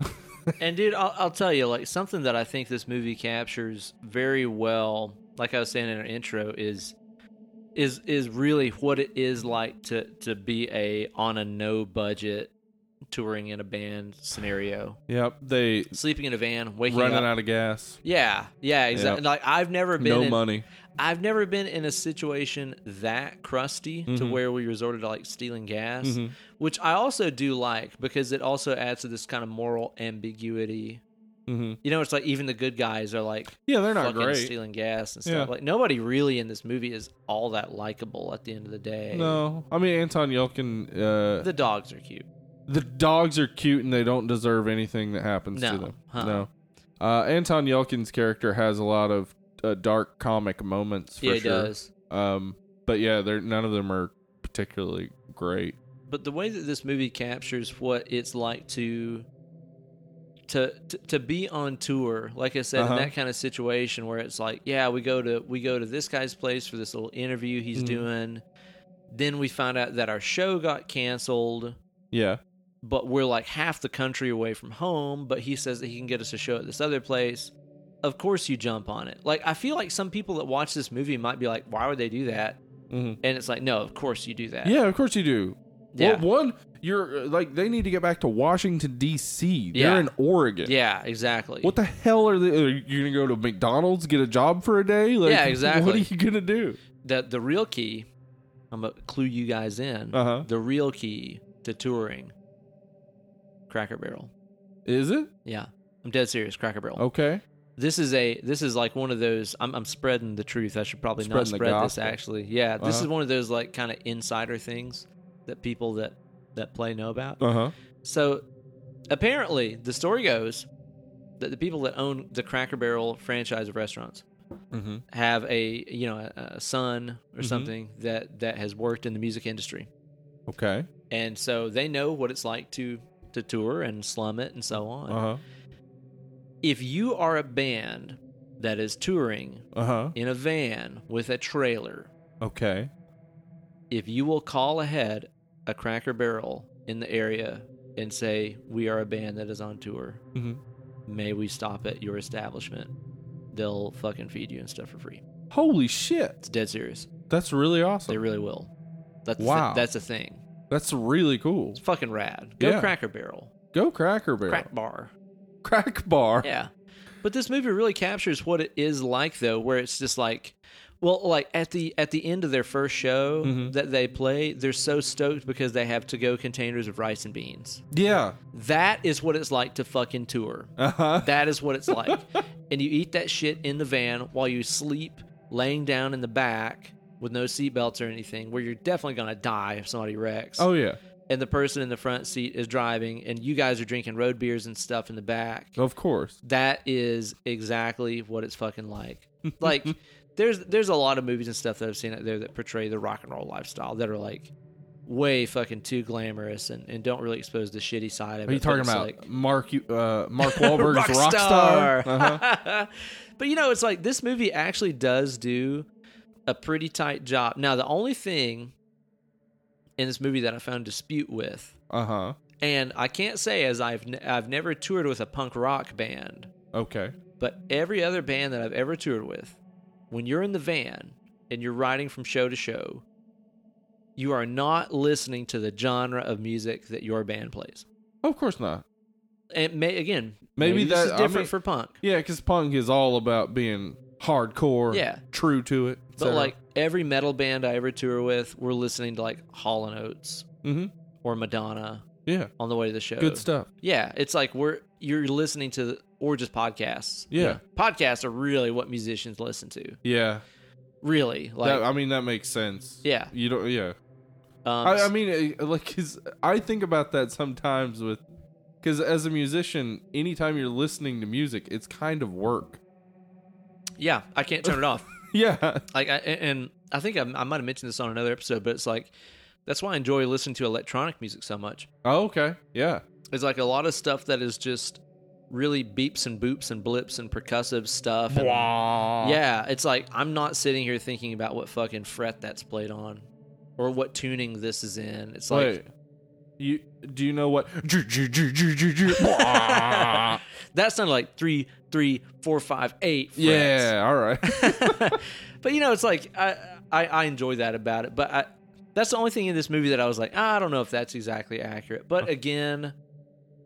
S1: and dude, I'll, I'll tell you, like something that I think this movie captures very well, like I was saying in our intro, is is is really what it is like to to be a on a no budget touring in a band scenario.
S2: Yep. They
S1: Sleeping in a van, waking
S2: running
S1: up.
S2: out of gas.
S1: Yeah, yeah, exactly. Like
S2: Yep.
S1: I've never been
S2: No
S1: in,
S2: money.
S1: I've never been in a situation that crusty
S2: Mm-hmm.
S1: to where we resorted to like stealing gas, which I also do like because it also adds to this kind of moral ambiguity.
S2: Mm-hmm.
S1: You know, it's like even the good guys are like
S2: Yeah, they're not
S1: fucking
S2: great.
S1: stealing gas and stuff.
S2: Yeah.
S1: Like nobody really in this movie is all that likable at the end of the day.
S2: No, I mean Anton Yelkin. Uh, the,
S1: The dogs are cute.
S2: dogs are cute and they don't deserve anything that happens
S1: No,
S2: to them.
S1: huh.
S2: No, uh, Anton Yelkin's character has a lot of uh, dark comic moments. For
S1: yeah, he
S2: sure.
S1: does.
S2: Um, but yeah, they're none of them are particularly great.
S1: but the way that this movie captures what it's like to to to, to be on tour like i said
S2: Uh-huh.
S1: in that kind of situation where it's like yeah we go to we go to this guy's place for this little interview he's
S2: Mhm.
S1: doing then we find out that our show got canceled
S2: Yeah,
S1: but we're like half the country away from home but he says that he can get us a show at this other place of course you jump on it like i feel like some people that watch this movie might be like why would they do that
S2: Mhm.
S1: and it's like no of course you do that
S2: yeah, of course you do.
S1: yeah,
S2: Well, one, you're uh, like they need to get back to Washington D.C. They're
S1: Yeah.
S2: in Oregon.
S1: yeah exactly
S2: What the hell are they? Are you gonna go to McDonald's get a job for a day? Like,
S1: Yeah, exactly.
S2: What are you gonna do?
S1: the the real key i'm gonna clue you guys in
S2: Uh-huh.
S1: the real key to touring cracker barrel
S2: Is it
S1: yeah i'm dead serious cracker barrel
S2: okay?
S1: this is a this is like one of those i'm, I'm spreading the truth i should probably not
S2: Spreading the
S1: spread this
S2: gospel.
S1: actually yeah this
S2: Uh-huh.
S1: is one of those like kind of insider things that people that that play know about
S2: Uh huh.
S1: so apparently the story goes that the people that own the cracker barrel franchise of restaurants
S2: Mm-hmm.
S1: have a you know a, a son or something that that has worked in the music industry
S2: Okay.
S1: and so they know what it's like to to tour and slum it and so on
S2: Uh huh.
S1: if you are a band that is touring
S2: Uh huh.
S1: in a van with a trailer
S2: Okay.
S1: if you will call ahead a cracker barrel in the area and say we are a band that is on tour
S2: Mm-hmm.
S1: may we stop at your establishment they'll fucking feed you and stuff for free
S2: Holy shit!
S1: it's dead serious
S2: That's really
S1: they
S2: awesome.
S1: really will that's a thi-
S2: Wow.
S1: that's a thing
S2: That's really cool.
S1: It's fucking rad. Go
S2: Yeah.
S1: Cracker Barrel.
S2: Go Cracker Barrel.
S1: Crack bar.
S2: Crack bar.
S1: Yeah. But this movie really captures what it is like though, where it's just like well, like at the at the end of their first show
S2: Mhm.
S1: that they play, they're so stoked because they have to go containers of rice and beans.
S2: Yeah.
S1: That is what it's like to fucking tour.
S2: Uh huh.
S1: That is what it's like. and you eat that shit in the van while you sleep laying down in the back with no seatbelts or anything, where you're definitely gonna die if somebody wrecks
S2: Oh yeah.
S1: and the person in the front seat is driving and you guys are drinking road beers and stuff in the back
S2: Of course.
S1: that is exactly what it's fucking like like there's there's a lot of movies and stuff that i've seen out there that portray the rock and roll lifestyle that are like way fucking too glamorous and, and don't really expose the shitty side of it
S2: Are you
S1: but
S2: talking
S1: it's
S2: about
S1: like,
S2: Mark? you- Uh, Mark Wahlberg's
S1: Rockstar.
S2: Rockstar. Uh-huh.
S1: but you know, it's like this movie actually does do a pretty tight job. Now, the only thing in this movie that I found dispute with,
S2: Uh huh.
S1: and I can't say as I've n- I've never toured with a punk rock band,
S2: Okay.
S1: but every other band that I've ever toured with, when you're in the van and you're riding from show to show, you are not listening to the genre of music that your band plays.
S2: Of course not.
S1: And may again,
S2: Maybe
S1: maybe, this
S2: that-
S1: is
S2: I
S1: different
S2: mean-
S1: for punk.
S2: Yeah, because punk is all about being hardcore.
S1: Yeah.
S2: True to it.
S1: But like every metal band I ever tour with, we're listening to like Hall and Oates
S2: hmm
S1: or Madonna
S2: Yeah.
S1: on the way to the show.
S2: Good stuff.
S1: Yeah, it's like we're you're listening to the, or just podcasts.
S2: Yeah.
S1: podcasts are really what musicians listen to.
S2: Yeah.
S1: Really, like
S2: That- I mean, that makes sense.
S1: Yeah.
S2: You don't. Yeah.
S1: um,
S2: I, I mean, uh, like, 'cause I think about that sometimes with, because as a musician, anytime you're listening to music, it's kind of work.
S1: yeah, I can't turn it off.
S2: Yeah.
S1: Like, I, and I think I, I might have mentioned this on another episode, but it's like that's why I enjoy listening to electronic music so much.
S2: Oh, okay. Yeah.
S1: It's like a lot of stuff that is just really beeps and boops and blips and percussive stuff. and- Yeah, it's like I'm not sitting here thinking about what fucking fret that's played on or what tuning this is in. It's like
S2: Wait. You do you know what? yeah.
S1: that sounded like three, three, four, five, eight. Frets.
S2: All right.
S1: but you know, it's like I, I I enjoy that about it. But I That's the only thing in this movie that I was like, "Ah, I don't know if that's exactly accurate. But again,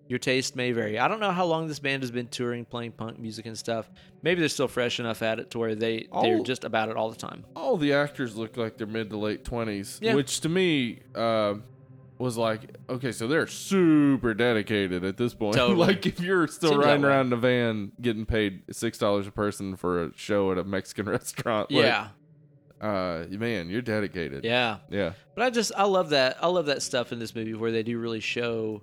S1: your taste may vary. I don't know how long this band has been touring, playing punk music and stuff. Maybe they're still fresh enough at it to where they they're
S2: All-
S1: just about it all the time.
S2: all the actors look like they're mid to late twenties,
S1: Yeah.
S2: which to me uh, was like, okay, so they're super dedicated at this point.
S1: Totally.
S2: like if you're still
S1: Seems
S2: riding
S1: that way.
S2: around in a van getting paid six dollars a person for a show at a Mexican restaurant, like,
S1: yeah,
S2: uh, man, you're dedicated.
S1: yeah.
S2: yeah.
S1: But I just I love that I love that stuff in this movie where they do really show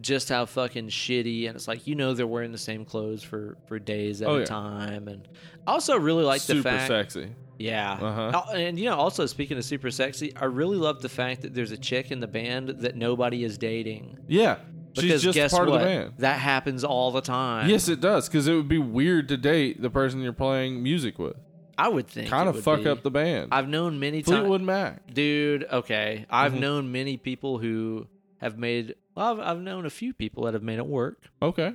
S1: just how fucking shitty and it's like you know they're wearing the same clothes for for days at
S2: Oh,
S1: a
S2: yeah.
S1: time and I also really like
S2: super
S1: the fact
S2: sexy.
S1: yeah
S2: Uh-huh.
S1: Oh, and you know also speaking of super sexy I really love the fact that there's a chick in the band that nobody is dating
S2: Yeah,
S1: because
S2: she's just
S1: guess
S2: part
S1: what
S2: of the band.
S1: that happens all the time
S2: Yes, it does because it would be weird to date the person you're playing music with.
S1: I would think
S2: Kind
S1: it
S2: of
S1: would
S2: fuck
S1: be.
S2: up the band.
S1: I've known many times
S2: Fleetwood Mac.
S1: dude okay i've
S2: Mhm.
S1: known many people who have made well, I've, I've known a few people that have made it work
S2: Okay,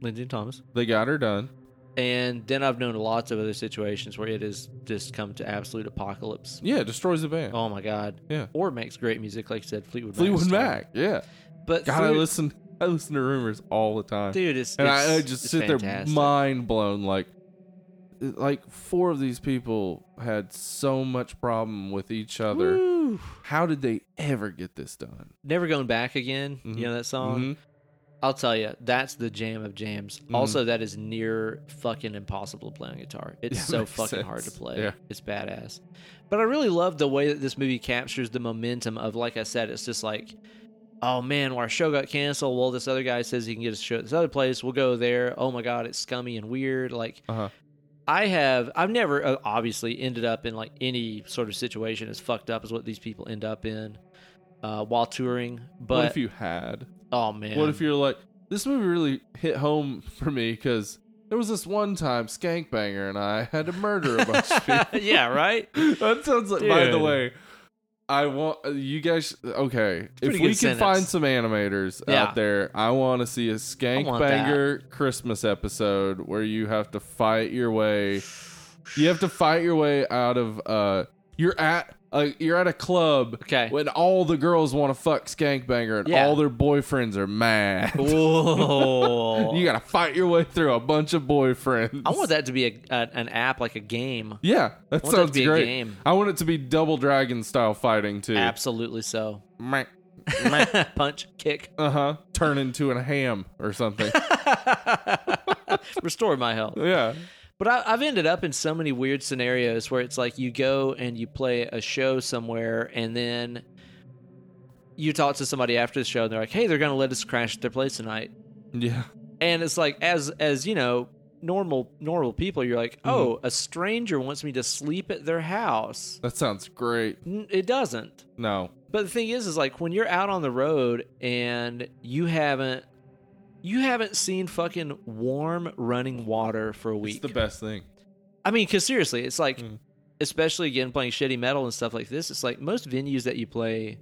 S1: lindsay and thomas
S2: they got her done.
S1: and then i've known lots of other situations where it has just come to absolute apocalypse
S2: Yeah, destroys the band.
S1: oh my god
S2: Yeah.
S1: or makes great music like you said fleetwood Mac
S2: Fleetwood
S1: stuff.
S2: Mac. Yeah.
S1: but
S2: God, I
S1: through-
S2: listen. I listen to rumors all the time,
S1: dude it's,
S2: and
S1: it's-
S2: I, I just
S1: it's
S2: sit
S1: fantastic.
S2: there mind blown. Like, like four of these people had so much problem with each other.
S1: Woo.
S2: How did they ever get this done?
S1: never going back again
S2: Mhm.
S1: you know that song
S2: Mhm.
S1: i'll tell you that's the jam of jams
S2: Mhm.
S1: also that is near fucking impossible to play on guitar it's
S2: Yeah,
S1: so
S2: makes
S1: fucking hard to
S2: sense.
S1: play
S2: Yeah.
S1: it's badass but i really love the way that this movie captures the momentum of like i said it's just like oh man well, our show got canceled well this other guy says he can get us a show at this other place we'll go there oh my god it's scummy and weird like
S2: Uh-huh.
S1: I have I've never uh, obviously ended up in like any sort of situation as fucked up as what these people end up in uh, while touring. But
S2: what if you had?
S1: oh man,
S2: What if you're like this movie really hit home for me because there was this one time Skankbanger and I had to murder a bunch of people.
S1: yeah, right.
S2: that sounds like. By the
S1: Dude.
S2: way, I want uh, you guys. Okay, if
S1: pretty
S2: we can
S1: good sentence.
S2: find some animators
S1: Yeah.
S2: out there, I want to see
S1: I
S2: a Skank
S1: want
S2: Banger Christmas episode where you have to fight your way. You have to fight your way out of. uh You're at. Uh, you're at a club
S1: Okay.
S2: when all the girls want to fuck Skank Banger and
S1: Yeah.
S2: all their boyfriends are mad.
S1: Whoa.
S2: you gotta fight your way through a bunch of boyfriends.
S1: I want that to be a, a an app like a game.
S2: Yeah,
S1: want
S2: that
S1: that to
S2: sounds
S1: be a
S2: great.
S1: game.
S2: I want it to be double dragon style fighting too.
S1: Absolutely so.
S2: Meh.
S1: Punch, kick,
S2: uh-huh turn into a ham or something
S1: restore my health.
S2: yeah
S1: But I, I've ended up in so many weird scenarios where it's like you go and you play a show somewhere, and then you talk to somebody after the show, and they're like, "Hey, they're gonna let us crash at their place tonight."
S2: yeah
S1: And it's like, as as you know, normal normal people, you're like, "Oh, a stranger wants me to sleep at their house."
S2: that sounds great
S1: N- It doesn't.
S2: no
S1: But the thing is, is like when you're out on the road and you haven't you haven't seen fucking warm running water for a week.
S2: it's the best thing
S1: I mean, because seriously, it's like,
S2: Mm.
S1: especially again playing shitty metal and stuff like this. It's like most venues that you play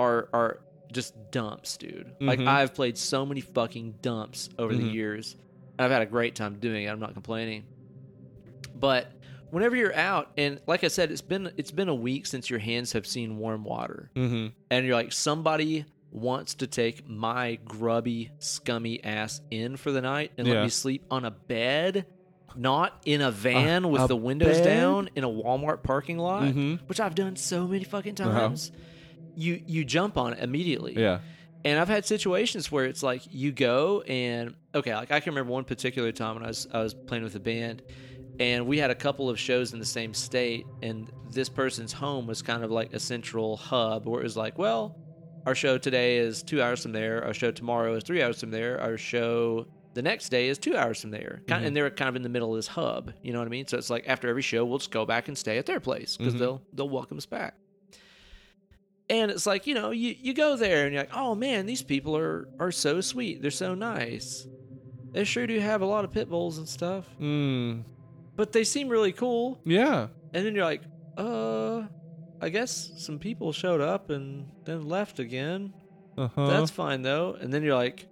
S1: are are just dumps, dude. Like
S2: Mhm.
S1: I've played so many fucking dumps over the
S2: Mhm.
S1: years, and I've had a great time doing it. I'm not complaining. But whenever you're out, and like I said, it's been it's been a week since your hands have seen warm water,
S2: mm-hmm
S1: and you're like somebody wants to take my grubby scummy ass in for the night and let
S2: Yeah.
S1: me sleep on a bed not in a van with
S2: a
S1: the windows
S2: bed?
S1: down in a walmart parking lot
S2: Mhm.
S1: which i've done so many fucking
S2: Uh-huh.
S1: times you you jump on it immediately
S2: yeah
S1: and I've had situations where it's like you go and okay, like I can remember one particular time when I was I was playing with a band and we had a couple of shows in the same state and this person's home was kind of like a central hub where it was like, well, our show today is 2 hours from there, our show tomorrow is 3 hours from there, our show the next day is 2 hours from there. Kind and they're kind of in the middle of this hub, you know what I mean? So it's like after every show, we'll just go back and stay at their place because
S2: Mhm.
S1: they'll they'll welcome us back and it's like you know you, you go there and you're like oh man these people are are so sweet they're so nice they sure do have a lot of pit bulls and stuff
S2: mm.
S1: but they seem really cool
S2: yeah
S1: and then you're like uh i guess some people showed up and then left again
S2: uh-huh
S1: that's fine though and then you're like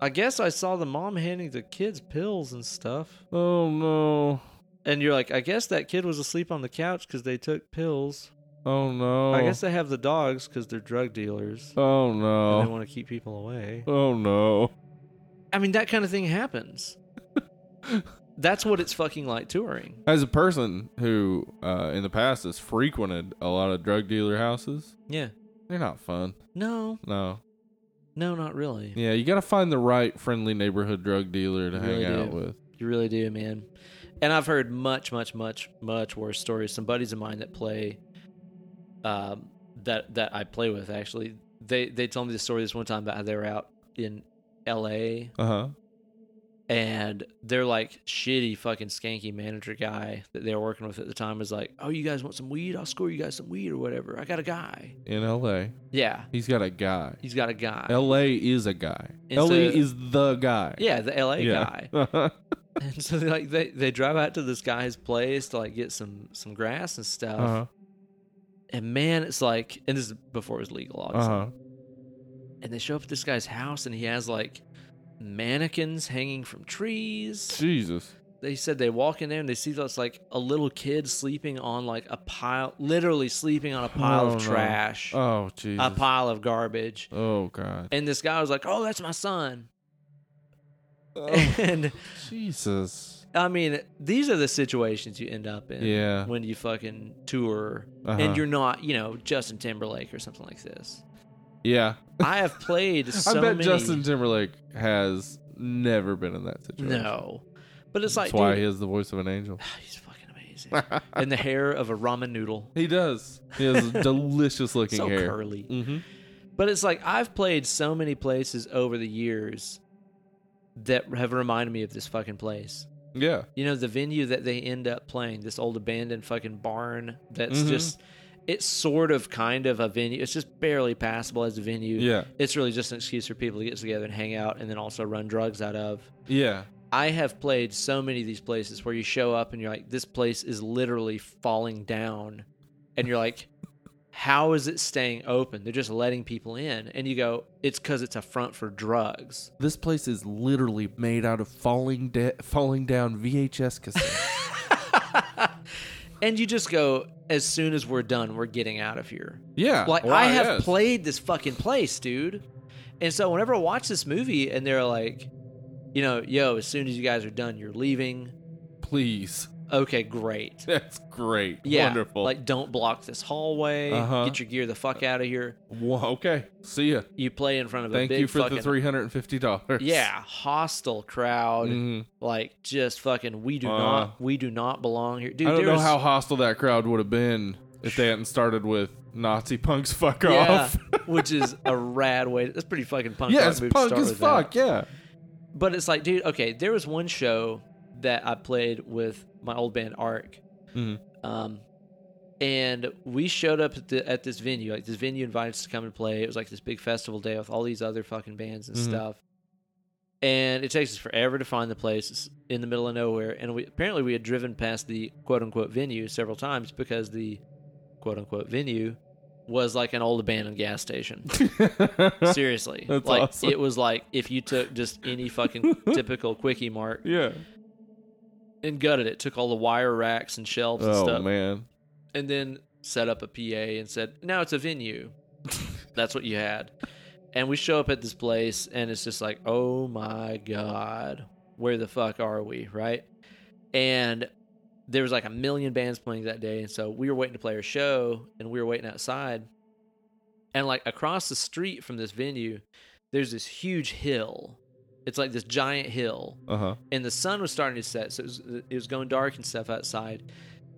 S1: i guess i saw the mom handing the kids pills and stuff
S2: oh no
S1: and you're like i guess that kid was asleep on the couch because they took pills
S2: Oh no.
S1: I guess they have the dogs because they're drug dealers
S2: Oh
S1: and they
S2: no.
S1: want to keep people away.
S2: Oh no.
S1: I mean, that kind of thing happens. That's what it's fucking like touring.
S2: As a person who uh, in the past has frequented a lot of drug dealer houses,
S1: Yeah.
S2: they're not fun.
S1: No,
S2: No.
S1: no, not really.
S2: Yeah, you got to find the right friendly neighborhood drug dealer to
S1: You
S2: hang
S1: really
S2: out
S1: do.
S2: with.
S1: You really do, man. And I've heard much, much, much, much worse stories. Some buddies of mine that play, um, that that I play with actually, they they told me the story this one time about how they were out in L.A.
S2: Uh huh.
S1: and their like shitty fucking skanky manager guy that they were working with at the time was like, "Oh, you guys want some weed? I'll score you guys some weed or whatever. I got a guy.
S2: In L.A.,
S1: Yeah,
S2: he's got a guy.
S1: he's got a guy.
S2: L.A. is a guy.
S1: And
S2: L.A.
S1: so-
S2: is the guy. Uh-huh,
S1: yeah, the L.A. guy.
S2: guy.
S1: And so they, like they they drive out to this guy's place to like get some some grass and stuff.
S2: uh
S1: And man, it's like, and this is before it was legal,
S2: huh. Uh
S1: obviously.
S2: huh.
S1: And they show up at this guy's house, and he has like mannequins hanging from trees.
S2: Jesus.
S1: they said they walk in there and they see that's like a little kid sleeping on like a pile, literally sleeping on a pile
S2: Oh, no.
S1: of trash,
S2: Oh
S1: a
S2: Jesus.
S1: pile of garbage.
S2: Oh God.
S1: And this guy was like, "Oh, that's my son."
S2: Oh,
S1: and
S2: Jesus.
S1: I mean, these are the situations you end up in
S2: Yeah.
S1: when you fucking tour
S2: Uh-huh.
S1: and you're not, you know, Justin Timberlake or something like this.
S2: Yeah.
S1: I have played so
S2: I bet
S1: many.
S2: Justin Timberlake has never been in that situation.
S1: no, but it's like,
S2: That's why
S1: dude,
S2: he has the voice of an angel.
S1: he's fucking amazing, and the hair of a ramen noodle,
S2: He does. He has delicious looking
S1: so
S2: hair.
S1: curly.
S2: Mm-hmm.
S1: But it's like I've played so many places over the years that have reminded me of this fucking place.
S2: Yeah.
S1: You know, the venue that they end up playing, this old abandoned fucking barn that's
S2: Mhm.
S1: just it's sort of kind of a venue. It's just barely passable as a venue.
S2: Yeah.
S1: It's really just an excuse for people to get together and hang out and then also run drugs out of.
S2: Yeah.
S1: I have played so many of these places where you show up and you're like, this place is literally falling down. And you're like, how is it staying open? They're just letting people in. And you go, it's because it's a front for drugs.
S2: This place is literally made out of falling de- falling down VHS cassettes.
S1: and you just go, as soon as we're done, we're getting out of here.
S2: yeah.
S1: Like,
S2: why,
S1: I have
S2: yes.
S1: played this fucking place, dude. And so whenever I watch this movie and they're like, you know, yo, as soon as you guys are done, you're leaving.
S2: Please.
S1: Okay, great.
S2: That's great.
S1: Yeah,
S2: Wonderful.
S1: Like, don't block this hallway.
S2: Uh-huh.
S1: Get your gear the fuck out of here.
S2: Wha- okay. See ya.
S1: You play in front of
S2: Thank
S1: a big
S2: you for
S1: fucking
S2: the three hundred and fifty dollars. Mm-hmm.
S1: yeah hostile crowd.
S2: Mm.
S1: Like, just fucking, we do
S2: Uh.
S1: not, we do not belong here, dude.
S2: I don't
S1: there
S2: know
S1: was-
S2: how hostile that crowd would have been if they hadn't started with Nazi punks fuck
S1: yeah,
S2: off.
S1: which is a rad way. That's pretty fucking punk.
S2: yeah,
S1: rock
S2: it's
S1: move to
S2: punk
S1: start
S2: as
S1: with that.
S2: fuck. Yeah.
S1: But it's like, dude, okay, there was one show that I played with my old band Arc.
S2: Mhm.
S1: Um, and we showed up at, the, at this venue. Like, this venue invited us to come and play. It was like this big festival day with all these other fucking bands and
S2: Mhm.
S1: stuff. And it takes us forever to find the place. It's in the middle of nowhere. And we apparently we had driven past the quote unquote venue several times because the quote unquote venue was like an old abandoned gas station. Mm-hmm. Seriously.
S2: That's
S1: like
S2: awesome.
S1: it was like if you took just any fucking typical quickie mark
S2: yeah.
S1: and gutted it, took all the wire racks and shelves and
S2: Oh
S1: stuff,
S2: man.
S1: and then set up a PA and said, Now it's a venue. That's what you had. And we show up at this place and it's just like, oh my God, where the fuck are we? Right? And there was like a million bands playing that day. And so we were waiting to play our show and we were waiting outside. And like across the street from this venue, there's this huge hill. It's like this giant hill
S2: Uh huh.
S1: and the sun was starting to set, so it was, it was going dark and stuff outside.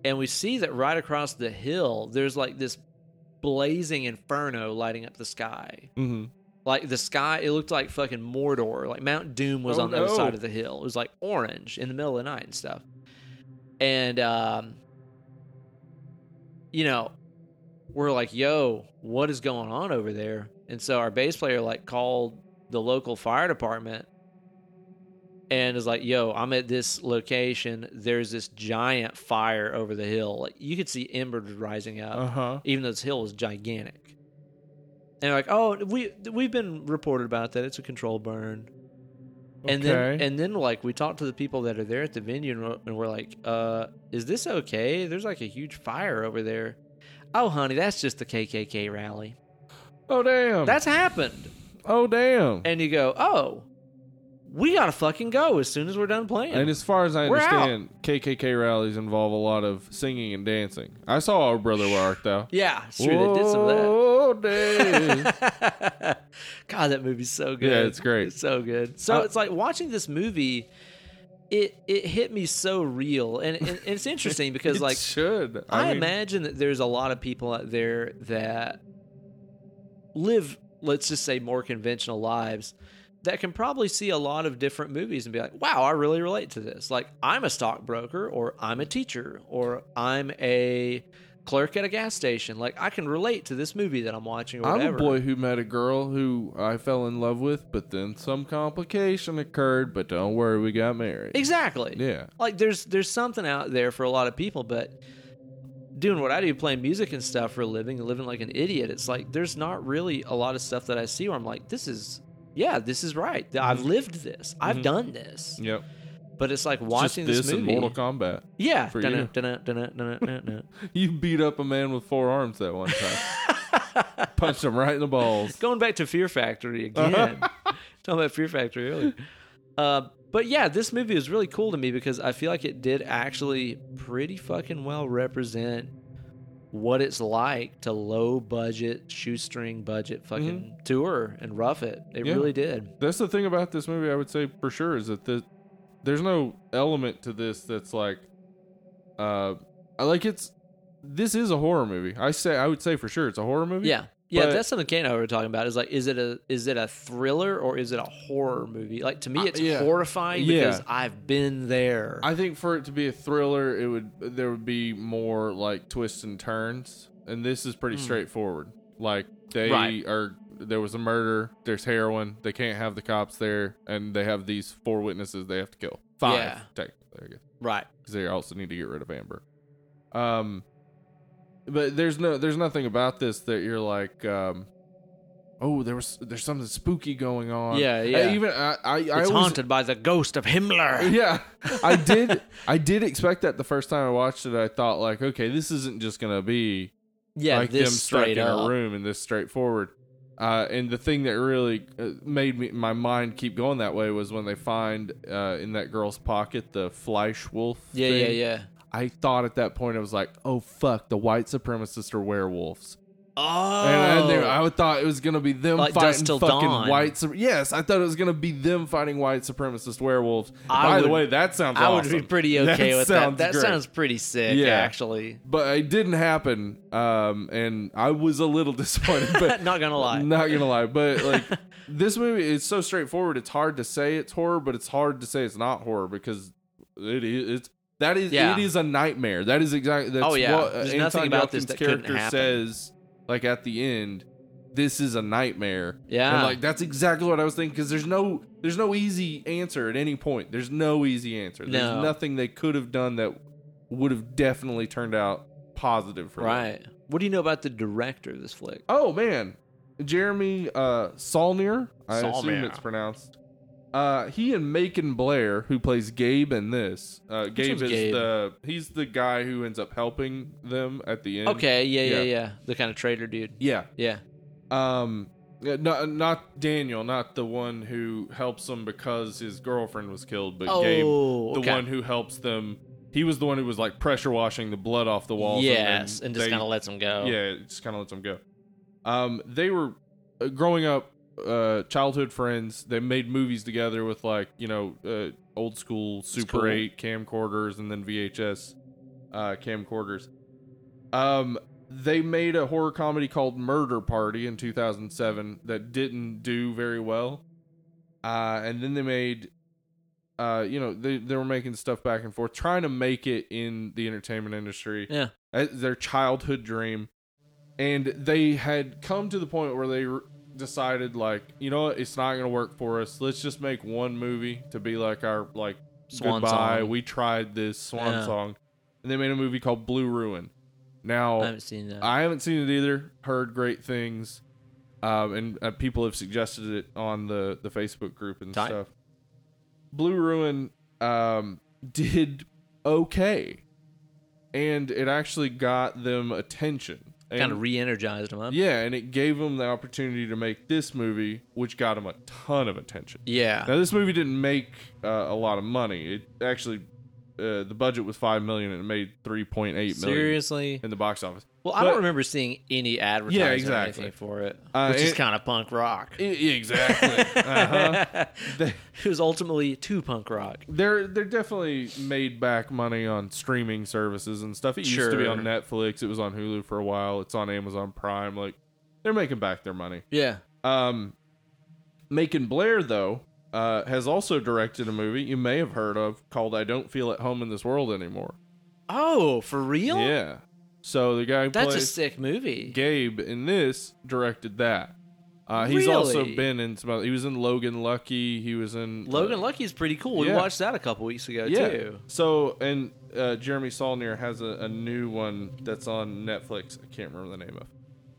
S1: And we see that right across the hill, there's like this blazing inferno lighting up the sky.
S2: Mm-hmm.
S1: Like the sky, it looked like fucking Mordor. Like Mount Doom was
S2: Oh,
S1: on the other
S2: no.
S1: side of the hill. It was like orange in the middle of the night and stuff. And um, you know, we're like, "Yo, what is going on over there?" And so our bass player like called the local fire department and is like, "Yo, I'm at this location. There's this giant fire over the hill. Like you could see embers rising up."
S2: Uh huh.
S1: even though this hill is gigantic. And like, oh, we we've been reported about that. It's a control burn. And then
S2: Okay.
S1: and then like we talked to the people that are there at the venue and we're, and we're like, uh, is this okay? There's like a huge fire over there. "Oh, honey, that's just the KKK rally.
S2: Oh damn.
S1: That's happened."
S2: oh damn.
S1: And you go, "Oh, we gotta fucking go as soon as we're done playing."
S2: And as far as I
S1: We're out.
S2: understand, KKK rallies involve a lot of singing and dancing. I saw our brother where art thou.
S1: yeah, it's true. They did some of that.
S2: Oh damn.
S1: God, that movie's so good.
S2: Yeah, it's great.
S1: It's so good. So
S2: Uh,
S1: it's like watching this movie. It it hit me so real, and, and it's interesting because
S2: It
S1: like
S2: should
S1: I,
S2: mean,
S1: imagine that there's a lot of people out there that live, let's just say, more conventional lives that can probably see a lot of different movies and be like, wow, I really relate to this. Like, I'm a stockbroker, or I'm a teacher, or I'm a clerk at a gas station. Like, I can relate to this movie that I'm watching or
S2: I'm
S1: whatever.
S2: a boy who met a girl who I fell in love with, but then some complication occurred. But don't worry, we got married.
S1: Exactly.
S2: Yeah.
S1: Like there's there's something out there for a lot of people, but doing what I do, playing music and stuff for a living, and living like an idiot, it's like there's not really a lot of stuff that I see where I'm like, this is yeah, this is right. I've
S2: Mm-hmm.
S1: lived this. I've done this.
S2: Yep.
S1: But it's like
S2: Just
S1: watching
S2: this,
S1: this,
S2: and
S1: movie.
S2: Mortal Kombat.
S1: yeah.
S2: for
S1: Dunno,
S2: you.
S1: dunno, dunno, dunno, dunno.
S2: You beat up a man with four arms that one time. Punched him right in the balls.
S1: Going back to Fear Factory again. Talking about Fear Factory earlier. Uh, but yeah, this movie is really cool to me because I feel like it did actually pretty fucking well represent what it's like to low budget, shoestring budget fucking tour and rough it. It
S2: Mm-hmm. Yeah.
S1: really did.
S2: That's the thing about this movie. I would say for sure is that the, there's no element to this that's like, uh, like it's this is a horror movie. I say I would say for sure it's a horror movie.
S1: Yeah. Yeah,
S2: But-
S1: that's something Kane and I were talking about. Is like, is it a is it a thriller or is it a horror movie? Like to me,
S2: Uh,
S1: it's
S2: yeah.
S1: horrifying
S2: Yeah.
S1: because I've been there.
S2: I think for it to be a thriller, it would there would be more like twists and turns, and this is pretty straightforward. Like they
S1: Hmm. Right.
S2: are there was a murder, there's heroin, they can't have the cops there, and they have these four witnesses they have to kill. Five,
S1: Yeah.
S2: technically, I guess,
S1: right.
S2: 'cause they also need to get rid of Amber. Um, but there's no there's nothing about this that you're like, um, oh, there was there's something spooky going on.
S1: Yeah,
S2: I
S1: yeah.
S2: even I I, I
S1: It's
S2: always,
S1: haunted by the ghost of Himmler.
S2: yeah i did i did expect that the first time i watched it i thought like okay this isn't just gonna be
S1: Yeah,
S2: like them
S1: this
S2: stuck
S1: straight
S2: in
S1: up.
S2: a room and this straightforward uh, and the thing that really uh, made me my mind keep going that way was when they find uh, in that girl's pocket the fleisch wolf
S1: Yeah,
S2: thing.
S1: yeah, yeah.
S2: i thought at that point i was like oh fuck the white supremacists are werewolves
S1: Oh,
S2: and I, knew- I thought it was gonna be them
S1: Like Dusk
S2: fighting
S1: Till
S2: fucking
S1: Dawn.
S2: white. su- Yes, I thought it was gonna be them fighting white supremacist werewolves.
S1: I
S2: By the
S1: would-
S2: way, that sounds.
S1: Oh, I would
S2: awesome.
S1: be pretty okay with
S2: sounds
S1: that. That
S2: great.
S1: sounds pretty sick,
S2: Yeah.
S1: actually.
S2: But it didn't happen, um, and I was a little disappointed. But
S1: Not gonna lie.
S2: not gonna lie. But like this movie, it's so straightforward. It's hard to say it's horror, but it's hard to say it's not horror because it is. It's that is
S1: Yeah.
S2: it is a nightmare. That is exactly. That's
S1: Oh, yeah.
S2: what, uh,
S1: There's
S2: Anton
S1: nothing about this
S2: Yelchin's
S1: that couldn't
S2: character
S1: happen.
S2: says like at the end. This is a nightmare.
S1: Yeah.
S2: and like that's exactly what I was thinking because there's no there's no easy answer at any point. There's no easy answer. There's
S1: No.
S2: nothing they could have done that would have definitely turned out positive for them.
S1: Right. What do you know about the director of this flick?
S2: Oh man, Jeremy uh, Saulnier. I assume
S1: Saulnier.
S2: it's pronounced. Uh, he and Macon Blair, who plays Gabe in this. Uh, Gabe
S1: one's
S2: is
S1: Gabe?
S2: the he's the guy who ends up helping them at the end.
S1: Okay, yeah, yeah,
S2: Yeah.
S1: yeah, The kind of trader dude.
S2: Yeah.
S1: Yeah.
S2: Um. yeah, Not not Daniel, not the one who helps them because his girlfriend was killed, but Gabe,
S1: Oh,
S2: the
S1: okay.
S2: one who helps them. He was the one who was like pressure washing the blood off the walls.
S1: yes, and, just
S2: they-
S1: kind of lets him go.
S2: yeah, it just kind of lets them go. Um, they were uh, growing up, uh, childhood friends. They made movies together with like you know uh, old school Super
S1: cool.
S2: Eight camcorders and then VHS uh, camcorders. Um, they made a horror comedy called Murder Party in 2007 that didn't do very well. Uh, and then they made, uh, you know, they, they were making stuff back and forth, trying to make it in the entertainment industry
S1: Yeah.
S2: as uh, their childhood dream and they had come to the point where they r- decided like you know what it's not going to work for us let's just make one movie to be like our like
S1: Swan
S2: goodbye
S1: song.
S2: we tried this swan
S1: Yeah.
S2: song and they made a movie called blue ruin now
S1: I haven't seen that.
S2: Oh, I haven't seen it either. Heard great things, um, and uh, people have suggested it on the the Facebook group and
S1: Tight.
S2: stuff. Blue Ruin um, did okay, and it actually got them attention. And-
S1: kind of re-energized him up.
S2: yeah, and it gave him the opportunity to make this movie, which got him a ton of attention.
S1: Yeah.
S2: Now, this movie didn't make uh, a lot of money. It actually, uh, the budget was five million, and it made three point eight million
S1: Seriously.
S2: in the box office.
S1: Well, I don't
S2: But-
S1: remember seeing any advertising
S2: Yeah,
S1: or
S2: exactly.
S1: anything for it,
S2: Uh,
S1: which is
S2: it-
S1: kind of punk rock.
S2: I- E, exactly. uh-huh. They-
S1: It was ultimately too punk rock.
S2: They're they're definitely made back money on streaming services and stuff. It used to be
S1: Sure.
S2: on Netflix. It was on Hulu for a while. It's on Amazon Prime. Like they're making back their money.
S1: Yeah.
S2: Um, Macon Blair though uh, has also directed a movie you may have heard of called "I Don't Feel at Home in This World Anymore."
S1: Oh, for real?
S2: Yeah. So the guy who
S1: That's a
S2: plays
S1: sick movie.
S2: Gabe in this directed that. Uh, he's also
S1: Really?
S2: been in some. Other, he was in Logan Lucky. He was in
S1: Logan
S2: uh,
S1: Lucky's pretty cool. We
S2: yeah.
S1: watched that a couple weeks ago too.
S2: So and uh, Jeremy Saulnier has a, a new one that's on Netflix. I can't remember the name of.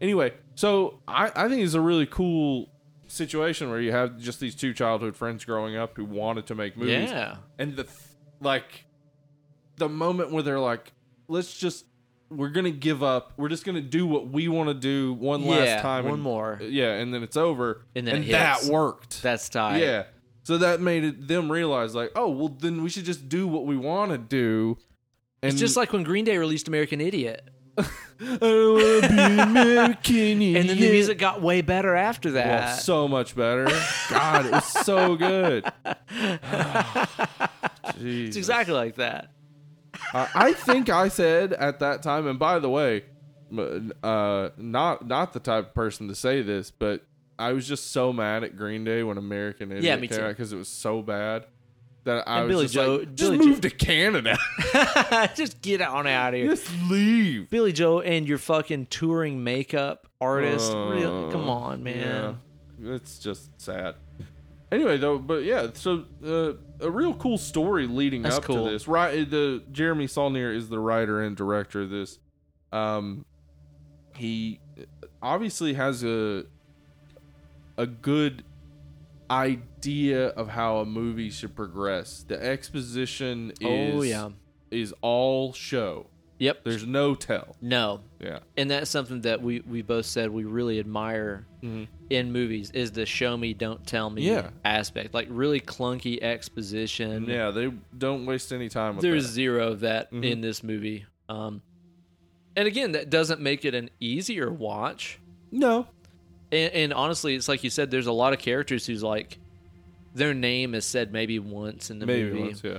S2: Anyway, so I, I think it's a really cool situation where you have just these two childhood friends growing up who wanted to make movies,
S1: Yeah.
S2: and the th- like, the moment where they're like, "Let's just, we're gonna give up. We're just gonna do what we want to do one
S1: Yeah,
S2: last time, uh,
S1: one
S2: and-
S1: more.
S2: yeah, and then it's over,
S1: And then it
S2: that
S1: hits.
S2: worked.
S1: That's tight.
S2: Yeah. So that made it, them realize, like, oh, well, then we should just do what we want to do. And
S1: It's just like when Green Day released American Idiot.
S2: I don't want to Oh, be American.
S1: And then the music got way better after that.
S2: Well, so much better. God, it was so good. Ah,
S1: it's exactly like that.
S2: I, I think I said at that time, and by the way, m- uh, not not the type of person to say this, but I was just so mad at Green Day when American Idiot
S1: me
S2: came
S1: too.
S2: because it was so bad that I
S1: And
S2: was
S1: Billy
S2: just
S1: Joe-
S2: like, just
S1: Billy Joe-
S2: move to Canada,
S1: Just get on out of here.
S2: just leave.
S1: Billy Joe and your fucking touring makeup artist.
S2: Uh,
S1: really? Come on,
S2: Yeah,
S1: man.
S2: it's just sad. Anyway, though, but yeah, so uh, a real cool story leading
S1: That's
S2: up
S1: cool.
S2: to this. Right, the Jeremy Saulnier is the writer and director of this. Um, he obviously has a a good idea of how a movie should progress. The exposition is
S1: Oh, yeah.
S2: is all show.
S1: Yep.
S2: There's no tell.
S1: no.
S2: Yeah.
S1: And that's something that we, we both said we really admire in movies is the show me, don't tell me
S2: Mm-hmm. Yeah.
S1: aspect. Like really clunky exposition.
S2: Yeah, they don't waste any time with
S1: There's
S2: that. Mm-hmm.
S1: zero of that in this movie. Um, and again, that doesn't make it an easier watch.
S2: No.
S1: And, and honestly, it's like you said, there's a lot of characters who's like, their name is said maybe once in the
S2: Maybe
S1: movie.
S2: once, yeah.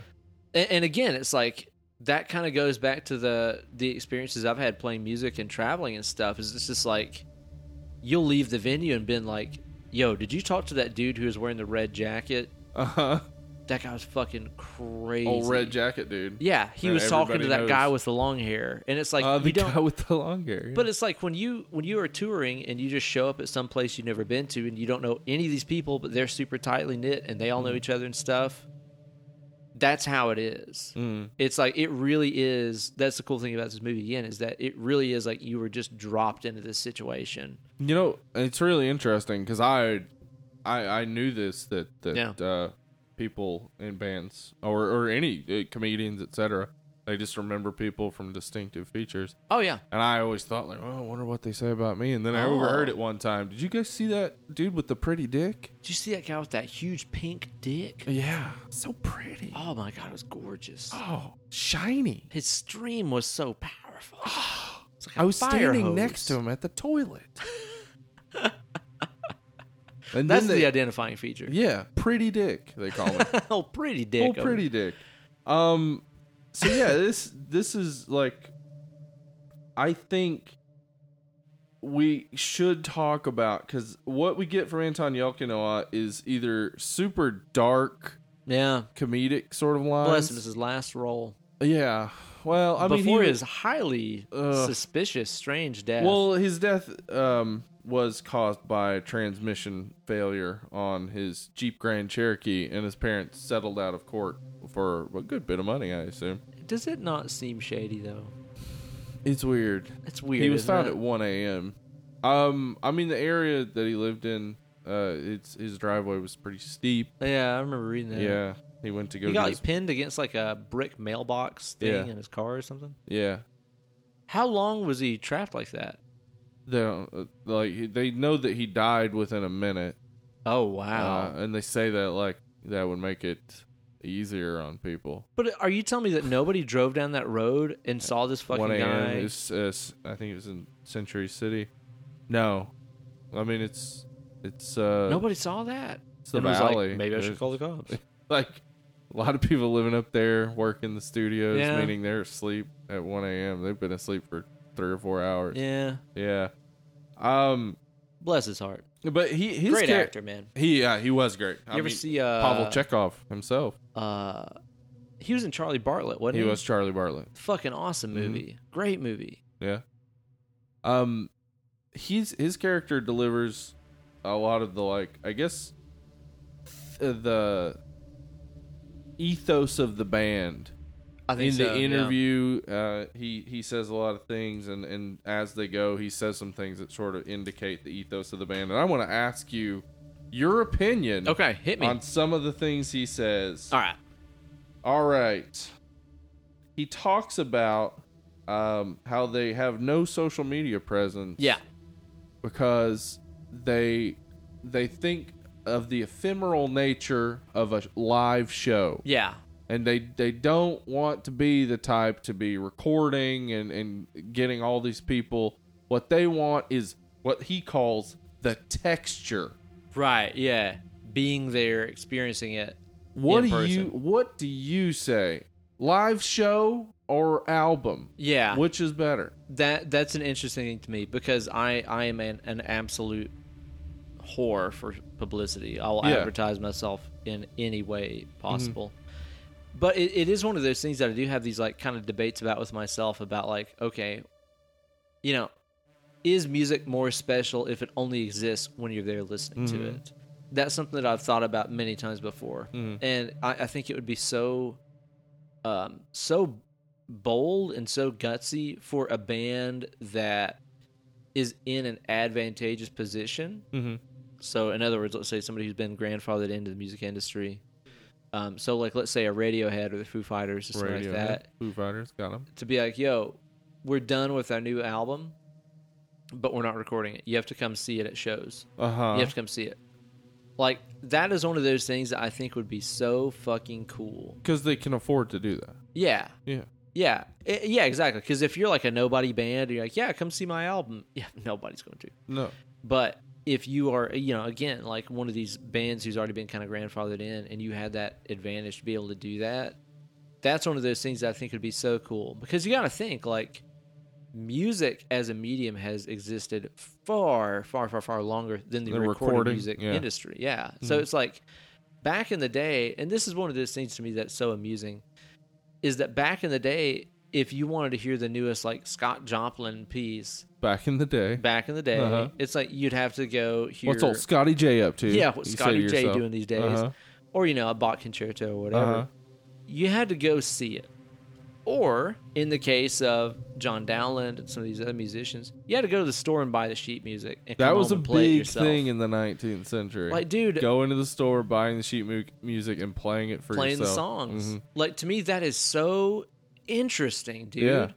S1: and, and again it's like that kind of goes back to the the experiences i've had playing music and traveling and stuff is it's just like you'll leave the venue and been like yo did you talk to that dude who was wearing the red jacket
S2: Uh huh.
S1: that guy was fucking crazy
S2: Old red jacket dude.
S1: yeah he
S2: Yeah,
S1: was talking to
S2: everybody
S1: that guy
S2: knows.
S1: with the long hair and it's like
S2: Uh,
S1: you
S2: the
S1: don't
S2: guy with the long hair.
S1: but it's like when you when you are touring and you just show up at some place you've never been to and you don't know any of these people, but they're super tightly knit and they all know each other and stuff. That's how it is.
S2: Mm.
S1: It's like it really is. That's the cool thing about this movie again is that it really is like you were just dropped into this situation.
S2: you know, it's really interesting because I, I, I knew this that that
S1: Yeah.
S2: uh, people in bands or or any uh, comedians etc. They just remember people from distinctive features,
S1: Oh yeah,
S2: and I always thought like, oh, I wonder what they say about me. And then I
S1: Oh.
S2: overheard it one time. Did you guys see that dude with the pretty dick?
S1: did you see that guy with that huge pink dick?
S2: Yeah, so pretty.
S1: Oh my god, it was gorgeous.
S2: Oh, shiny.
S1: His stream was so powerful. It's like a
S2: I was
S1: fire
S2: standing
S1: hose.
S2: next to him at the toilet. and
S1: That's
S2: then they-
S1: the identifying feature.
S2: yeah, pretty dick they call it.
S1: oh, pretty
S2: oh,
S1: dick. over
S2: pretty dick. Um, so yeah, this this is like, I think we should talk about because what we get from Anton Yelchin a lot is either super dark
S1: Yeah.
S2: comedic sort of
S1: Bless
S2: lines.
S1: him. It's his last role.
S2: Yeah. Well, I mean, he
S1: Before
S2: was-
S1: his highly
S2: Ugh.
S1: suspicious, strange death.
S2: Well, his death um, was caused by transmission failure on his Jeep Grand Cherokee, and his parents settled out of court for a good bit of money, I assume.
S1: does it not seem shady though?
S2: It's weird.
S1: It's weird.
S2: he was
S1: isn't
S2: found
S1: it?
S2: at 1 a.m. Um, I mean, the area that he lived in, uh, it's his driveway was pretty steep.
S1: Yeah, I remember reading that.
S2: Yeah, he went to go.
S1: He
S2: to
S1: got
S2: his-
S1: like, pinned against like a brick mailbox thing
S2: Yeah.
S1: in his car or something.
S2: yeah,
S1: How long was he trapped like that?
S2: They don't, uh, like they know that he died within a minute,
S1: Oh
S2: uh,
S1: wow!
S2: and they say that like that would make it easier on people.
S1: but are you telling me that nobody drove down that road and saw this fucking
S2: 1 a.m.
S1: guy?
S2: is uh, s- I think it was in Century City. No, I mean it's it's uh
S1: nobody saw that.
S2: it's the
S1: and was like,
S2: valley.
S1: Maybe I
S2: There's-
S1: should call the cops.
S2: like a lot of people living up there, working the studios,
S1: Yeah.
S2: meaning they're asleep at 1 a.m. They've been asleep for three or four hours.
S1: yeah,
S2: Yeah. Um,
S1: bless his heart.
S2: but he his
S1: Great
S2: char-
S1: actor, man.
S2: He yeah, he was great.
S1: You ever see uh,
S2: Pavel Chekhov himself?
S1: Uh, he was in Charlie Bartlett, wasn't
S2: He
S1: he?
S2: was Mm-hmm. Charlie Bartlett.
S1: fucking awesome movie. Great movie.
S2: Yeah. Um, he's his character delivers a lot of the like I guess th- the ethos of the band
S1: I think
S2: in
S1: so,
S2: the
S1: yeah.
S2: interview uh, he he says a lot of things and and as they go he says some things that sort of indicate the ethos of the band and i want to ask you your opinion
S1: Okay, hit me.
S2: on some of the things he says
S1: All right.
S2: all right he talks about um, how they have no social media presence
S1: Yeah.
S2: because they they think of the ephemeral nature of a live show
S1: Yeah.
S2: and they they don't want to be the type to be recording and and getting all these people what they want is what he calls the texture
S1: Right. Yeah. Being there, experiencing it.
S2: what
S1: In
S2: do you
S1: person.
S2: what do you say live show or album
S1: Yeah.
S2: which is better
S1: that that's an interesting thing to me because I I am an, an absolute whore for publicity. I'll
S2: Yeah.
S1: advertise myself in any way possible. But it, it is one of those things that I do have these like kind of debates about with myself about like okay, you know, is music more special if it only exists when you're there listening to it? That's something that I've thought about many times before, and I, I think it would be so, um, so bold and so gutsy for a band that is in an advantageous position.
S2: mm-hmm.
S1: So, in other words, let's say somebody who's been grandfathered into the music industry. Um, so, like, let's say a Radiohead or the Foo Fighters or something like that
S2: Foo Fighters got them
S1: to be like, yo, we're done with our new album, but we're not recording it. You have to come see it at shows.
S2: uh-huh
S1: You have to come see it. Like, that is one of those things that I think would be so fucking cool.
S2: because they can afford to do that
S1: Yeah.
S2: yeah
S1: Yeah. I- yeah, exactly. Because if you're like a nobody band, you're like, yeah, come see my album. Yeah, nobody's going to.
S2: no
S1: But if you are, you know, again, like one of these bands who's already been kind of grandfathered in and you had that advantage to be able to do that, that's one of those things that I think would be so cool because you got to think like music as a medium has existed far, far, far, far longer than the,
S2: The
S1: recorded
S2: recording,
S1: music
S2: yeah. Mm-hmm.
S1: industry. Yeah. So it's like back in the day, and this is one of those things to me that's so amusing is that back in the day, if you wanted to hear the newest like Scott Joplin piece,
S2: back in the day
S1: back in the day,
S2: Uh-huh.
S1: it's like you'd have to go hear.
S2: what's old scotty j up to
S1: Yeah, what's
S2: You say
S1: Scotty
S2: to
S1: J
S2: yourself.
S1: doing these days?
S2: Uh-huh.
S1: Or you know, a Bach concerto or whatever.
S2: Uh-huh.
S1: You had to go see it. Or in the case of John Dowland and some of these other musicians, you had to go to the store and buy the sheet music. And
S2: That
S1: come
S2: was
S1: home
S2: a
S1: and play it
S2: big
S1: yourself.
S2: thing in the 19th century.
S1: Like, dude-
S2: going to the store, buying the sheet mu- music, and playing it for
S1: playing the
S2: yourself.
S1: songs.
S2: Mhm.
S1: Like to me, that is so interesting, dude.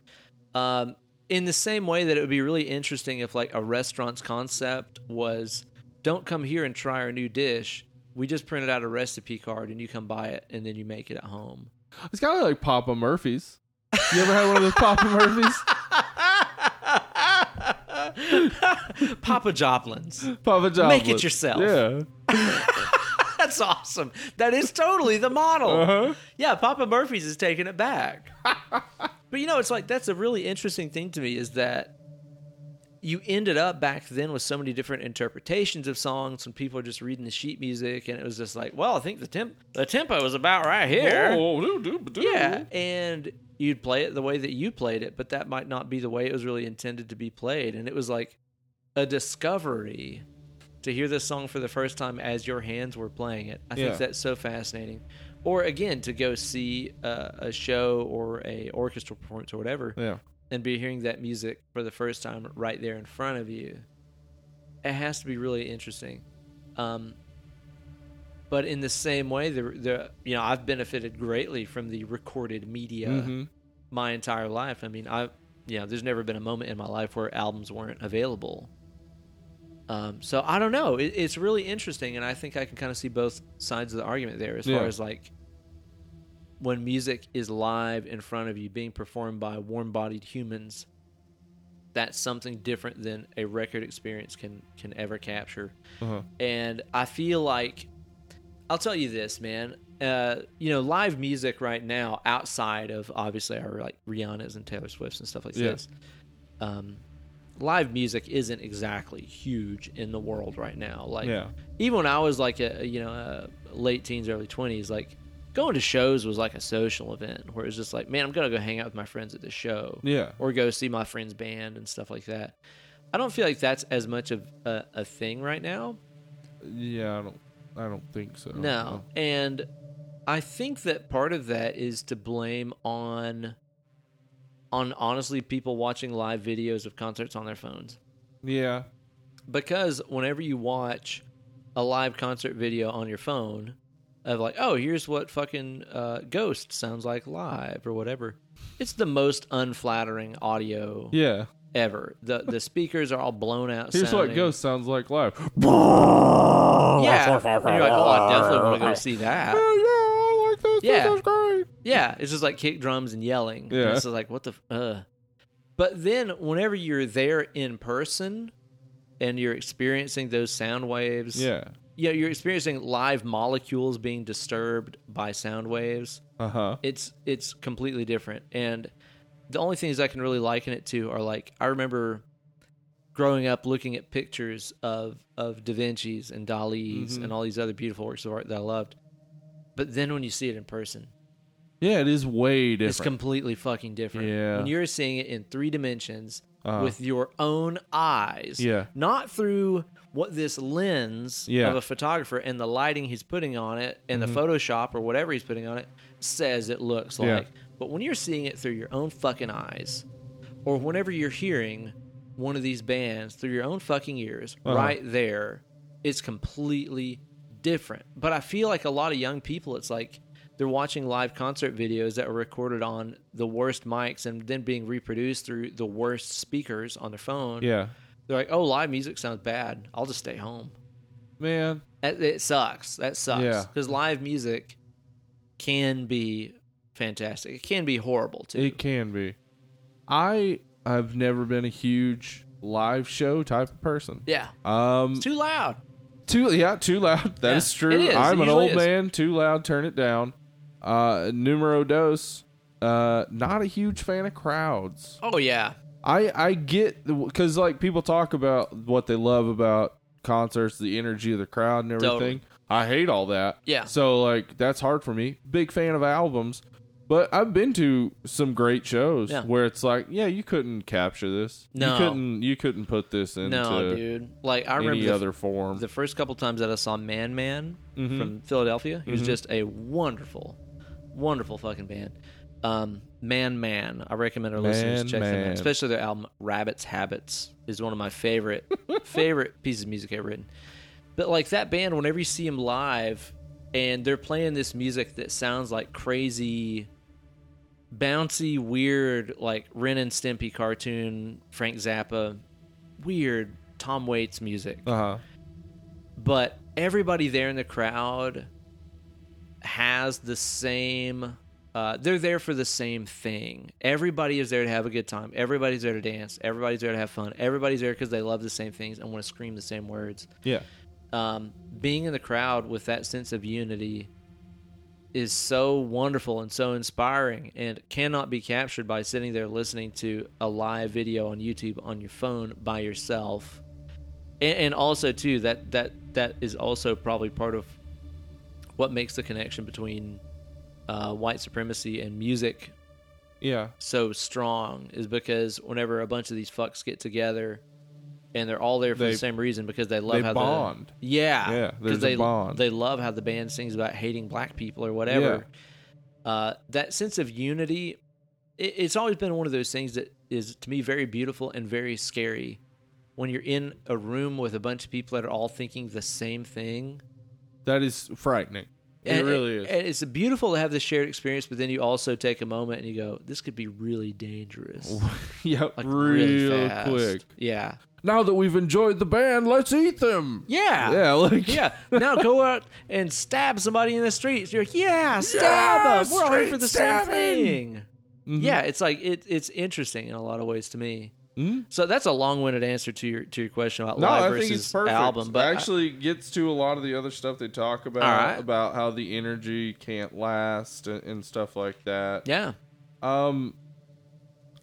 S1: Um, in the same way that it would be really interesting if like a restaurant's concept was, don't come here and try our new dish. We just printed out a recipe card and you come buy it and then you make it at home.
S2: It's kind of like Papa Murphy's. You ever had one of those Papa Murphy's?
S1: Papa Joplin's.
S2: Papa John's.
S1: Make it yourself.
S2: Yeah.
S1: That's awesome. That is totally the model.
S2: Uh-huh.
S1: Yeah, Papa Murphy's is taking it back. but you know, it's like that's a really interesting thing to me is that you ended up back then with so many different interpretations of songs when people are just reading the sheet music and it was just like, well, I think the temp the tempo is about right here.
S2: Oh, do, do, do.
S1: Yeah, and you'd play it the way that you played it, but that might not be the way it was really intended to be played. And it was like a discovery to hear this song for the first time as your hands were playing it. I
S2: Yeah.
S1: think that's so fascinating. Or again, to go see a, a show or a orchestral performance or whatever,
S2: Yeah.
S1: and be hearing that music for the first time right there in front of you. It has to be really interesting. Um, but in the same way, the, the you know I've benefited greatly from the recorded media
S2: Mhm.
S1: my entire life. I mean, I you know, there's never been a moment in my life where albums weren't available. Um, so I don't know. It, it's really interesting, and I think I can kind of see both sides of the argument there, as
S2: Yeah.
S1: far as like when music is live in front of you, being performed by warm-bodied humans. That's something different than a record experience can can ever capture
S2: Uh-huh.
S1: and I feel like I'll tell you this, man. Uh, you know, live music right now, outside of obviously our like Rihanna's and Taylor Swift's and stuff like
S2: Yeah.
S1: this, um, live music isn't exactly huge in the world right now. Like,
S2: Yeah.
S1: even when I was like a you know uh, late teens, early twenties, like going to shows was like a social event where it was just like, man, I'm gonna go hang out with my friends at the show
S2: Yeah.
S1: or go see my friend's band and stuff like that. I don't feel like that's as much of a, a thing right now.
S2: Yeah, I don't I don't think so.
S1: No. And I think that part of that is to blame on on honestly people watching live videos of concerts on their phones.
S2: Yeah.
S1: Because whenever you watch a live concert video on your phone of like, oh, here's what fucking uh, Ghost sounds like live or whatever, it's the most unflattering audio
S2: Yeah.
S1: ever. The the speakers are all blown out.
S2: Here's
S1: sounding.
S2: what Ghost sounds like live.
S1: Yeah, and you're like, oh, I definitely want to go see that.
S2: Oh, yeah, I like this.
S1: Yeah.
S2: This is great.
S1: Yeah, it's just like kick drums and yelling. And
S2: Yeah.
S1: it's just like what the f- uh. But then whenever you're there in person and you're experiencing those sound waves,
S2: Yeah.
S1: you know, you're experiencing live molecules being disturbed by sound waves.
S2: Uh huh.
S1: It's it's completely different. And the only things I can really liken it to are like I remember growing up looking at pictures of of Da Vinci's and Dali's
S2: Mm-hmm.
S1: and all these other beautiful works of art that I loved. But then when you see it in person,
S2: Yeah, it is way different.
S1: it's completely fucking different.
S2: Yeah.
S1: When you're seeing it in three dimensions
S2: Uh-huh.
S1: with your own eyes.
S2: Yeah.
S1: Not through what this lens
S2: Yeah. Mm-hmm.
S1: of a photographer and the lighting he's putting on it and the Photoshop or whatever he's putting on it says it looks
S2: Yeah.
S1: like. But when you're seeing it through your own fucking eyes, or whenever you're hearing one of these bands through your own fucking ears,
S2: Uh-huh.
S1: right there, it's completely different. But I feel like a lot of young people, it's like they're watching live concert videos that were recorded on the worst mics and then being reproduced through the worst speakers on their phone.
S2: yeah.
S1: They're like, oh, live music sounds bad. I'll just stay home.
S2: Man.
S1: That, it sucks. That sucks.
S2: Yeah.
S1: Because live music can be fantastic, it can be horrible too.
S2: It can be. I have never been a huge live show type of person.
S1: yeah.
S2: Um,
S1: It's too loud.
S2: too yeah, too loud. That is
S1: Yeah,
S2: true.
S1: it is.
S2: I'm
S1: It
S2: an
S1: usually
S2: old
S1: is.
S2: man. Too loud. Turn it down. Uh, numero dos. Uh, not a huge fan of crowds.
S1: Oh, yeah.
S2: I I get because like people talk about what they love about concerts, the energy of the crowd and everything.
S1: Totally.
S2: I hate all that.
S1: Yeah.
S2: So like that's hard for me. Big fan of albums, but I've been to some great shows
S1: Yeah.
S2: where it's like, yeah, you couldn't capture this.
S1: No.
S2: You couldn't. You couldn't put this into
S1: No, dude. Like I remember
S2: any
S1: the,
S2: other form.
S1: the first couple times that I saw Man Man
S2: Mm-hmm.
S1: from Philadelphia. He was just a wonderful, wonderful fucking band. Um, Man Man. I recommend our listeners
S2: Man
S1: check them out,
S2: Man.
S1: especially their album Rabbits Habits is one of my favorite favorite pieces of music ever written. But like that band, whenever you see them live, and they're playing this music that sounds like crazy bouncy, weird, like Ren and Stimpy cartoon, Frank Zappa, weird Tom Waits music.
S2: uh huh.
S1: But everybody there in the crowd has the same. Uh, they're there for the same thing. Everybody is there to have a good time. Everybody's there to dance. Everybody's there to have fun. Everybody's there because they love the same things and want to scream the same words
S2: Yeah.
S1: um, being in the crowd with that sense of unity is so wonderful and so inspiring and cannot be captured by sitting there listening to a live video on YouTube on your phone by yourself. And, and also too that that that is also probably part of what makes the connection between uh, white supremacy and music
S2: Yeah.
S1: so strong is because whenever a bunch of these fucks get together and they're all there for
S2: They-
S1: the same reason because they love
S2: they
S1: how
S2: bond.
S1: The, yeah,
S2: Yeah,
S1: 'cause
S2: there's a
S1: they
S2: bond.
S1: they love how the band sings about hating black people or whatever. Uh, that sense of unity, it, it's always been one of those things that is to me very beautiful and very scary. When you're in a room with a bunch of people that are all thinking the same thing,
S2: That is frightening. It really is.
S1: And it's beautiful to have this shared experience, but then you also take a moment and you go, "This could be really dangerous."
S2: yep,
S1: Like,
S2: real
S1: fast.
S2: quick.
S1: Yeah.
S2: Now that we've enjoyed the band, let's eat them.
S1: Yeah.
S2: Yeah, like
S1: Yeah. Now go out and stab somebody in the streets. You're like, yeah, stab
S2: Yeah,
S1: them. We're all here for the
S2: street stabbing."
S1: same thing.
S2: Mm-hmm.
S1: Yeah, it's like it, it's interesting in a lot of ways to me.
S2: Mm-hmm.
S1: So that's a long-winded answer to your to your question about
S2: No,
S1: live
S2: I
S1: versus
S2: think it's perfect.
S1: album. But I-
S2: actually gets to a lot of the other stuff they talk about
S1: All right.
S2: about how the energy can't last and, and stuff like that.
S1: yeah,
S2: Um,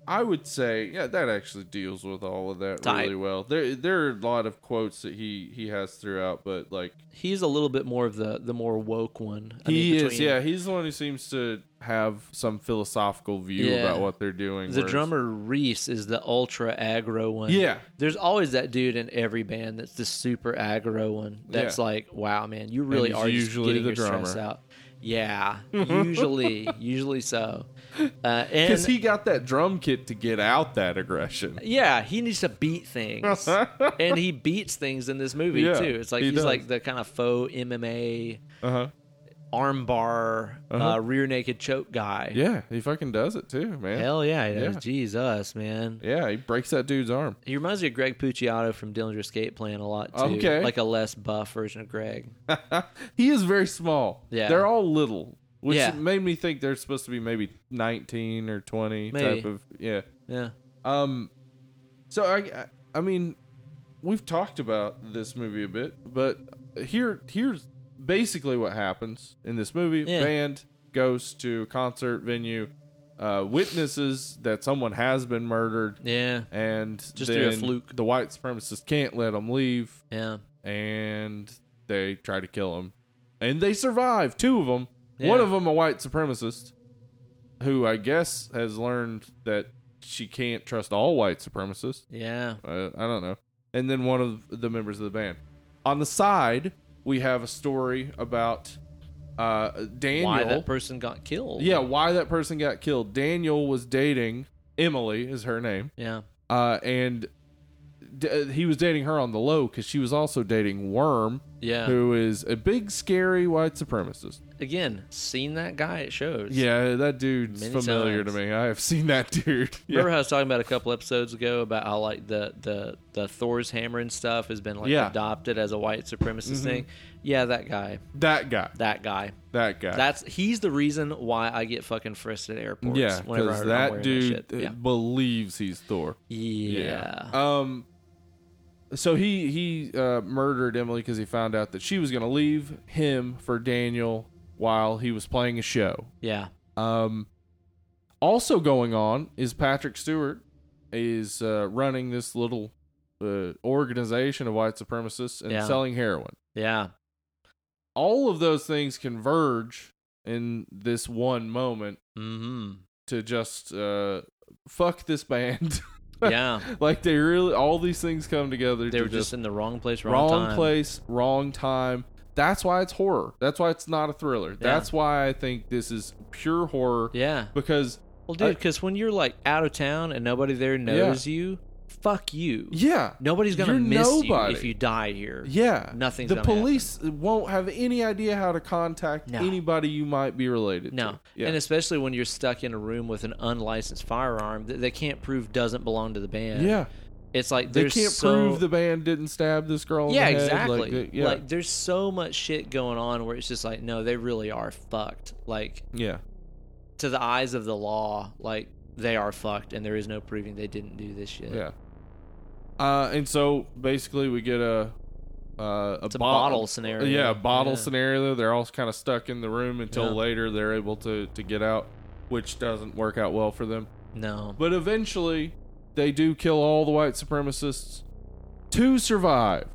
S2: I would say yeah, that actually deals with all of that
S1: Tight.
S2: really well. There there are a lot of quotes that he he has throughout, but like
S1: he's a little bit more of the the more woke one. I
S2: he
S1: mean,
S2: is
S1: between-
S2: yeah, he's the one who seems to have some philosophical view
S1: Yeah.
S2: about what they're doing.
S1: The
S2: whereas-
S1: drummer Reese is the ultra aggro one.
S2: Yeah.
S1: There's always that dude in every band that's the super aggro one. That's
S2: Yeah.
S1: like, wow, man, you really
S2: he's
S1: are just
S2: usually
S1: getting
S2: the
S1: your stress
S2: drummer.
S1: out. Yeah, usually, usually so. Uh, and
S2: because he got that drum kit to get out that aggression.
S1: yeah, he needs to beat things, and he beats things in this movie
S2: Yeah,
S1: too. It's like
S2: he
S1: he's
S2: does.
S1: like the kind of faux MMA
S2: Uh huh.
S1: armbar, uh
S2: Uh-huh.
S1: rear naked choke guy.
S2: Yeah, he fucking does it too, man.
S1: Hell yeah, he does.
S2: Yeah.
S1: Jesus, man.
S2: Yeah, he breaks that dude's arm.
S1: He reminds me of Greg Puciato from Dillinger Escape Plan a lot too.
S2: Okay.
S1: Like a less buff version of Greg.
S2: he is very small.
S1: Yeah.
S2: They're all little, which
S1: Yeah.
S2: made me think they're supposed to be maybe 19 or 20 type
S1: Maybe.
S2: of yeah.
S1: Yeah.
S2: Um so I I- I mean we've talked about this movie a bit, but here here's basically what happens in this movie.
S1: Yeah.
S2: Band goes to a concert venue, uh, witnesses that someone has been murdered
S1: Yeah.
S2: and
S1: Just through a
S2: then
S1: fluke.
S2: the white supremacists can't let them leave
S1: Yeah.
S2: and they try to kill him. And they survive, two of them. One
S1: Yeah.
S2: of them a white supremacist who I guess has learned that she can't trust all white supremacists.
S1: Yeah.
S2: Uh, I don't know. And then one of the members of the band. On the side, we have a story about uh, Daniel.
S1: Why that person got killed.
S2: yeah, why that person got killed. Daniel was dating Emily, is her name
S1: Yeah.
S2: uh, and d- uh, he was dating her on the low because she was also dating Worm,
S1: Yeah.
S2: who is a big, scary white supremacist.
S1: Again, seen that guy at shows.
S2: Yeah, that dude's
S1: Many
S2: familiar
S1: times.
S2: to me. I have seen that dude.
S1: Remember
S2: Yeah.
S1: how I was talking about a couple episodes ago about how like the the the Thor's hammer and stuff has been like
S2: Yeah. Mm-hmm.
S1: adopted as a white supremacist thing? Yeah, that guy.
S2: That guy.
S1: That guy.
S2: That guy.
S1: That's he's the reason why I get fucking fristed at airports.
S2: yeah,
S1: whenever
S2: because
S1: I'm
S2: that
S1: wearing
S2: dude uh,
S1: shit. Yeah.
S2: believes he's Thor.
S1: yeah.
S2: Um. So he he uh, murdered Emily because he found out that she was going to leave him for Daniel while he was playing a show.
S1: Yeah.
S2: Um, also going on is Patrick Stewart is uh, running this little uh, organization of white supremacists and
S1: Yeah.
S2: selling heroin.
S1: Yeah.
S2: All of those things converge in this one moment
S1: hmm
S2: to just uh, fuck this band.
S1: Yeah.
S2: like they really, all these things come together.
S1: They
S2: to
S1: were just in the wrong place, wrong,
S2: wrong,
S1: time.
S2: place, wrong time. That's why it's horror. That's why it's not a thriller. That's why I think this is pure horror
S1: Yeah.
S2: because
S1: Well, dude, because when you're like out of town and nobody there knows you, fuck you.
S2: yeah,
S1: Nobody's gonna
S2: You're
S1: miss
S2: nobody.
S1: you if you die here.
S2: Yeah.
S1: Nothing's
S2: The
S1: gonna happen.
S2: police won't have any idea how to contact
S1: No.
S2: anybody you might be related to.
S1: No,
S2: Yeah.
S1: and especially when you're stuck in a room with an unlicensed firearm that they can't prove doesn't belong to the band.
S2: yeah.
S1: it's like
S2: They
S1: there's
S2: can't
S1: so-
S2: prove the band didn't stab this girl. in
S1: Yeah,
S2: the head.
S1: exactly.
S2: Like,
S1: Like,
S2: they- yeah.
S1: there's so much shit going on where it's just like, no, they really are fucked. Like
S2: yeah.
S1: to the eyes of the law, like they are fucked, and there is no proving they didn't do this shit.
S2: Yeah. Uh, and so basically we get a uh, a,
S1: It's a
S2: bot-
S1: bottle scenario.
S2: Yeah, a bottle
S1: Yeah.
S2: scenario. They're all kind of stuck in the room until
S1: Yeah.
S2: later they're able to to get out, which doesn't work out well for them.
S1: No.
S2: But eventually, they do kill all the white supremacists. Two survive.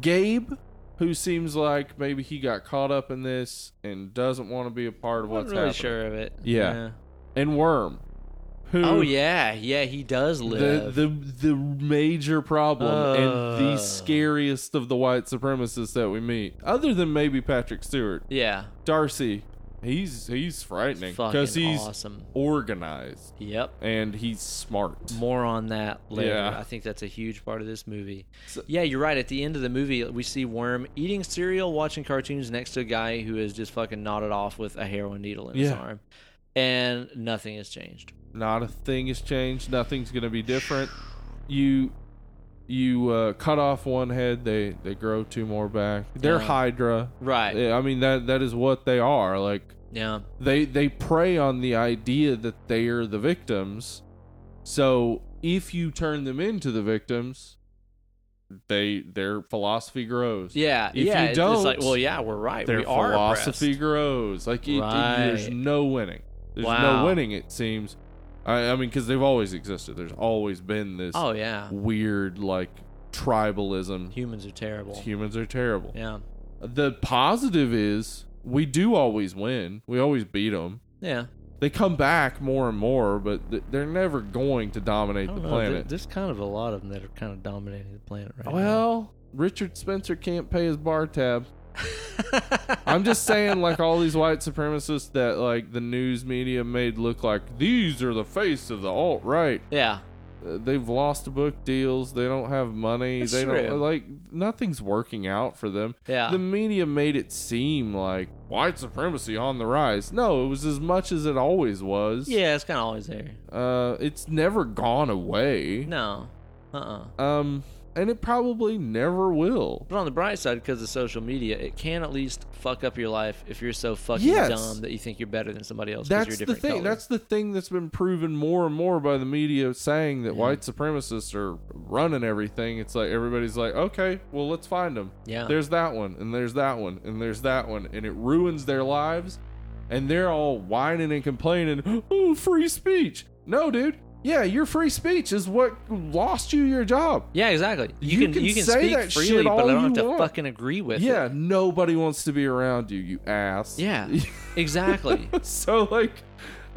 S2: Gabe, who seems like maybe he got caught up in this and doesn't want to be a part of
S1: I'm not
S2: what's
S1: really
S2: happening.
S1: sure of it.
S2: Yeah. And Worm, who
S1: Oh yeah, yeah, he does
S2: the
S1: live.
S2: the the major problem and the
S1: Uh.
S2: scariest of the white supremacists that we meet, other than maybe Patrick Stewart,
S1: yeah.
S2: Darcy, He's he's frightening
S1: Fucking
S2: because he's
S1: awesome.
S2: organized
S1: Yep.
S2: and he's smart.
S1: More on that later.
S2: Yeah.
S1: I think that's a huge part of this movie.
S2: So-
S1: yeah, you're right. At the end of the movie, we see Worm eating cereal, watching cartoons next to a guy who is just fucking knotted off with a heroin needle in his
S2: Yeah.
S1: arm. And nothing has changed.
S2: Not a thing has changed. Nothing's gonna be different. You you uh, cut off one head, they they grow two more back. They're
S1: Yeah.
S2: Hydra.
S1: Right.
S2: Yeah, I mean that that is what they are. Like
S1: yeah.
S2: they they prey on the idea that they are the victims. So if you turn them into the victims, they their philosophy grows.
S1: Yeah,
S2: If
S1: yeah.
S2: you
S1: it's- it's like,
S2: don't,
S1: well, yeah, we're right.
S2: their
S1: we are
S2: philosophy
S1: oppressed.
S2: grows. Like it, it- there's
S1: Right.
S2: no winning. There's
S1: Wow.
S2: no winning. It seems. I, I mean, because they've always existed. There's always been this
S1: Oh yeah,
S2: weird like tribalism.
S1: humans are terrible.
S2: Humans are terrible.
S1: Yeah,
S2: The positive is we do always win. We always beat them.
S1: yeah.
S2: They come back more and more, but th- they're never going to
S1: I
S2: dominate the
S1: don't know. There-
S2: planet.
S1: There's kind of a lot of them that are kind of dominating the planet right now.
S2: well, Richard Spencer can't pay his bar tab.
S1: Well,
S2: I'm just saying, like all these white supremacists that like the news media made look like these are the face of the alt right.
S1: yeah,
S2: They've lost book deals. They don't have money.
S1: That's
S2: they
S1: true.
S2: don't like nothing's working out for them.
S1: yeah.
S2: The media made it seem like white supremacy on the rise. No, it was as much as it always was.
S1: yeah, it's kind of always there.
S2: Uh, it's never gone away.
S1: No, uh-uh.
S2: Um, and it probably never will.
S1: But on the bright side, because of social media, it can at least fuck up your life if you're so fucking
S2: Yes.
S1: dumb that you think you're better than somebody else. 'cause you're
S2: That's
S1: a
S2: the
S1: different
S2: thing.
S1: color.
S2: That's the thing that's been proven more and more by the media saying that
S1: Yeah.
S2: white supremacists are running everything. It's like everybody's like, okay, well, let's find them.
S1: yeah.
S2: There's that one, and there's that one, and there's that one, and it ruins their lives. And they're all whining and complaining, oh, free speech. No, dude. Yeah, your free speech is what lost you your job.
S1: Yeah, exactly. You,
S2: You
S1: can,
S2: can
S1: you can
S2: say
S1: speak
S2: that shit
S1: freely, but I
S2: all
S1: don't have
S2: you
S1: to
S2: want.
S1: fucking agree with it.
S2: Yeah, nobody wants to be around you, you ass.
S1: Yeah. Exactly.
S2: so like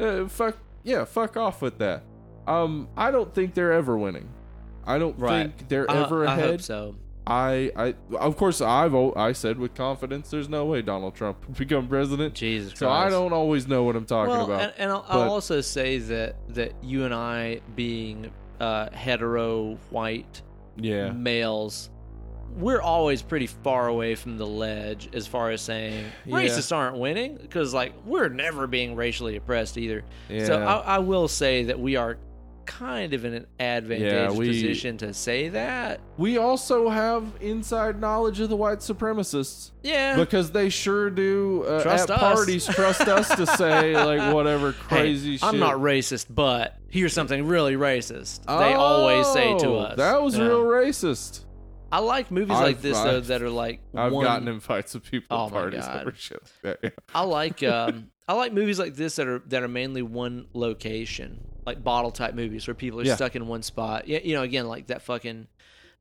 S2: uh, fuck yeah fuck off with that um i don't think they're ever winning i don't
S1: Right.
S2: think they're
S1: I-
S2: ever
S1: I,
S2: ahead
S1: hope so.
S2: I, I of course i've al- i said with confidence there's no way donald trump would become president
S1: Jesus Christ.
S2: so i don't always know what i'm talking
S1: well,
S2: about
S1: And, and I'll,
S2: but-
S1: I'll also say that that you and I, being uh, hetero white
S2: yeah
S1: Mm, males, we're always pretty far away from the ledge as far as saying
S2: Yeah.
S1: racists aren't winning because like we're never being racially oppressed either.
S2: yeah
S1: So I, I will say that we are kind of in an advantageous
S2: we-
S1: position to say that.
S2: we also have inside knowledge of the white supremacists
S1: Yeah.
S2: because they sure do uh,
S1: Trust
S2: at
S1: us.
S2: parties trust us to say like whatever
S1: Hey,
S2: crazy shit
S1: I'm not racist, but here's something really racist. They always say to
S2: Oh,
S1: us.
S2: That was
S1: Yeah.
S2: real racist.
S1: I like movies like
S2: I've-
S1: this though
S2: I've-
S1: that are like
S2: I've
S1: one.
S2: gotten in fights with people
S1: Oh
S2: at
S1: my
S2: parties
S1: God.
S2: over shit. like that.
S1: I like um, I like movies like this that are that are mainly one location, like bottle type movies where people are
S2: Yeah.
S1: stuck in one spot. Yeah, you know, again, like that fucking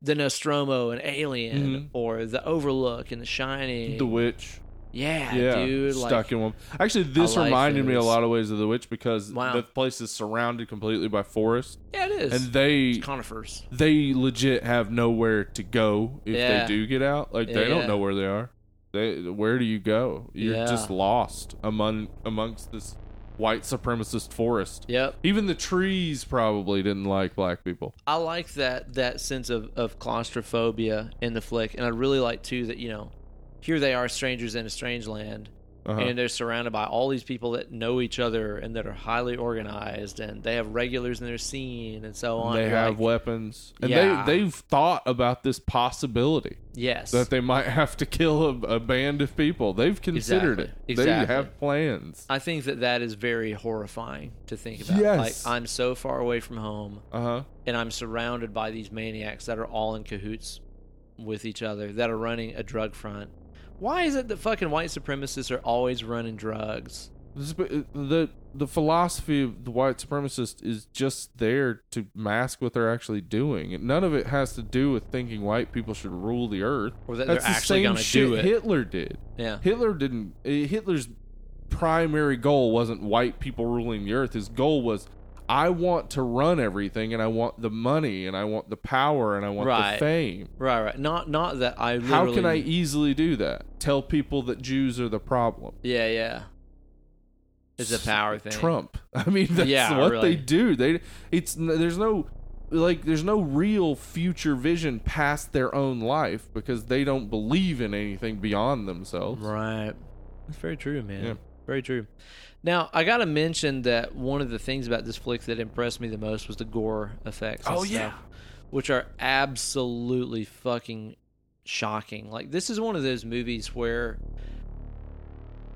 S1: the Nostromo and Alien
S2: Mhm.
S1: or the Overlook and The Shining.
S2: The Witch.
S1: yeah,
S2: Yeah,
S1: dude,
S2: stuck
S1: like
S2: in one. Actually, this
S1: I like
S2: reminded me a
S1: those.
S2: lot of ways of The Witch because
S1: Wow.
S2: the place is surrounded completely by forest,
S1: yeah, it is.
S2: and they
S1: conifers.
S2: they legit have nowhere to go if
S1: Yeah.
S2: they do get out. Like
S1: Yeah,
S2: they
S1: yeah.
S2: don't know where they are. They where do you go? You're
S1: Yeah.
S2: just lost among amongst this white supremacist forest.
S1: Yep,
S2: Even the trees probably didn't like black people.
S1: I like that that sense of, of claustrophobia in the flick, and I really like too that you know, here they are, strangers in a strange land,
S2: Uh-huh.
S1: and they're surrounded by all these people that know each other and that are highly organized, and they have regulars in their scene and so on.
S2: They
S1: You're
S2: have
S1: like,
S2: weapons, and
S1: Yeah.
S2: they they've thought about this possibility
S1: yes,
S2: that they might have to kill a, a band of people. They've considered
S1: Exactly.
S2: it. They
S1: Exactly.
S2: have plans.
S1: I think that that is very horrifying to think about.
S2: Yes.
S1: Like I'm so far away from home,
S2: Uh huh.
S1: and I'm surrounded by these maniacs that are all in cahoots with each other that are running a drug front. Why is it that fucking white supremacists are always running drugs?
S2: The the philosophy of the white supremacist is just there to mask what they're actually doing. And None of it has to do with thinking white people should rule the earth.
S1: Or that
S2: That's
S1: they're
S2: the
S1: actually
S2: same
S1: going to
S2: shit
S1: do it.
S2: Hitler did.
S1: Yeah.
S2: Hitler didn't. uh, Hitler's primary goal wasn't white people ruling the earth. His goal was, I want to run everything, and I want the money, and I want the power, and I want
S1: Right.
S2: the fame.
S1: Right, right. Not not that I literally
S2: How can I easily do that? Tell people that Jews are the problem.
S1: Yeah, yeah. It's a power thing.
S2: Trump. I mean, that's
S1: Yeah,
S2: what
S1: really.
S2: they do. They it's n- there's no like there's no real future vision past their own life because they don't believe in anything beyond themselves.
S1: Right. That's very true, man.
S2: Yeah.
S1: Very true. Now, I got to mention that one of the things about this flick that impressed me the most was the gore effects. and
S2: Oh, yeah.
S1: stuff, Which are absolutely fucking shocking. Like, this is one of those movies where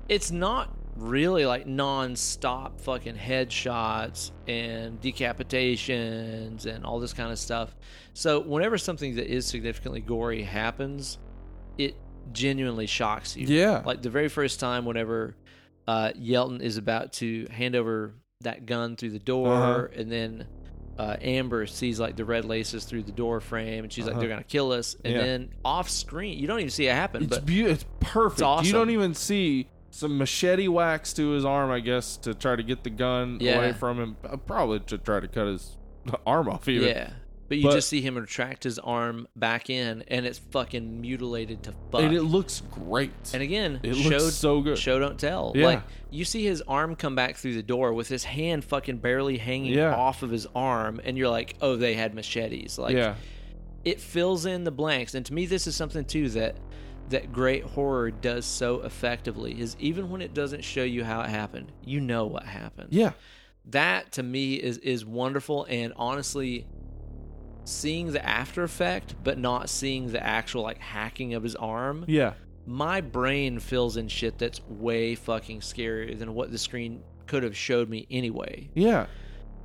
S1: it's not really like non-stop fucking headshots and decapitations and all this kind of stuff so whenever something that is significantly gory happens it genuinely shocks you
S2: Yeah.
S1: like the very first time whenever uh, Yelton is about to hand over that gun through the door,
S2: Uh-huh.
S1: and then uh, Amber sees like the red laces through the door frame, and she's like,
S2: Uh-huh.
S1: "They're gonna kill us." And
S2: Yeah.
S1: then off screen, you don't even see it happen,
S2: it's
S1: but
S2: beau- it's perfect. You
S1: awesome.
S2: don't even see some machete wax to his arm, I guess, to try to get the gun
S1: Yeah.
S2: away from him. Uh, Probably to try to cut his arm off even.
S1: yeah. But you
S2: But-
S1: just see him retract his arm back in, and it's fucking mutilated to fuck.
S2: And it looks great.
S1: And again,
S2: it
S1: showed
S2: looks so good.
S1: show don't tell.
S2: Yeah.
S1: Like you see his arm come back through the door with his hand fucking barely hanging
S2: Yeah.
S1: off of his arm, and you're like, oh, they had machetes. Like
S2: yeah.
S1: it fills in the blanks, and to me, this is something too that that great horror does so effectively is even when it doesn't show you how it happened, you know what happened
S2: Yeah.
S1: that to me is is wonderful and honestly seeing the after effect but not seeing the actual like hacking of his arm
S2: Yeah.
S1: my brain fills in shit that's way fucking scarier than what the screen could have showed me anyway
S2: Yeah.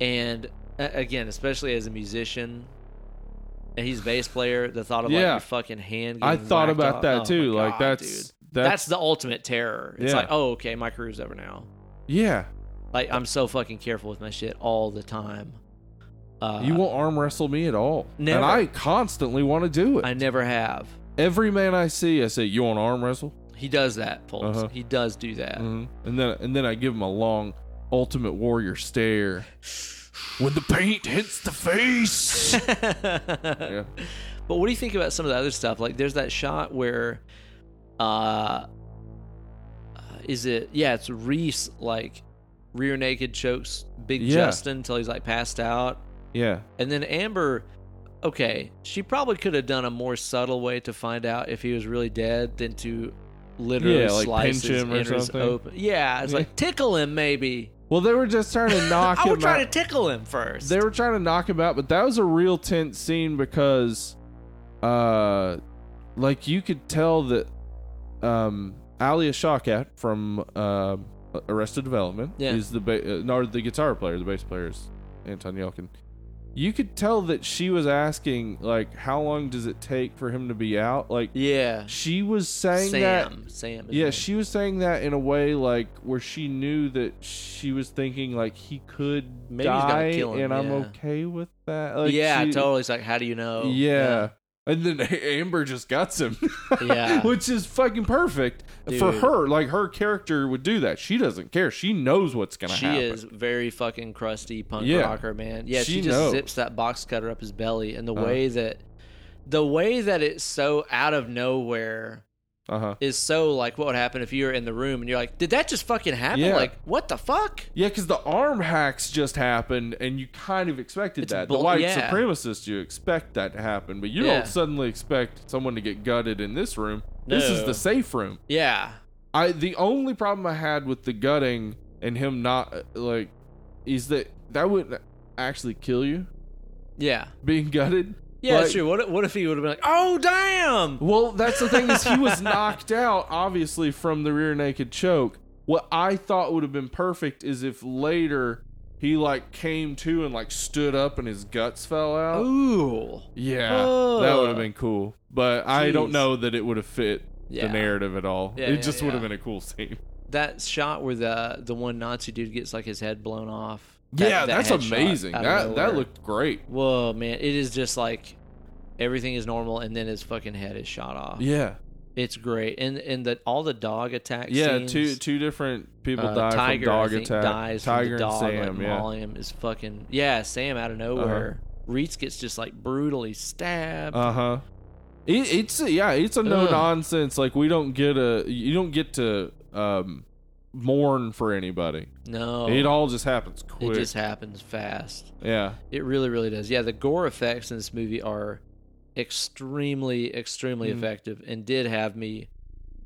S1: and a- again especially as a musician and he's a bass player the thought of like
S2: Yeah.
S1: your fucking hand
S2: I
S1: getting
S2: thought
S1: whacked
S2: about
S1: off-
S2: that
S1: oh
S2: too.
S1: my
S2: like
S1: God,
S2: that's,
S1: dude.
S2: that's
S1: that's the ultimate terror it's
S2: Yeah.
S1: like oh okay my career's over now
S2: yeah.
S1: like I'm so fucking careful with my shit all the time. Uh,
S2: you won't arm wrestle me at all.
S1: Never.
S2: And I constantly want to do it.
S1: I never have.
S2: Every man I see, I say, "You want to arm wrestle?"
S1: He does that, folks.
S2: Uh-huh.
S1: He does do that.
S2: Mhm. And then and then I give him a long Ultimate Warrior stare. When the paint hits the face. yeah.
S1: But what do you think about some of the other stuff? Like, there's that shot where, uh, uh, is it? Yeah, it's Reese like rear naked chokes Big
S2: Yeah.
S1: Justin till he's like passed out,
S2: Yeah.
S1: and then Amber. Okay, she probably could have done a more subtle way to find out if he was really dead than to literally
S2: Yeah, like
S1: slice
S2: pinch
S1: his
S2: him or
S1: innards
S2: something.
S1: open. Yeah, it's
S2: Yeah.
S1: like tickle him maybe.
S2: Well, they were just trying to knock
S1: I
S2: him
S1: would try to
S2: out.
S1: tickle him first.
S2: they were trying to knock him out, but that was a real tense scene because, uh, like you could tell that, um, Alia Shawkat from um Arrested Development
S1: Yeah.
S2: is the ba- uh, no, the guitar player, the bass player is Anton Yelkin. You could tell that she was asking like, how long does it take for him to be out? Like
S1: yeah.
S2: she was saying that
S1: Sam. Sam. is
S2: yeah,
S1: it.
S2: she was saying that in a way like where she knew that she was thinking like he could
S1: Maybe he's gonna
S2: die,
S1: kill him,
S2: and I'm
S1: yeah.
S2: okay with that. Like,
S1: yeah,
S2: she-
S1: totally. It's like, how do you know?
S2: Yeah. And then Amber just guts him,
S1: Yeah.
S2: which is fucking perfect for
S1: Dude.
S2: her. Like her character would do that. She doesn't care. She knows what's gonna
S1: She
S2: happen.
S1: is very fucking crusty punk
S2: Yeah.
S1: rocker, man. Yeah, she,
S2: She
S1: just
S2: knows.
S1: zips that box cutter up his belly, and the
S2: Uh-huh.
S1: way that, the way that it's so out of nowhere
S2: Uh huh.
S1: is so like what would happen if you were in the room and you're like, did that just fucking happen?
S2: Yeah.
S1: Like, what the fuck?
S2: Yeah, because the arm hacks just happened, and you kind of expected
S1: It's
S2: that.
S1: bl-
S2: the white
S1: yeah.
S2: supremacist, you expect that to happen, but you
S1: Yeah.
S2: don't suddenly expect someone to get gutted in this room. This is
S1: No.
S2: the safe room.
S1: Yeah,
S2: I the only problem I had with the gutting and him not uh, like is that that would actually kill you
S1: yeah,
S2: being gutted.
S1: yeah. that's
S2: Like-
S1: true. What if- what if he would have been like, oh damn?
S2: Well, that's the thing is he was knocked out obviously from the rear naked choke. What I thought would have been perfect is if later he like came to and like stood up and his guts fell out.
S1: Ooh.
S2: Yeah, that would
S1: Ugh.
S2: have been cool. But I
S1: Jeez.
S2: don't know that it would have fit
S1: Yeah.
S2: the narrative at all.
S1: Yeah,
S2: it
S1: yeah,
S2: just would have
S1: yeah.
S2: been a cool scene.
S1: That shot where the the one Nazi dude gets like his head blown off. That-
S2: yeah,
S1: that
S2: that's
S1: headshot
S2: amazing.
S1: out of
S2: That
S1: nowhere.
S2: that looked great.
S1: Whoa, man! It is just like everything is normal, and then his fucking head is shot off.
S2: Yeah,
S1: It's great, and and the all the dog attacks.
S2: yeah.
S1: scenes,
S2: Two two different people
S1: uh,
S2: died
S1: Tiger,
S2: from dog
S1: I think,
S2: attack.
S1: Dies
S2: Tiger
S1: from the dog,
S2: and Sam.
S1: like,
S2: yeah, Uh-huh.
S1: mauling him is fucking yeah. Sam out of nowhere. Reitz gets just like brutally stabbed.
S2: uh huh. It, it's yeah, it's a no
S1: Ugh.
S2: nonsense. Like we don't get a you don't get to um mourn for anybody.
S1: No,
S2: It all just happens quick.
S1: Oh. it just happens fast.
S2: yeah.
S1: It really, really does. Yeah, the gore effects in this movie are extremely, extremely
S2: Mm.
S1: effective and did have me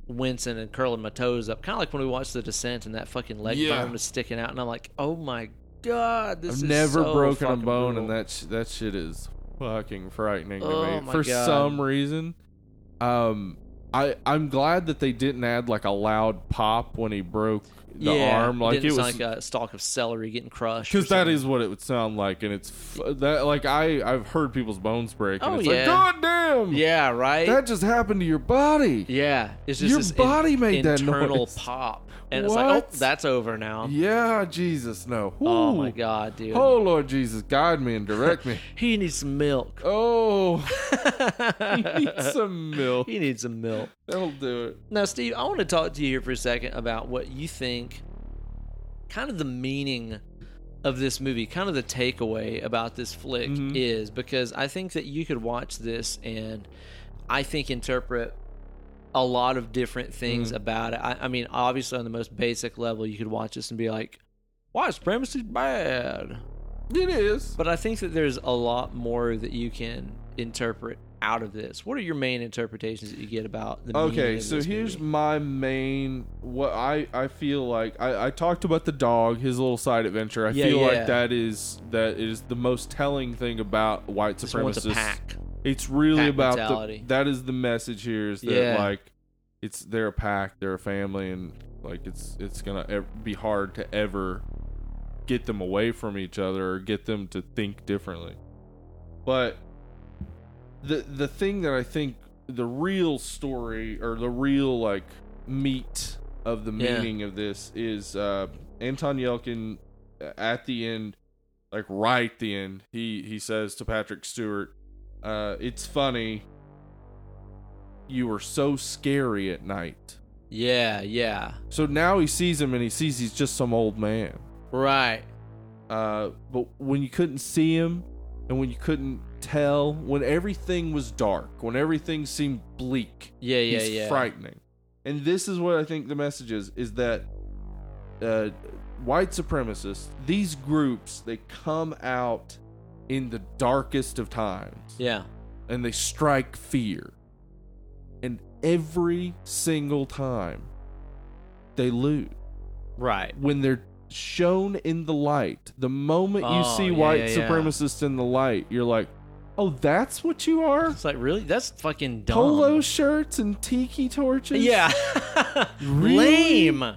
S1: wincing and curling my toes up. Kind of like when we watched The Descent and that fucking leg
S2: Yeah.
S1: bone was sticking out. And I'm like, oh my God, this is
S2: I've never
S1: so
S2: broken a
S1: fucking
S2: bone,
S1: brutal.
S2: and that sh- that shit is fucking frightening
S1: Oh
S2: to me
S1: my
S2: for
S1: God.
S2: some reason. Um, I I'm glad that they didn't add like a loud pop when he broke the
S1: yeah,
S2: arm, like
S1: didn't
S2: it was
S1: sound like a stalk of celery getting crushed. or
S2: because that
S1: something.
S2: is what it would sound like, and it's f- that like I I've heard people's bones break, and
S1: Oh,
S2: it's
S1: yeah.
S2: like God damn,
S1: yeah, right.
S2: that just happened to your body.
S1: yeah, it's just
S2: Your
S1: this in-
S2: body made that
S1: internal
S2: noise.
S1: pop, and it's like,
S2: What?
S1: oh, that's over now.
S2: Yeah, Jesus, no.
S1: Oh
S2: Ooh.
S1: my God, dude.
S2: Oh Lord Jesus, guide me and direct me.
S1: He needs some milk.
S2: Oh, he needs some milk.
S1: He needs some milk.
S2: That'll do it.
S1: Now, Steve, I want to talk to you here for a second about what you think, kind of the meaning of this movie, kind of the takeaway about this flick
S2: Mhm.
S1: is, because I think that you could watch this and I think interpret a lot of different things
S2: Mhm.
S1: about it. I, I mean, obviously, on the most basic level, you could watch this and be like, white supremacy's bad.
S2: It is.
S1: But I think that there's a lot more that you can interpret out of this. What are your main interpretations that you get about the meaning
S2: Okay,
S1: of
S2: so
S1: this
S2: here's
S1: movie?
S2: my main what I I feel like I, I talked about the dog, his little side adventure. I
S1: Yeah,
S2: feel
S1: yeah.
S2: like that is that is the most telling thing about white
S1: this one's a
S2: supremacists.
S1: pack.
S2: It's really
S1: pack
S2: about the,
S1: mentality.
S2: that is the message here is that
S1: Yeah.
S2: like it's they're a pack, they're a family, and like it's it's gonna ev- be hard to ever get them away from each other or get them to think differently. But the the thing that I think the real story or the real like meat of the
S1: Yeah.
S2: meaning of this is uh, Anton Yelkin uh, at the end, like right at the end, he he says to Patrick Stewart, uh, "It's funny. You were so scary at night."
S1: Yeah, yeah.
S2: So now he sees him and he sees he's just some old man.
S1: Right.
S2: Uh, but when you couldn't see him and when you couldn't tell, when everything was dark, when everything seemed bleak,
S1: Yeah, yeah,
S2: he's
S1: yeah.
S2: frightening. And this is what I think the message is is that uh, white supremacists, these groups, they come out in the darkest of times
S1: Yeah.
S2: and they strike fear. And every single time they lose
S1: Right.
S2: when they're shown in the light, the moment you
S1: Oh,
S2: see
S1: yeah,
S2: white
S1: yeah, yeah.
S2: supremacists in the light, you're like, "Oh, that's what you are."
S1: It's like really that's fucking dumb.
S2: Polo shirts and tiki torches.
S1: Yeah.
S2: Really?
S1: Lame.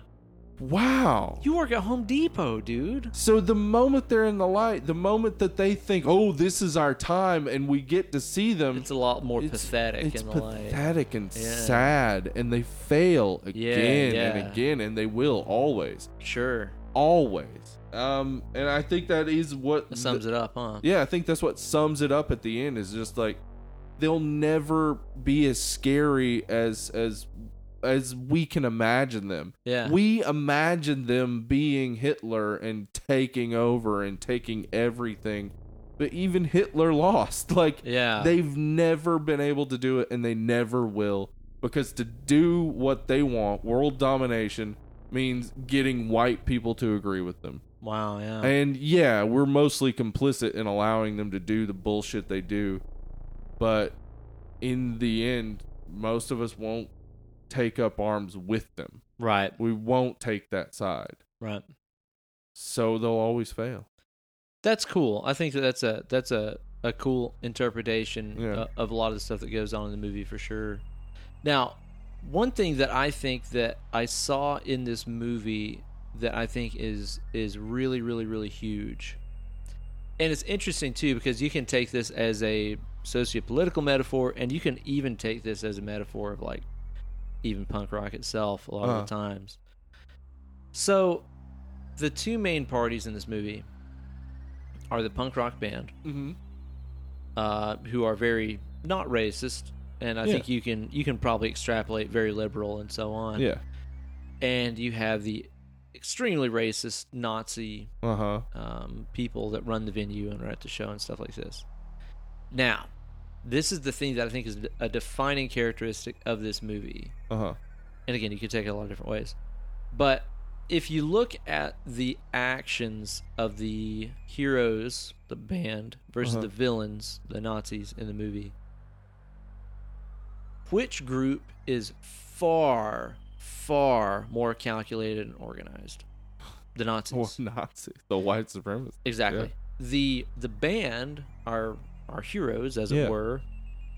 S2: Wow.
S1: You work at Home Depot, dude.
S2: So the moment they're in the light, the moment that they think, "Oh, this is our time," and we get to see them,
S1: It's a lot more
S2: Um, it's-
S1: pathetic
S2: it's
S1: in the light.
S2: pathetic and
S1: Yeah.
S2: sad, and they fail again
S1: yeah.
S2: and again, and they will always,
S1: Sure.
S2: always. Um, and I think that is what
S1: That
S2: the-
S1: sums it up, huh?
S2: yeah i think that's what sums it up at the end is just like they'll never be as scary as as as we can imagine them
S1: Yeah.
S2: we imagine them being hitler and taking over and taking everything but even hitler lost like
S1: yeah.
S2: they've never been able to do it and they never will because to do what they want world domination means getting white people to agree with them
S1: wow, yeah.
S2: and yeah, we're mostly complicit in allowing them to do the bullshit they do. But in the end, most of us won't take up arms with them.
S1: right.
S2: We won't take that side.
S1: Right.
S2: So they'll always fail.
S1: that's cool. I think that that's a that's a, a cool interpretation
S2: Yeah.
S1: uh, of a lot of the stuff that goes on in the movie for sure. Now, one thing that I think that I saw in this movie that I think is is really really really huge. And it's interesting too because you can take this as a sociopolitical metaphor and you can even take this as a metaphor of like even punk rock itself a lot
S2: Uh-huh.
S1: of the times. So the two main parties in this movie are the punk rock band,
S2: Mm-hmm.
S1: uh, who are very not racist, and I
S2: Yeah.
S1: think you can you can probably extrapolate very liberal and so on.
S2: Yeah.
S1: And you have the extremely racist Nazi
S2: Uh huh.
S1: um, people that run the venue and are at the show and stuff like this. Now, this is the thing that I think is a defining characteristic of this movie
S2: Uh huh.
S1: and again, you could take it a lot of different ways. But if you look at the actions of the heroes, the band, versus
S2: Uh-huh.
S1: the villains, the Nazis in the movie, which group is far, far more calculated and organized? The Nazis.
S2: Well, Nazi, the white supremacist.
S1: Exactly. The the band, our our heroes, as
S2: Yeah.
S1: it were,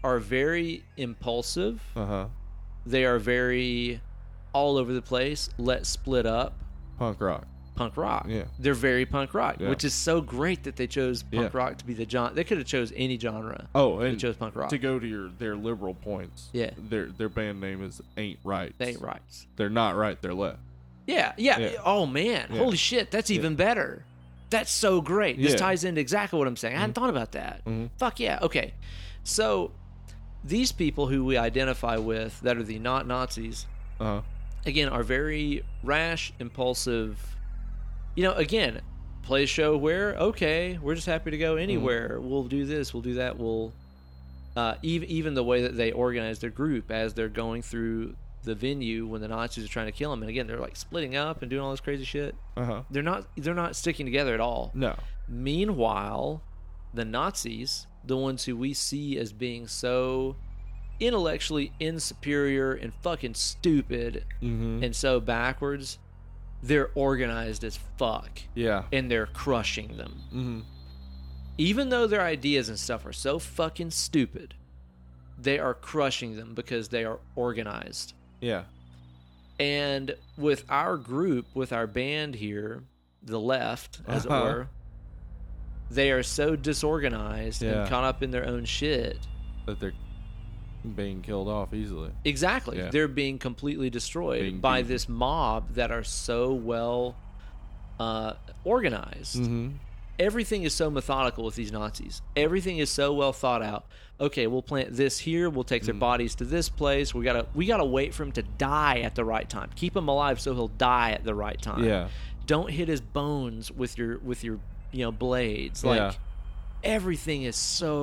S1: are very impulsive.
S2: Uh huh.
S1: They are very all over the place. Let's split up.
S2: Punk rock.
S1: Punk rock.
S2: Yeah.
S1: They're very punk rock,
S2: Yeah.
S1: which is so great that they chose punk
S2: Yeah.
S1: rock to be the genre. They could have chose any genre.
S2: Oh,
S1: They
S2: and
S1: chose punk rock.
S2: to go to your their liberal points.
S1: Yeah.
S2: Their their band name is Ain't Right.
S1: They ain't rights.
S2: They're not right. They're left.
S1: Yeah, yeah.
S2: Yeah.
S1: Oh man,
S2: Yeah.
S1: holy shit, that's even better. That's so great. This
S2: Yeah.
S1: ties into exactly what I'm saying. I hadn't thought about that.
S2: Mhm.
S1: Fuck yeah. Okay, so these people who we identify with that are the not Nazis
S2: Uh huh.
S1: again are very rash, impulsive. You know, again, play a show where okay, we're just happy to go anywhere. We'll do this. We'll do that. We'll uh, even even the way that they organize their group as they're going through the venue when the Nazis are trying to kill them, and again they're like splitting up and doing all this crazy shit.
S2: Uh huh.
S1: They're not they're not sticking together at all.
S2: No.
S1: Meanwhile, the Nazis, the ones who we see as being so intellectually insuperior and fucking stupid
S2: Mm-hmm.
S1: and so backwards, they're organized as fuck
S2: Yeah.
S1: and they're crushing them.
S2: Mm-hmm.
S1: Even though their ideas and stuff are so fucking stupid, they are crushing them because they are organized.
S2: Yeah.
S1: And with our group, with our band here, the left, as
S2: Uh-huh.
S1: it were, they are so disorganized
S2: Yeah.
S1: and caught up in their own shit.
S2: That they're being killed off easily.
S1: Exactly.
S2: Yeah.
S1: They're being completely destroyed
S2: Being
S1: by
S2: beaten.
S1: this mob that are so well uh, organized.
S2: Mm-hmm.
S1: Everything is so methodical with these Nazis. Everything is so well thought out. Okay, we'll plant this here. We'll take their
S2: Mm.
S1: bodies to this place. We gotta we gotta wait for him to die at the right time. Keep him alive so he'll die at the right time.
S2: Yeah.
S1: Don't hit his bones with your with your you know blades. Like
S2: Yeah.
S1: everything is so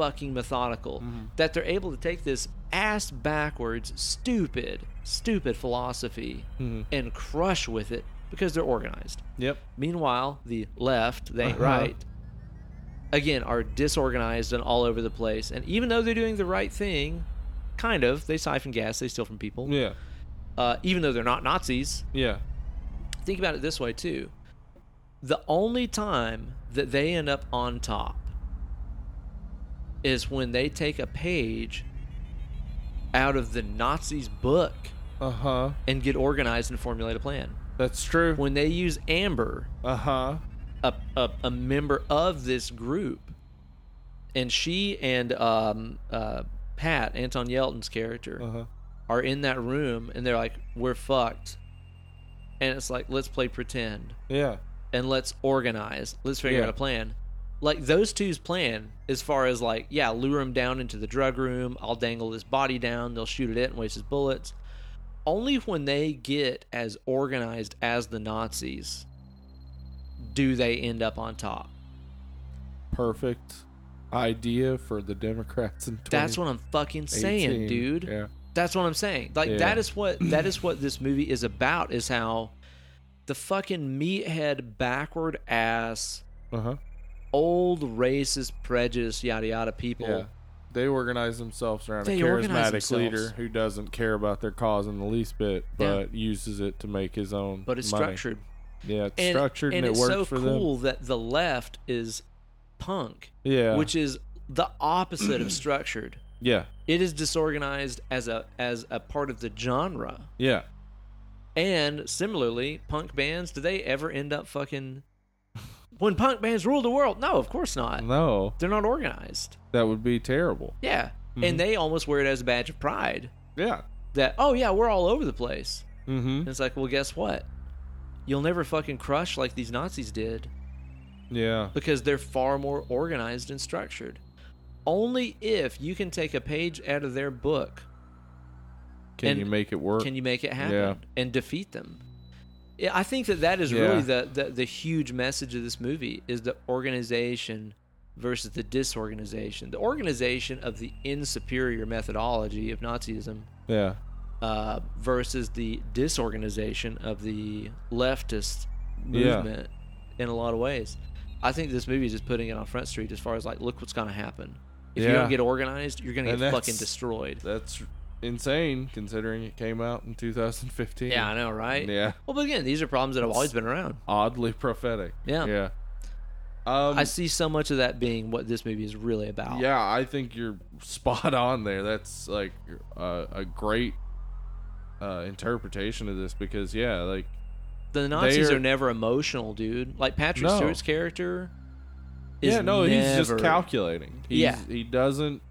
S1: fucking methodical
S2: Mm-hmm.
S1: that they're able to take this ass backwards, stupid, stupid philosophy
S2: Mhm.
S1: and crush with it because they're organized.
S2: Yep.
S1: Meanwhile, the left, they ain't
S2: Uh-huh.
S1: right, again, are disorganized and all over the place. And even though they're doing the right thing, kind of, they siphon gas, they steal from people.
S2: Yeah.
S1: Uh, even though they're not Nazis,
S2: Yeah.
S1: think about it this way too. The only time that they end up on top is when they take a page out of the Nazis' book
S2: Uh huh.
S1: and get organized and formulate a plan.
S2: That's true.
S1: When they use Amber
S2: Uh
S1: Uh-huh.
S2: huh.
S1: a, a, a member of this group, and she and um, uh, Pat Anton Yelton's character
S2: Uh huh.
S1: are in that room, and they're like, "We're fucked," and it's like, "Let's play pretend
S2: Yeah.
S1: and let's organize. Let's figure
S2: Yeah.
S1: out a plan." Like those two's plan, as far as like, yeah, lure him down into the drug room. I'll dangle his body down. They'll shoot at it and waste his bullets. Only when they get as organized as the Nazis do they end up on top.
S2: Perfect idea for the Democrats in 2018.
S1: That's what I'm fucking saying, dude.
S2: Yeah.
S1: That's what I'm saying. Like
S2: Yeah.
S1: that is what that is what this movie is about is how the fucking meathead backward ass
S2: Uh huh.
S1: old racist prejudice yada yada people.
S2: Yeah. They organize themselves around
S1: They
S2: a
S1: organize
S2: charismatic leader
S1: themselves.
S2: who doesn't care about their cause in the least bit,
S1: Yeah.
S2: but uses it to make his own.
S1: But it's
S2: money.
S1: structured.
S2: Yeah, it's
S1: And,
S2: structured and,
S1: and it's
S2: it works
S1: so
S2: for them.
S1: cool that the left is punk,
S2: Yeah.
S1: which is the opposite of structured.
S2: yeah.
S1: It is disorganized as a as a part of the genre.
S2: Yeah.
S1: And similarly, punk bands, do they ever end up fucking when punk bands rule the world? No, of course not.
S2: No,
S1: They're not organized.
S2: that would be terrible.
S1: Yeah.
S2: Mhm.
S1: And they almost wear it as a badge of pride
S2: Yeah.
S1: that, oh yeah, we're all over the place.
S2: Mm-hmm.
S1: And it's like, well, guess what? You'll never fucking crush like these Nazis did
S2: Yeah.
S1: because they're far more organized and structured. Only if you can take a page out of their book
S2: Can
S1: And
S2: you make it work?
S1: can you make it happen
S2: Yeah.
S1: and defeat them yeah, i think that that is
S2: Yeah.
S1: really the, the the huge message of this movie is the organization versus the disorganization the organization of the insuperior methodology of nazism
S2: yeah.
S1: uh, versus the disorganization of the leftist
S2: Yeah.
S1: movement in a lot of ways. I think this movie is just putting it on front street as far as like, look what's gonna happen. If you
S2: Yeah.
S1: don't get organized, you're gonna
S2: And
S1: get fucking
S2: that's-
S1: destroyed.
S2: That's insane considering it came out in 2015.
S1: Yeah, I know, right?
S2: Yeah.
S1: Well, but again, these are problems that have always been around.
S2: Oddly prophetic.
S1: Yeah.
S2: Yeah. Um,
S1: I see so much of that being what this movie is really about.
S2: Yeah, I think you're spot on there. That's like uh, a great uh, interpretation of this because yeah, like
S1: The Nazis
S2: They
S1: are,
S2: are-
S1: never emotional, dude. Like Patrick
S2: No.
S1: Stewart's character is
S2: yeah, no, he's
S1: never-
S2: just calculating. He's,
S1: Yeah.
S2: he doesn't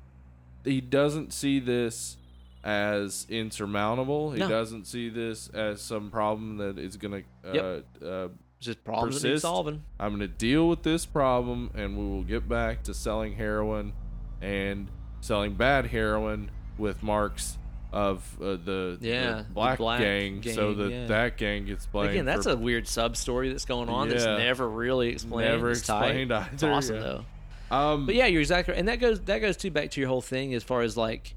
S2: he doesn't see this as insurmountable. He
S1: No.
S2: doesn't see this as some problem that is gonna. Uh,
S1: Yep.
S2: uh,
S1: just problems that need
S2: persist.
S1: solving.
S2: I'm gonna deal with this problem, and we will get back to selling heroin and selling bad heroin with marks of uh, the, the
S1: Yeah, the
S2: black,
S1: black
S2: gang, so
S1: gang,
S2: that
S1: yeah.
S2: that gang gets blamed.
S1: Again, that's
S2: for
S1: a weird sub story that's going on that's
S2: Yeah.
S1: never really explained.
S2: Never
S1: It's tight.
S2: explained
S1: It's
S2: either,
S1: awesome
S2: yeah.
S1: though.
S2: um,
S1: But yeah, you're exactly right. And that goes that goes too back to your whole thing as far as like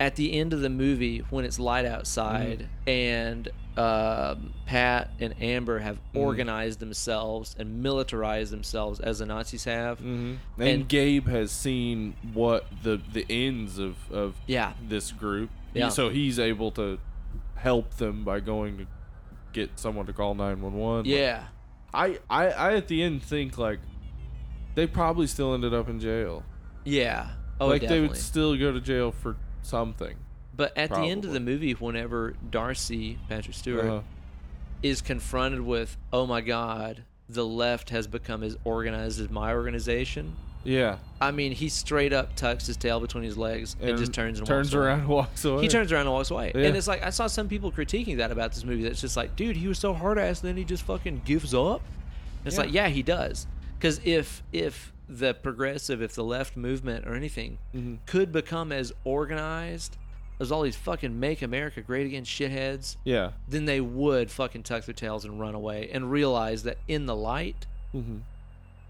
S1: at the end of the movie when it's light outside
S2: Mm-hmm.
S1: and um Pat and Amber have
S2: Mm-hmm.
S1: organized themselves and militarized themselves as the Nazis have.
S2: mhm. and,
S1: and-
S2: Gabe has seen what the the ends of of
S1: Yeah.
S2: this group, He-
S1: Yeah.
S2: so he's able to help them by going to get someone to call nine one one.
S1: Yeah.
S2: I, I I at the end think like they probably still ended up in jail.
S1: Yeah. Oh,
S2: like
S1: definitely.
S2: they would still go to jail for something.
S1: But at the end of the movie, whenever Darcy Patrick Stewart
S2: Uh,
S1: is confronted with, "Oh my God, the left has become as organized as my organization,"
S2: yeah,
S1: I mean, he straight up tucks his tail between his legs and, just turns and
S2: turns
S1: walks away.
S2: around, and walks away.
S1: He turns around and walks away,
S2: Yeah.
S1: and it's like I saw some people critiquing that about this movie. That's just like, dude, he was so hard ass, and then he just fucking gives up. And it's
S2: Yeah.
S1: like, yeah, he does, because if if the progressive, if the left movement or anything
S2: Mhm.
S1: could become as organized as all these fucking "Make America Great Again" shitheads,
S2: Yeah,
S1: then they would fucking tuck their tails and run away and realize that in the light,
S2: Mhm.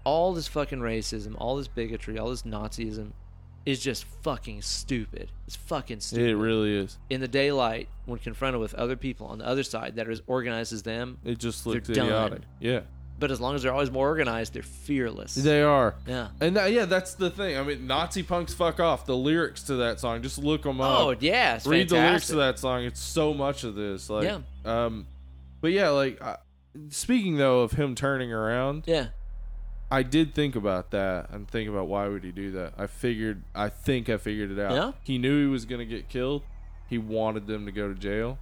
S1: all this fucking racism, all this bigotry, all this Nazism is just fucking stupid. It's fucking stupid.
S2: it really is.
S1: In the daylight, when confronted with other people on the other side that are as organized as them,
S2: It just looks
S1: They're done.
S2: idiotic. Yeah,
S1: but as long as they're always more organized, they're fearless.
S2: they are.
S1: yeah.
S2: And that, yeah, that's the thing. I mean, Nazi punks fuck off. The lyrics to that song, just look them up.
S1: Oh, yeah. It's
S2: read the lyrics to
S1: fantastic.
S2: that song. It's so much of this. Like,
S1: Yeah.
S2: um, but yeah, like I, speaking though of him turning around,
S1: Yeah.
S2: I did think about that and think about why would he do that. I figured, I think I figured it out.
S1: Yeah?
S2: He knew he was gonna get killed. He wanted them to go to jail.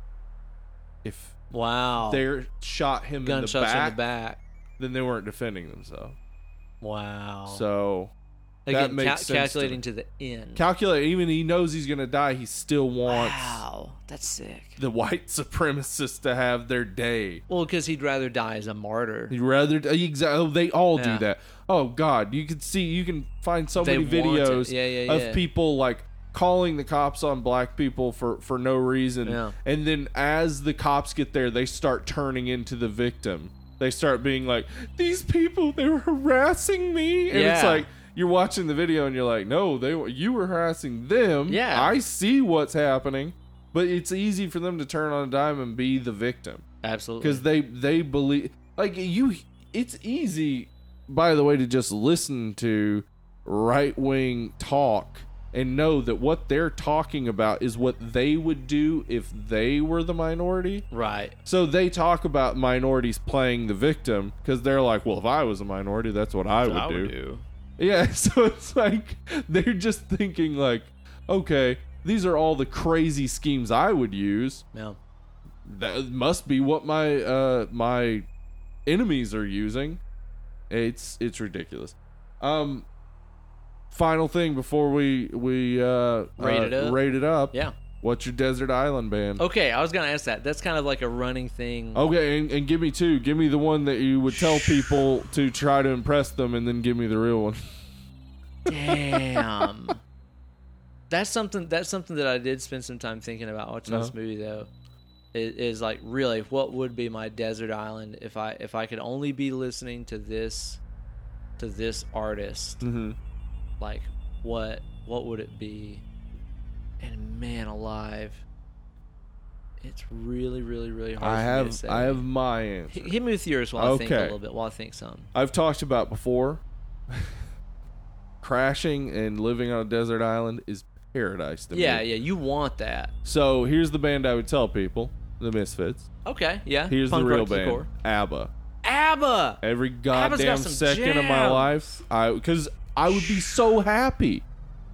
S2: If
S1: Wow.
S2: they they shot him in the,
S1: Oh. Gunshots
S2: back,
S1: in the back.
S2: then they weren't defending themselves.
S1: Wow.
S2: So
S1: Again,
S2: that makes
S1: cal-
S2: sense to
S1: calculating
S2: me.
S1: to, the end.
S2: calculate. Even he knows he's gonna die. He still wants
S1: wow. That's sick.
S2: the white supremacists to have their day.
S1: Well, because he'd rather die as a martyr.
S2: You rather exactly they all
S1: Yeah.
S2: do that. Oh God, you can see you can find so
S1: They
S2: many
S1: want it.
S2: videos
S1: Yeah, yeah, yeah.
S2: of people like calling the cops on black people for for no reason,
S1: Yeah.
S2: and then as the cops get there, they start turning into the victim. They start being like, "These people, they were harassing me," and it's
S1: Yeah.
S2: like. You're watching the video and you're like, no, they were you were harassing them.
S1: Yeah.
S2: I see what's happening, but it's easy for them to turn on a dime and be the victim
S1: Absolutely.
S2: because they they believe like you it's easy by the way to just listen to right wing talk and know that what they're talking about is what they would do if they were the minority
S1: right.
S2: so they talk about minorities playing the victim because they're like well if i was a minority that's what i, would, do. yeah so it's like they're just thinking like okay these are all the crazy schemes i would use
S1: Yeah.
S2: that must be what my uh my enemies are using it's it's ridiculous um final thing before we we uh
S1: Rate it
S2: uh,
S1: up?
S2: rate it up
S1: Yeah. Oh.
S2: what's your desert island band
S1: Okay, I was gonna ask that. That's kind of like a running thing.
S2: okay and, and give me two give me the one that you would tell people to try to impress them and then give me the real one
S1: Damn. that's something. That's something that I did spend some time thinking about watching this
S2: Uh-huh.
S1: movie, though. i- Is, like really what would be my desert island if I if I could only be listening to this, to this artist.
S2: mm-hmm.
S1: Like what what would it be? And man, alive. It's really, really, really hard. for
S2: I
S1: me to
S2: have
S1: say.
S2: I have my answer.
S1: H- hit me with yours while I think a
S2: Okay.
S1: little bit. While I think some.
S2: I've talked about before. Crashing and living on a desert island is paradise to me.
S1: Yeah, yeah. You want that?
S2: So here's the band I would tell people: the Misfits.
S1: Okay. Yeah.
S2: Here's
S1: Punk
S2: the real
S1: rock to the
S2: band:
S1: core.
S2: ABBA.
S1: ABBA.
S2: Every
S1: got
S2: goddamn
S1: some
S2: second of my
S1: jams.
S2: life, I because I would be so happy.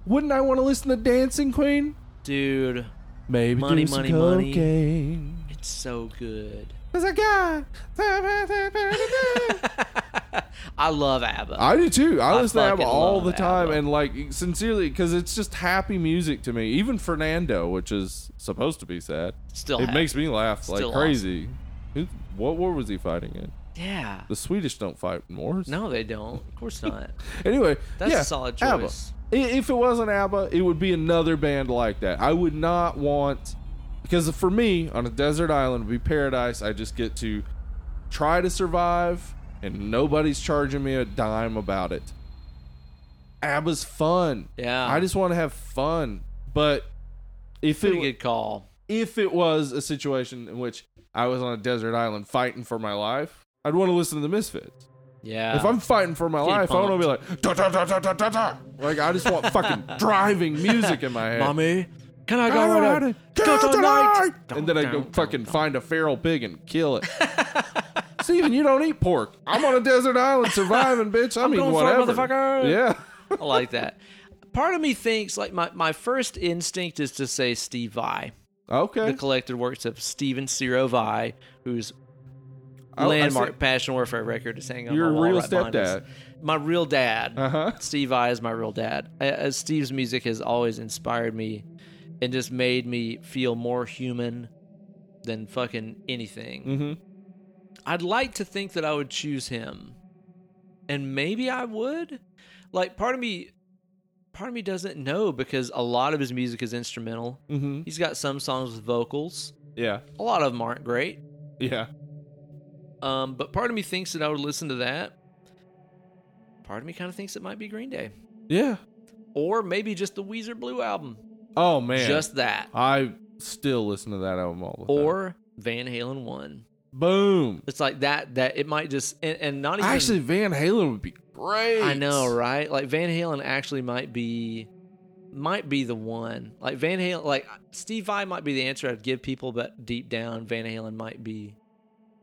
S2: Wouldn't I want to listen to Dancing Queen?
S1: Dude,
S2: Maybe
S1: Money,
S2: do some
S1: money, money.
S2: cocaine.
S1: it's so good.
S2: Cause I got.
S1: I love ABBA.
S2: I do too. I,
S1: I
S2: listen to ABBA
S1: fucking
S2: all
S1: love
S2: the time,
S1: ABBA.
S2: and like sincerely, because it's just happy music to me. Even Fernando, which is supposed to be sad,
S1: Still
S2: it
S1: have
S2: makes me laugh
S1: Still
S2: like crazy. Who- What war was he fighting in?
S1: Yeah.
S2: The Swedish don't fight in wars.
S1: No, they don't. Of course not.
S2: Anyway,
S1: That's
S2: yeah,
S1: a solid
S2: ABBA.
S1: choice.
S2: I- If it wasn't ABBA, it would be another band like that. I would not want because for me on a desert island would be paradise. I just get to try to survive, and nobody's charging me a dime about it. ABBA's fun.
S1: Yeah.
S2: I just want to have fun. But if
S1: Pretty
S2: it
S1: good call.
S2: if it was a situation in which I was on a desert island fighting for my life, I'd want to listen to the Misfits.
S1: Yeah.
S2: If I'm fighting for my
S1: Get
S2: life, I don't want to be like da da da da da da da. Like I just want fucking driving music in my head.
S1: Mommy, can I go
S2: Go
S1: on
S2: on
S1: a
S2: it.
S1: go
S2: Kill
S1: tonight?
S2: tonight. And then I go fucking find a feral pig and kill it. Steven, you don't eat pork. I'm on a desert island surviving, bitch. I mean,
S1: going for it,
S2: whatever.
S1: motherfucker.
S2: Yeah.
S1: I like that. Part of me thinks like my, my first instinct is to say Steve Vai,
S2: Okay.
S1: the collected works of Steven Ciro Vai, whose
S2: Oh, I- I
S1: landmark
S2: see-
S1: Passion Warfare record is hanging on
S2: Your
S1: my wall
S2: real
S1: right behind us.
S2: stepdad.
S1: My real dad.
S2: Uh-huh.
S1: Steve I is my real dad. I, uh, Steve's music has always inspired me and just made me feel more human than fucking anything.
S2: Mhm.
S1: I'd like to think that I would choose him. And maybe I would. Like part of me part of me doesn't know because a lot of his music is instrumental.
S2: Mhm.
S1: He's got some songs with vocals.
S2: Yeah.
S1: A lot of them aren't great.
S2: Yeah.
S1: Um, but part of me thinks that I would listen to that. Part of me kind of thinks it might be Green Day.
S2: Yeah.
S1: Or maybe just the Weezer Blue album.
S2: Oh man.
S1: Just that.
S2: I still listen to that album all the time.
S1: Or Van Halen 1.
S2: boom.
S1: It's like that, that it might just, and, and not even.
S2: Actually, Van Halen would be great.
S1: I know, right? Like Van Halen actually might be, might be the one. Like Van Halen, like Steve Vai might be the answer I'd give people, but deep down, Van Halen might be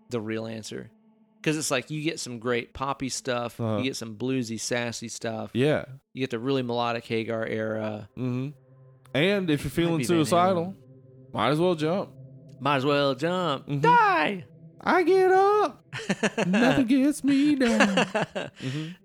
S1: the real answer. Because it's like you get some great poppy stuff,
S2: Uh-huh.
S1: you get some bluesy, sassy stuff,
S2: Yeah.
S1: you get the really melodic Hagar era.
S2: Mm-hmm. And if you're
S1: Might
S2: feeling
S1: be Van
S2: suicidal, might as well jump.
S1: Halen. might as well jump,
S2: Mhm.
S1: die.
S2: I get up. Nothing gets me down.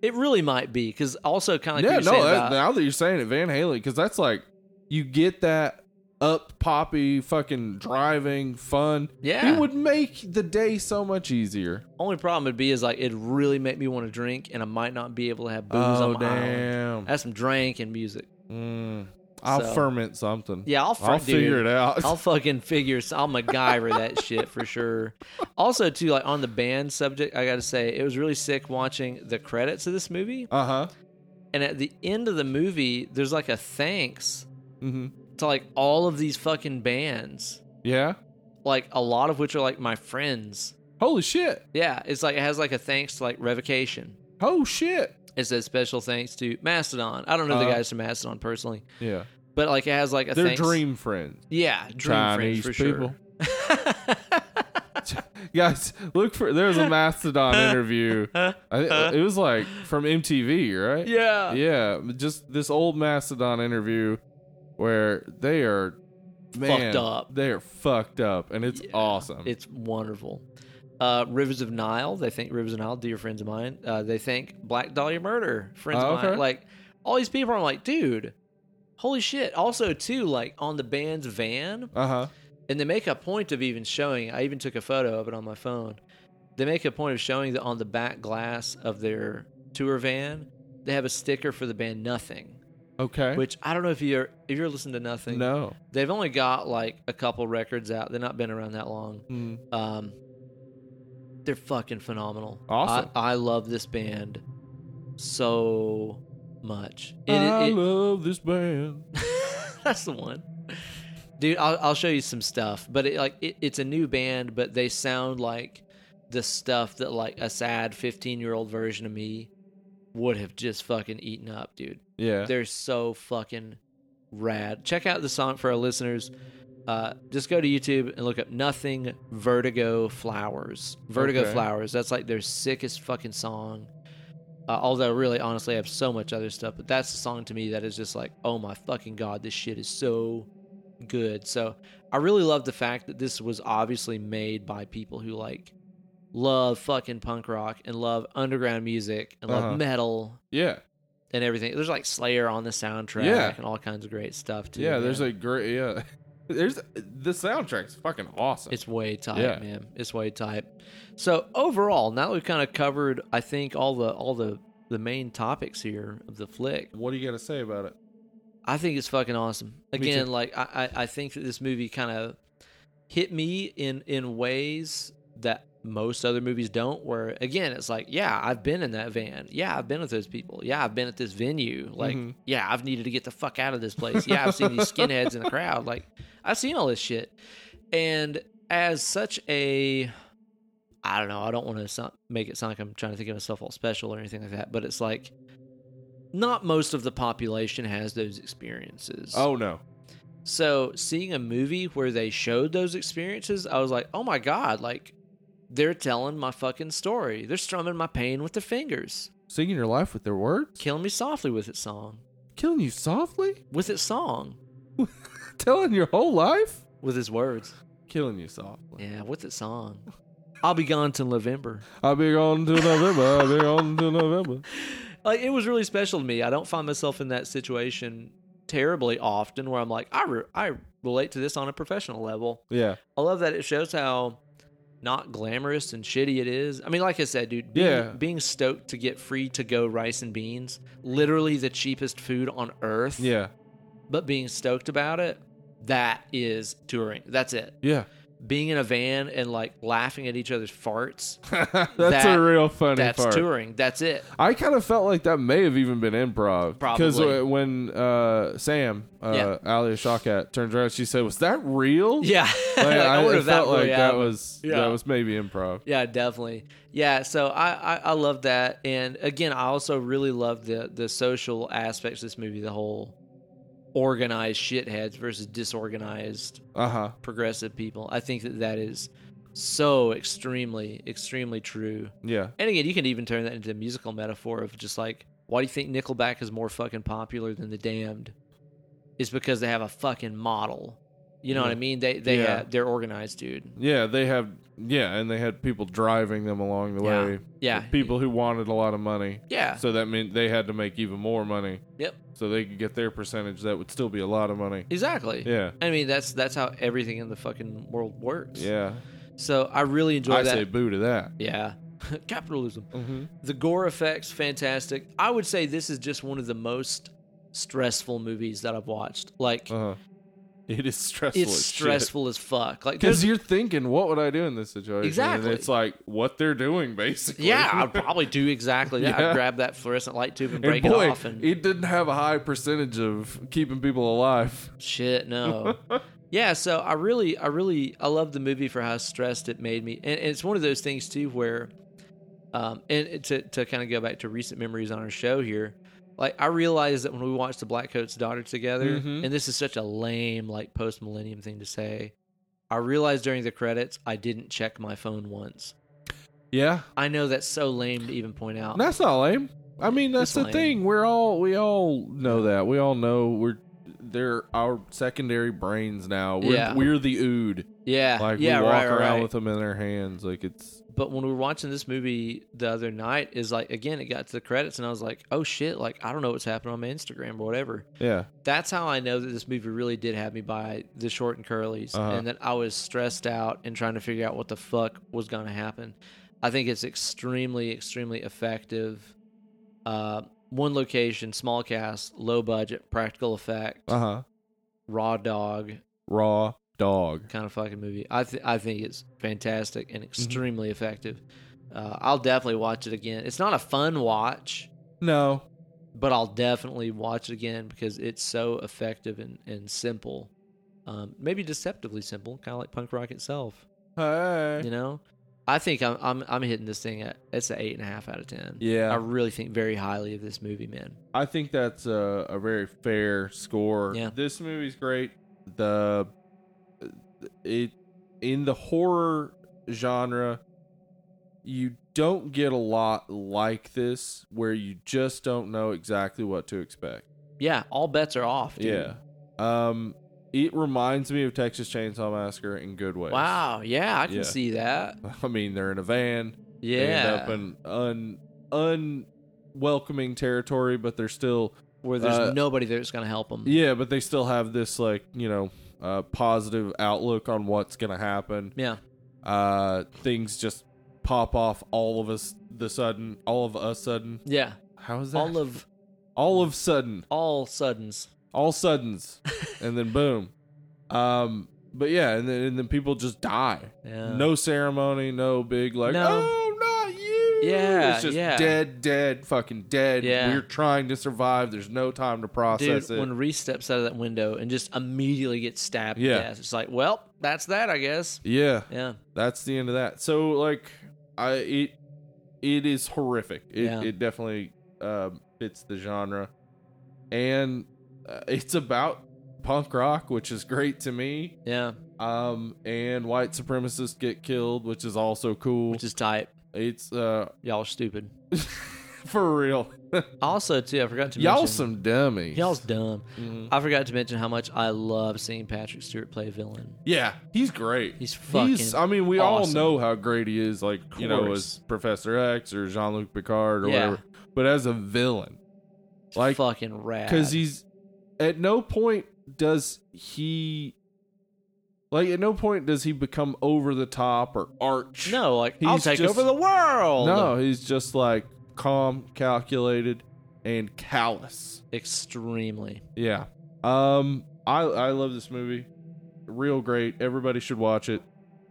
S1: It really might be because also kind of like
S2: yeah,
S1: what you're saying
S2: no. That,
S1: about-
S2: now that you're saying it, Van Halen, because that's like you get that up poppy fucking driving fun.
S1: Yeah.
S2: it would make the day so much easier.
S1: only problem would be is like it really make me want to drink and I might not be able to have booze on
S2: oh
S1: my island.
S2: damn!
S1: That's some drink and music.
S2: Mm. I'll
S1: So-
S2: ferment something.
S1: Yeah, I'll,
S2: I'll figure it out.
S1: I'll fucking figure. s- I'll MacGyver that shit for sure. Also, too, like on the band subject, I gotta say it was really sick watching the credits of this movie.
S2: uh huh.
S1: And at the end of the movie, there's like a thanks
S2: Mm-hmm.
S1: to like all of these fucking bands,
S2: Yeah.
S1: like a lot of which are like my friends.
S2: Holy shit.
S1: Yeah, it's like it has like a thanks to like Revocation.
S2: Oh shit.
S1: It says special thanks to Mastodon. I don't know the
S2: Uh-huh.
S1: guys from Mastodon personally,
S2: Yeah.
S1: but like it has like a
S2: They're
S1: thanks.
S2: dream friends.
S1: Yeah, dream
S2: Chinese
S1: friends for
S2: people.
S1: sure.
S2: Guys, look for there's a Mastodon interview. I, thi- it was like from MTV, right?
S1: yeah.
S2: Yeah, just this old Mastodon interview where they are man,
S1: Fucked up.
S2: They are fucked up, and it's
S1: Yeah.
S2: awesome.
S1: It's wonderful. Uh, Rivers of Nile. They thank Rivers of Nile, dear friends of mine. Uh, they thank Black Dahlia Murder, friends
S2: Oh,
S1: of mine.
S2: okay.
S1: Like all these people, I'm like, dude, holy shit. Also, too, like on the band's van,
S2: uh huh.
S1: and they make a point of even showing. I even took a photo of it on my phone. They make a point of showing that on the back glass of their tour van, they have a sticker for the band Nothing.
S2: Okay.
S1: Which I don't know if you're if you're listening to Nothing.
S2: no.
S1: They've only got like a couple records out. They've not been around that long.
S2: Mm.
S1: Um, they're fucking phenomenal.
S2: Awesome.
S1: I, I love this band so much. It-
S2: I
S1: it-
S2: love this band.
S1: that's the one. dude. I'll, I'll show you some stuff, but it, like it, it's a new band, but they sound like the stuff that like a sad 15 year old version of me would have just fucking eaten up, dude.
S2: Yeah.
S1: They're so fucking rad. Check out the song for our listeners. Uh, just go to YouTube and look up Nothing Vertigo Flowers. Vertigo
S2: Okay.
S1: Flowers. That's like their sickest fucking song. Uh, although, really, honestly, I have so much other stuff, but that's the song to me that is just like, oh my fucking god, this shit is so good. So I really love the fact that this was obviously made by people who like love fucking punk rock and love underground music and love
S2: Uh-huh.
S1: metal
S2: yeah.
S1: and everything. There's like Slayer on the soundtrack
S2: Yeah.
S1: and all kinds of great stuff too.
S2: Yeah. There's
S1: man.
S2: a great. Yeah. There's the soundtrack's fucking awesome.
S1: it's way tight,
S2: Yeah.
S1: man. It's way tight. So overall, now that we've kind of covered, I think all the all the the main topics here of the flick.
S2: what do you got to say about it?
S1: I think it's fucking awesome.
S2: too.
S1: Again, like I, I I think that this movie kind of hit me in in ways that most other movies don't. Where again, it's like, yeah, I've been in that van. Yeah, I've been with those people. Yeah, I've been at this venue. Like,
S2: Mhm.
S1: yeah, I've needed to get the fuck out of this place. Yeah, I've seen these skinheads in the crowd. Like, I've seen all this shit. And as such a, I don't know. I don't want to sound, make it sound like I'm trying to think of myself all special or anything like that. But it's like. Not most of the population has those experiences.
S2: Oh no.
S1: So seeing a movie where they showed those experiences, I was like, oh my god, like they're telling my fucking story. They're strumming my pain with their fingers,
S2: Singing your life with their words,
S1: killing me softly with its song,
S2: killing you softly,
S1: with its song,
S2: telling your whole life,
S1: with its words.
S2: killing you softly.
S1: Yeah, with its song. I'll be gone till November.
S2: I'll be gone to November. I'll be gone to November.
S1: Like Uh, it was really special to me. I don't find myself in that situation terribly often where I'm like, I re- I relate to this on a professional level.
S2: Yeah.
S1: I love that it shows how not glamorous and shitty it is. I mean, like I said, dude, being,
S2: Yeah.
S1: being stoked to get free to go rice and beans, literally the cheapest food on earth,
S2: Yeah.
S1: but being stoked about it, that is touring. That's it.
S2: Yeah.
S1: Being in a van and like laughing at each other's farts,
S2: that's
S1: That-
S2: a real funny
S1: that's
S2: part.
S1: touring. That's it.
S2: I kind of felt like that may have even been improv. Because
S1: Probably.
S2: when uh, Sam, uh,
S1: Yeah.
S2: Alia Shawkat, turns around, she said, "Was that real?"
S1: Yeah.
S2: Like,
S1: Like,
S2: I,
S1: wonder
S2: it
S1: if
S2: felt like
S1: really
S2: that
S1: happened.
S2: was
S1: Yeah.
S2: that was maybe improv.
S1: Yeah, definitely. Yeah, so I, I I love that, and again, I also really love the the social aspects of this movie. The whole organized shitheads versus disorganized
S2: Uh huh.
S1: progressive people. I think that that is so extremely extremely true.
S2: Yeah.
S1: And again, you can even turn that into a musical metaphor of just like, why do you think Nickelback is more fucking popular than The Damned? It's because they have a fucking model. You know what I mean? They they
S2: Yeah.
S1: have, they're organized, dude.
S2: Yeah. They have. Yeah, and they had people driving them along the
S1: Yeah.
S2: way.
S1: Yeah.
S2: People who wanted a lot of money.
S1: Yeah.
S2: So that meant they had to make even more money.
S1: Yep.
S2: So they could get their percentage. That would still be a lot of money.
S1: Exactly.
S2: Yeah.
S1: I mean, that's that's how everything in the fucking world works.
S2: Yeah.
S1: So I really enjoy
S2: I
S1: that.
S2: say boo to that.
S1: yeah. Capitalism.
S2: Mm-hmm.
S1: The gore effects, fantastic. I would say this is just one of the most stressful movies that I've watched. Like,
S2: Uh huh. It is stressful.
S1: it's
S2: as shit.
S1: stressful as fuck. Like,
S2: Because
S1: there's-
S2: you're thinking, what would I do in this situation?
S1: Exactly.
S2: And it's like what they're doing, basically.
S1: yeah, I'd probably do exactly that.
S2: Yeah.
S1: I'd grab that fluorescent light tube and
S2: and
S1: break
S2: boy,
S1: it
S2: it,
S1: off and
S2: didn't have a high percentage of keeping people alive.
S1: Shit, no. yeah, so I really, I really, I love the movie for how stressed it made me, and, and it's one of those things too where, um, and to to kind of go back to recent memories on our show here, like I realized that when we watched the Black Coat's Daughter together,
S2: Mhm.
S1: and this is such a lame like post millennium thing to say, I realized during the credits I didn't check my phone once.
S2: Yeah,
S1: I know that's so lame to even point out.
S2: that's not lame. I mean, that's
S1: It's
S2: the
S1: lame.
S2: thing. We're all we all know that. We all know we're they're our secondary brains now. We're,
S1: Yeah.
S2: we're the ood.
S1: yeah,
S2: Like
S1: yeah,
S2: we walk
S1: right, right,
S2: around
S1: right.
S2: with them in our hands. Like it's
S1: but when we were watching this movie the other night is like again it got to the credits and i was like oh shit like i don't know what's happening on my instagram or whatever
S2: yeah,
S1: that's how i know that this movie really did have me by the short and curlies
S2: Uh-huh.
S1: and that i was stressed out and trying to figure out what the fuck was going to happen i think it's extremely extremely effective uh, one location small cast low budget practical effect
S2: uh huh.
S1: raw dog
S2: Raw dog.
S1: kind of fucking movie. I th- I think it's fantastic
S2: Mm-hmm.
S1: and extremely effective. Uh, I'll definitely watch it again. It's not a fun watch,
S2: No,
S1: but I'll definitely watch it again because it's so effective and, and simple. um, maybe deceptively simple, kind of like punk rock itself.
S2: Hey.
S1: You know, I think I'm I'm, I'm hitting this thing at it's an eight and a half out of ten.
S2: Yeah.
S1: I really think very highly of this movie, man.
S2: I think that's a, a very fair score.
S1: Yeah.
S2: This movie's great. The it in the horror genre, you don't get a lot like this where you just don't know exactly what to expect.
S1: Yeah, all bets are off. Dude.
S2: Yeah. Um it reminds me of Texas Chainsaw Massacre in good ways.
S1: Wow. Yeah, I can
S2: Yeah.
S1: see that.
S2: I mean, they're in a van.
S1: Yeah.
S2: They end up in un unwelcoming territory, but they're still
S1: where there's
S2: uh,
S1: nobody there that's gonna help them.
S2: Yeah, but they still have this like you know uh, positive outlook on what's gonna happen.
S1: Yeah.
S2: Uh, things just pop off all of us the sudden, all of a sudden.
S1: Yeah.
S2: How is that?
S1: All of
S2: all of sudden,
S1: all suddens.
S2: all suddens, and then boom. Um, but yeah, and then and then people just die.
S1: Yeah.
S2: no ceremony, no big like
S1: Uh, No.
S2: oh not you.
S1: Yeah,
S2: it's just
S1: yeah.
S2: dead, dead, fucking dead.
S1: Yeah.
S2: We're trying to survive. There's no time to
S1: Dude,
S2: process it.
S1: when Reese steps out of that window and just immediately gets stabbed to
S2: Yeah.
S1: death, it's like, well, that's that, I guess.
S2: yeah.
S1: Yeah.
S2: that's the end of that. So like I it it is horrific. It
S1: Yeah.
S2: it definitely uh, fits the genre, and uh, it's about punk rock, which is great to me.
S1: Yeah.
S2: Um, and white supremacists get killed, which is also cool.
S1: Which is tight.
S2: it's uh
S1: Y'all are stupid.
S2: for real.
S1: Also, too, I forgot to
S2: Y'all
S1: mention.
S2: some dummies.
S1: Y'all's dumb.
S2: Mhm.
S1: I forgot to mention how much I love seeing Patrick Stewart play villain.
S2: Yeah, he's great.
S1: He's fucking
S2: I mean, we
S1: awesome.
S2: all know how great he is. Like you know, as Professor X or Jean Luc Picard or
S1: Yeah.
S2: whatever. But as a villain, like
S1: fucking rad.
S2: because he's at no point does he like at no point does he become over the top or arch.
S1: no, like I'll
S2: he's
S1: take
S2: just-
S1: over the world.
S2: no, he's just like calm, calculated, and callous.
S1: extremely.
S2: Yeah. Um I I love this movie. Real great. Everybody should watch it.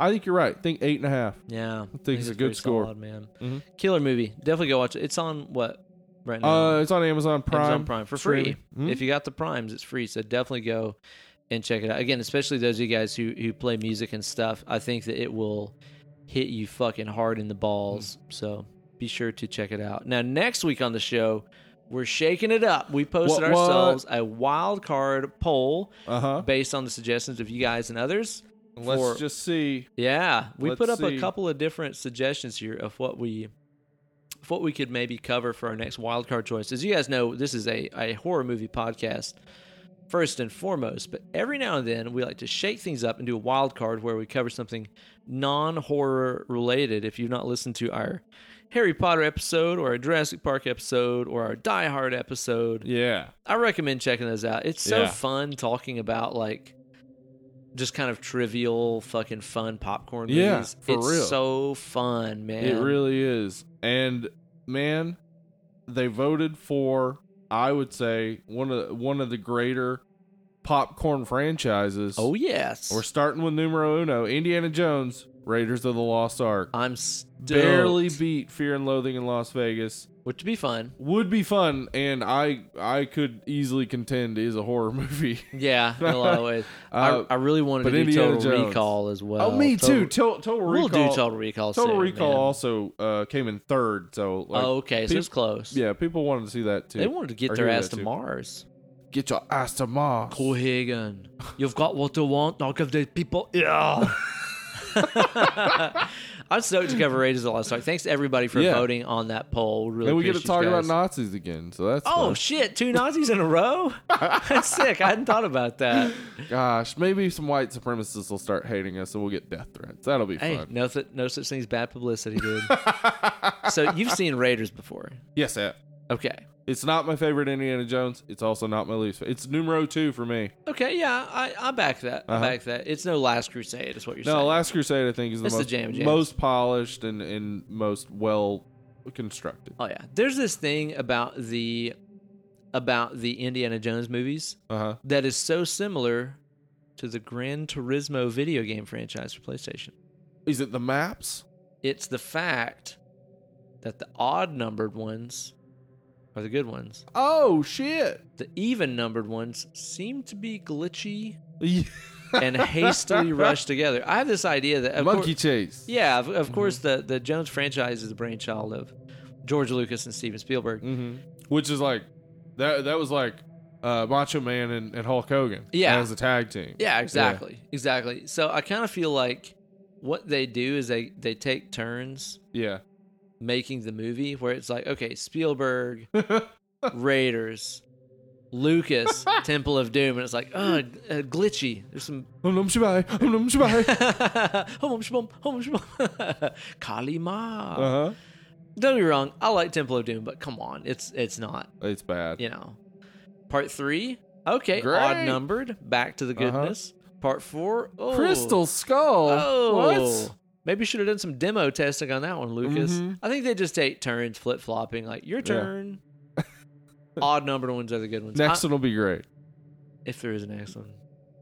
S2: I think you're right. Think eight and a half.
S1: Yeah, I
S2: think it's a good
S1: pretty
S2: score.
S1: solid, man.
S2: Mhm.
S1: Killer movie. Definitely go watch it. It's on what right now?
S2: Uh it's on Amazon Prime.
S1: Amazon Prime for free.
S2: Streaming. Mhm.
S1: If you got the primes, it's free. So definitely go and check it out. Again, especially those of you guys who who play music and stuff, I think that it will hit you fucking hard in the balls.
S2: Hmm.
S1: So be sure to check it out. Now next week on the show, we're shaking it up. We posted
S2: What- what?
S1: ourselves a wild card poll
S2: Uh-huh.
S1: based on the suggestions of you guys and others.
S2: Let's
S1: for-
S2: just see.
S1: Yeah, we
S2: Let's
S1: put up a
S2: see.
S1: couple of different suggestions here of what we of what we could maybe cover for our next wildcard choice. As you guys know, this is a, a horror movie podcast first and foremost, but every now and then we like to shake things up and do a wild card where we cover something non-horror related. If you've not listened to our Harry Potter episode or our Jurassic Park episode or our Die Hard episode,
S2: Yeah.
S1: I recommend checking those out. It's so
S2: Yeah.
S1: fun talking about like just kind of trivial, fucking fun popcorn movies.
S2: Yeah, for
S1: it's
S2: real.
S1: so fun, man.
S2: It really is. And man, they voted for I would say one of the, one of the greater popcorn franchises.
S1: Oh yes.
S2: We're starting with numero uno, Indiana Jones, Raiders of the Lost Ark.
S1: I'm still
S2: Barely beat Fear and Loathing in Las Vegas.
S1: which would be fun.
S2: Would be fun, and I I could easily contend is a horror movie.
S1: Yeah, in a lot of ways.
S2: Uh,
S1: I, I really wanted to
S2: but
S1: do
S2: Indiana
S1: Total
S2: Jones.
S1: Recall as well.
S2: oh, me
S1: Total-
S2: too. Total, total
S1: We'll
S2: Recall.
S1: do Total Recall.
S2: Total
S1: soon,
S2: Recall
S1: man.
S2: also uh, came in third, so like,
S1: oh, okay, so
S2: peop-
S1: it's close.
S2: yeah, people wanted to see that too.
S1: They wanted to get
S2: Or
S1: their
S2: hear
S1: ass
S2: that
S1: to
S2: too.
S1: Mars.
S2: Get your ass to Mars.
S1: Cohagen, you've got what you want. Now give the people. Yeah. I'm stoked to cover Raiders of the Lost Ark. Thanks to everybody for
S2: Yeah.
S1: voting on that poll. Really,
S2: And we get to
S1: appreciate you
S2: talk about
S1: guys.
S2: Nazis again, so that's
S1: Oh
S2: fun.
S1: shit! Two Nazis in a row. That's sick. I hadn't thought about that.
S2: gosh, maybe some white supremacists will start hating us, and we'll get death threats. That'll be
S1: Hey,
S2: fun.
S1: no, th- no such thing as bad publicity, dude. so you've seen Raiders before,
S2: Yes, Ed.
S1: okay?
S2: It's not my favorite Indiana Jones. It's also not my least. fa- It's numero two for me.
S1: Okay, yeah, I, I back that. I
S2: Uh-huh.
S1: back that. It's no Last Crusade, is what you're
S2: No,
S1: saying.
S2: Last Crusade I think is the
S1: It's the
S2: most
S1: jam jams.
S2: most polished and and most well constructed.
S1: oh yeah, there's this thing about the about the Indiana Jones movies
S2: Uh huh.
S1: that is so similar to the Gran Turismo video game franchise for PlayStation.
S2: Is it the maps?
S1: It's the fact that the odd numbered ones are the good ones.
S2: Oh shit!
S1: The even numbered ones seem to be glitchy and hastily rushed together. I have this idea that of cour-
S2: Monkey Chase.
S1: yeah, of, of course, the the Jones franchise is the brainchild of George Lucas and Steven Spielberg.
S2: hmm Which is like that. That was like uh, Macho Man and, and Hulk Hogan.
S1: Yeah.
S2: as a tag team.
S1: Yeah, exactly, exactly. So I kind of feel like what they do is they they take turns
S2: Yeah.
S1: making the movie where it's like, okay, Spielberg, Raiders, Lucas, Temple of Doom, and it's like, oh, uh, glitchy. There's some
S2: Um, um, shabai, um, um, shabai.
S1: home shmom, home shmom, Kalima.
S2: uh-huh.
S1: Don't be wrong, I like Temple of Doom, but come on, it's it's not,
S2: It's bad.
S1: you know. Part three, okay,
S2: Great. Uh-huh.
S1: odd numbered, back to the goodness. Part four, oh,
S2: Crystal Skull.
S1: Oh,
S2: What?
S1: maybe you should have done some demo testing on that one, Lucas.
S2: Mhm.
S1: I think they just take turns flip flopping, like your turn. Odd numbered ones are the good ones.
S2: Next
S1: I-
S2: one will be great.
S1: if there is an next one,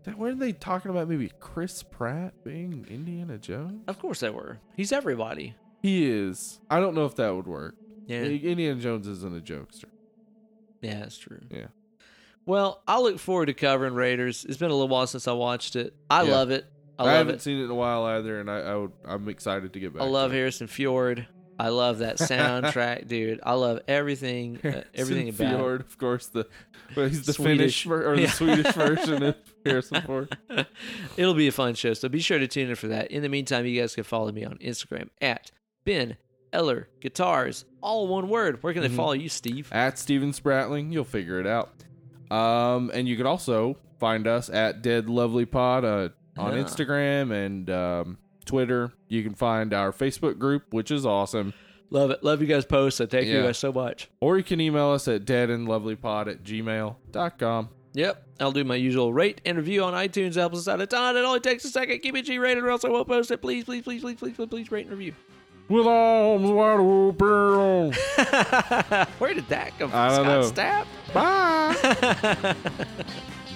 S2: That- Weren't they talking about maybe Chris Pratt being Indiana Jones?
S1: of course they were. He's everybody.
S2: He is. I don't know if that would work.
S1: Yeah,
S2: Indiana Jones isn't a jokester.
S1: yeah, that's true.
S2: Yeah.
S1: Well, I look forward to covering Raiders. It's been a little while since I watched it. I
S2: Yeah.
S1: love it. I
S2: I,
S1: love
S2: haven't
S1: it.
S2: seen it in a while either, and I, I would, I'm excited to get back.
S1: I love
S2: to
S1: Harrison Fjord. I love that soundtrack, dude. I love everything. Uh, everything
S2: Harrison
S1: about.
S2: Fjord, of course. The well, he's the
S1: Swedish.
S2: Finnish ver- or the
S1: Yeah.
S2: Swedish version of Harrison Ford.
S1: It'll be a fun show, so be sure to tune in for that. In the meantime, you guys can follow me on Instagram at Ben Eller Guitars, all one word. Where can they
S2: Mhm.
S1: follow you, Steve?
S2: At Steven Spratling, you'll figure it out. Um, and you could also find us at Dead Lovely Pod uh, on
S1: Yeah.
S2: Instagram and um, Twitter. You can find our Facebook group, which is awesome.
S1: Love it. Love you guys' posts. So thank you
S2: Yeah.
S1: guys so much.
S2: Or you can email us at deadandlovelypod at gmail.com.
S1: Yep, I'll do my usual rate and review on iTunes. That Helps us out a ton. It only takes a second. Keep it G rated, or else I won't post it. Please, please, please, please, please, please, please rate and review.
S2: With arms wide open.
S1: Where did that come from?
S2: I don't
S1: Scott
S2: know.
S1: Stapp?
S2: Bye.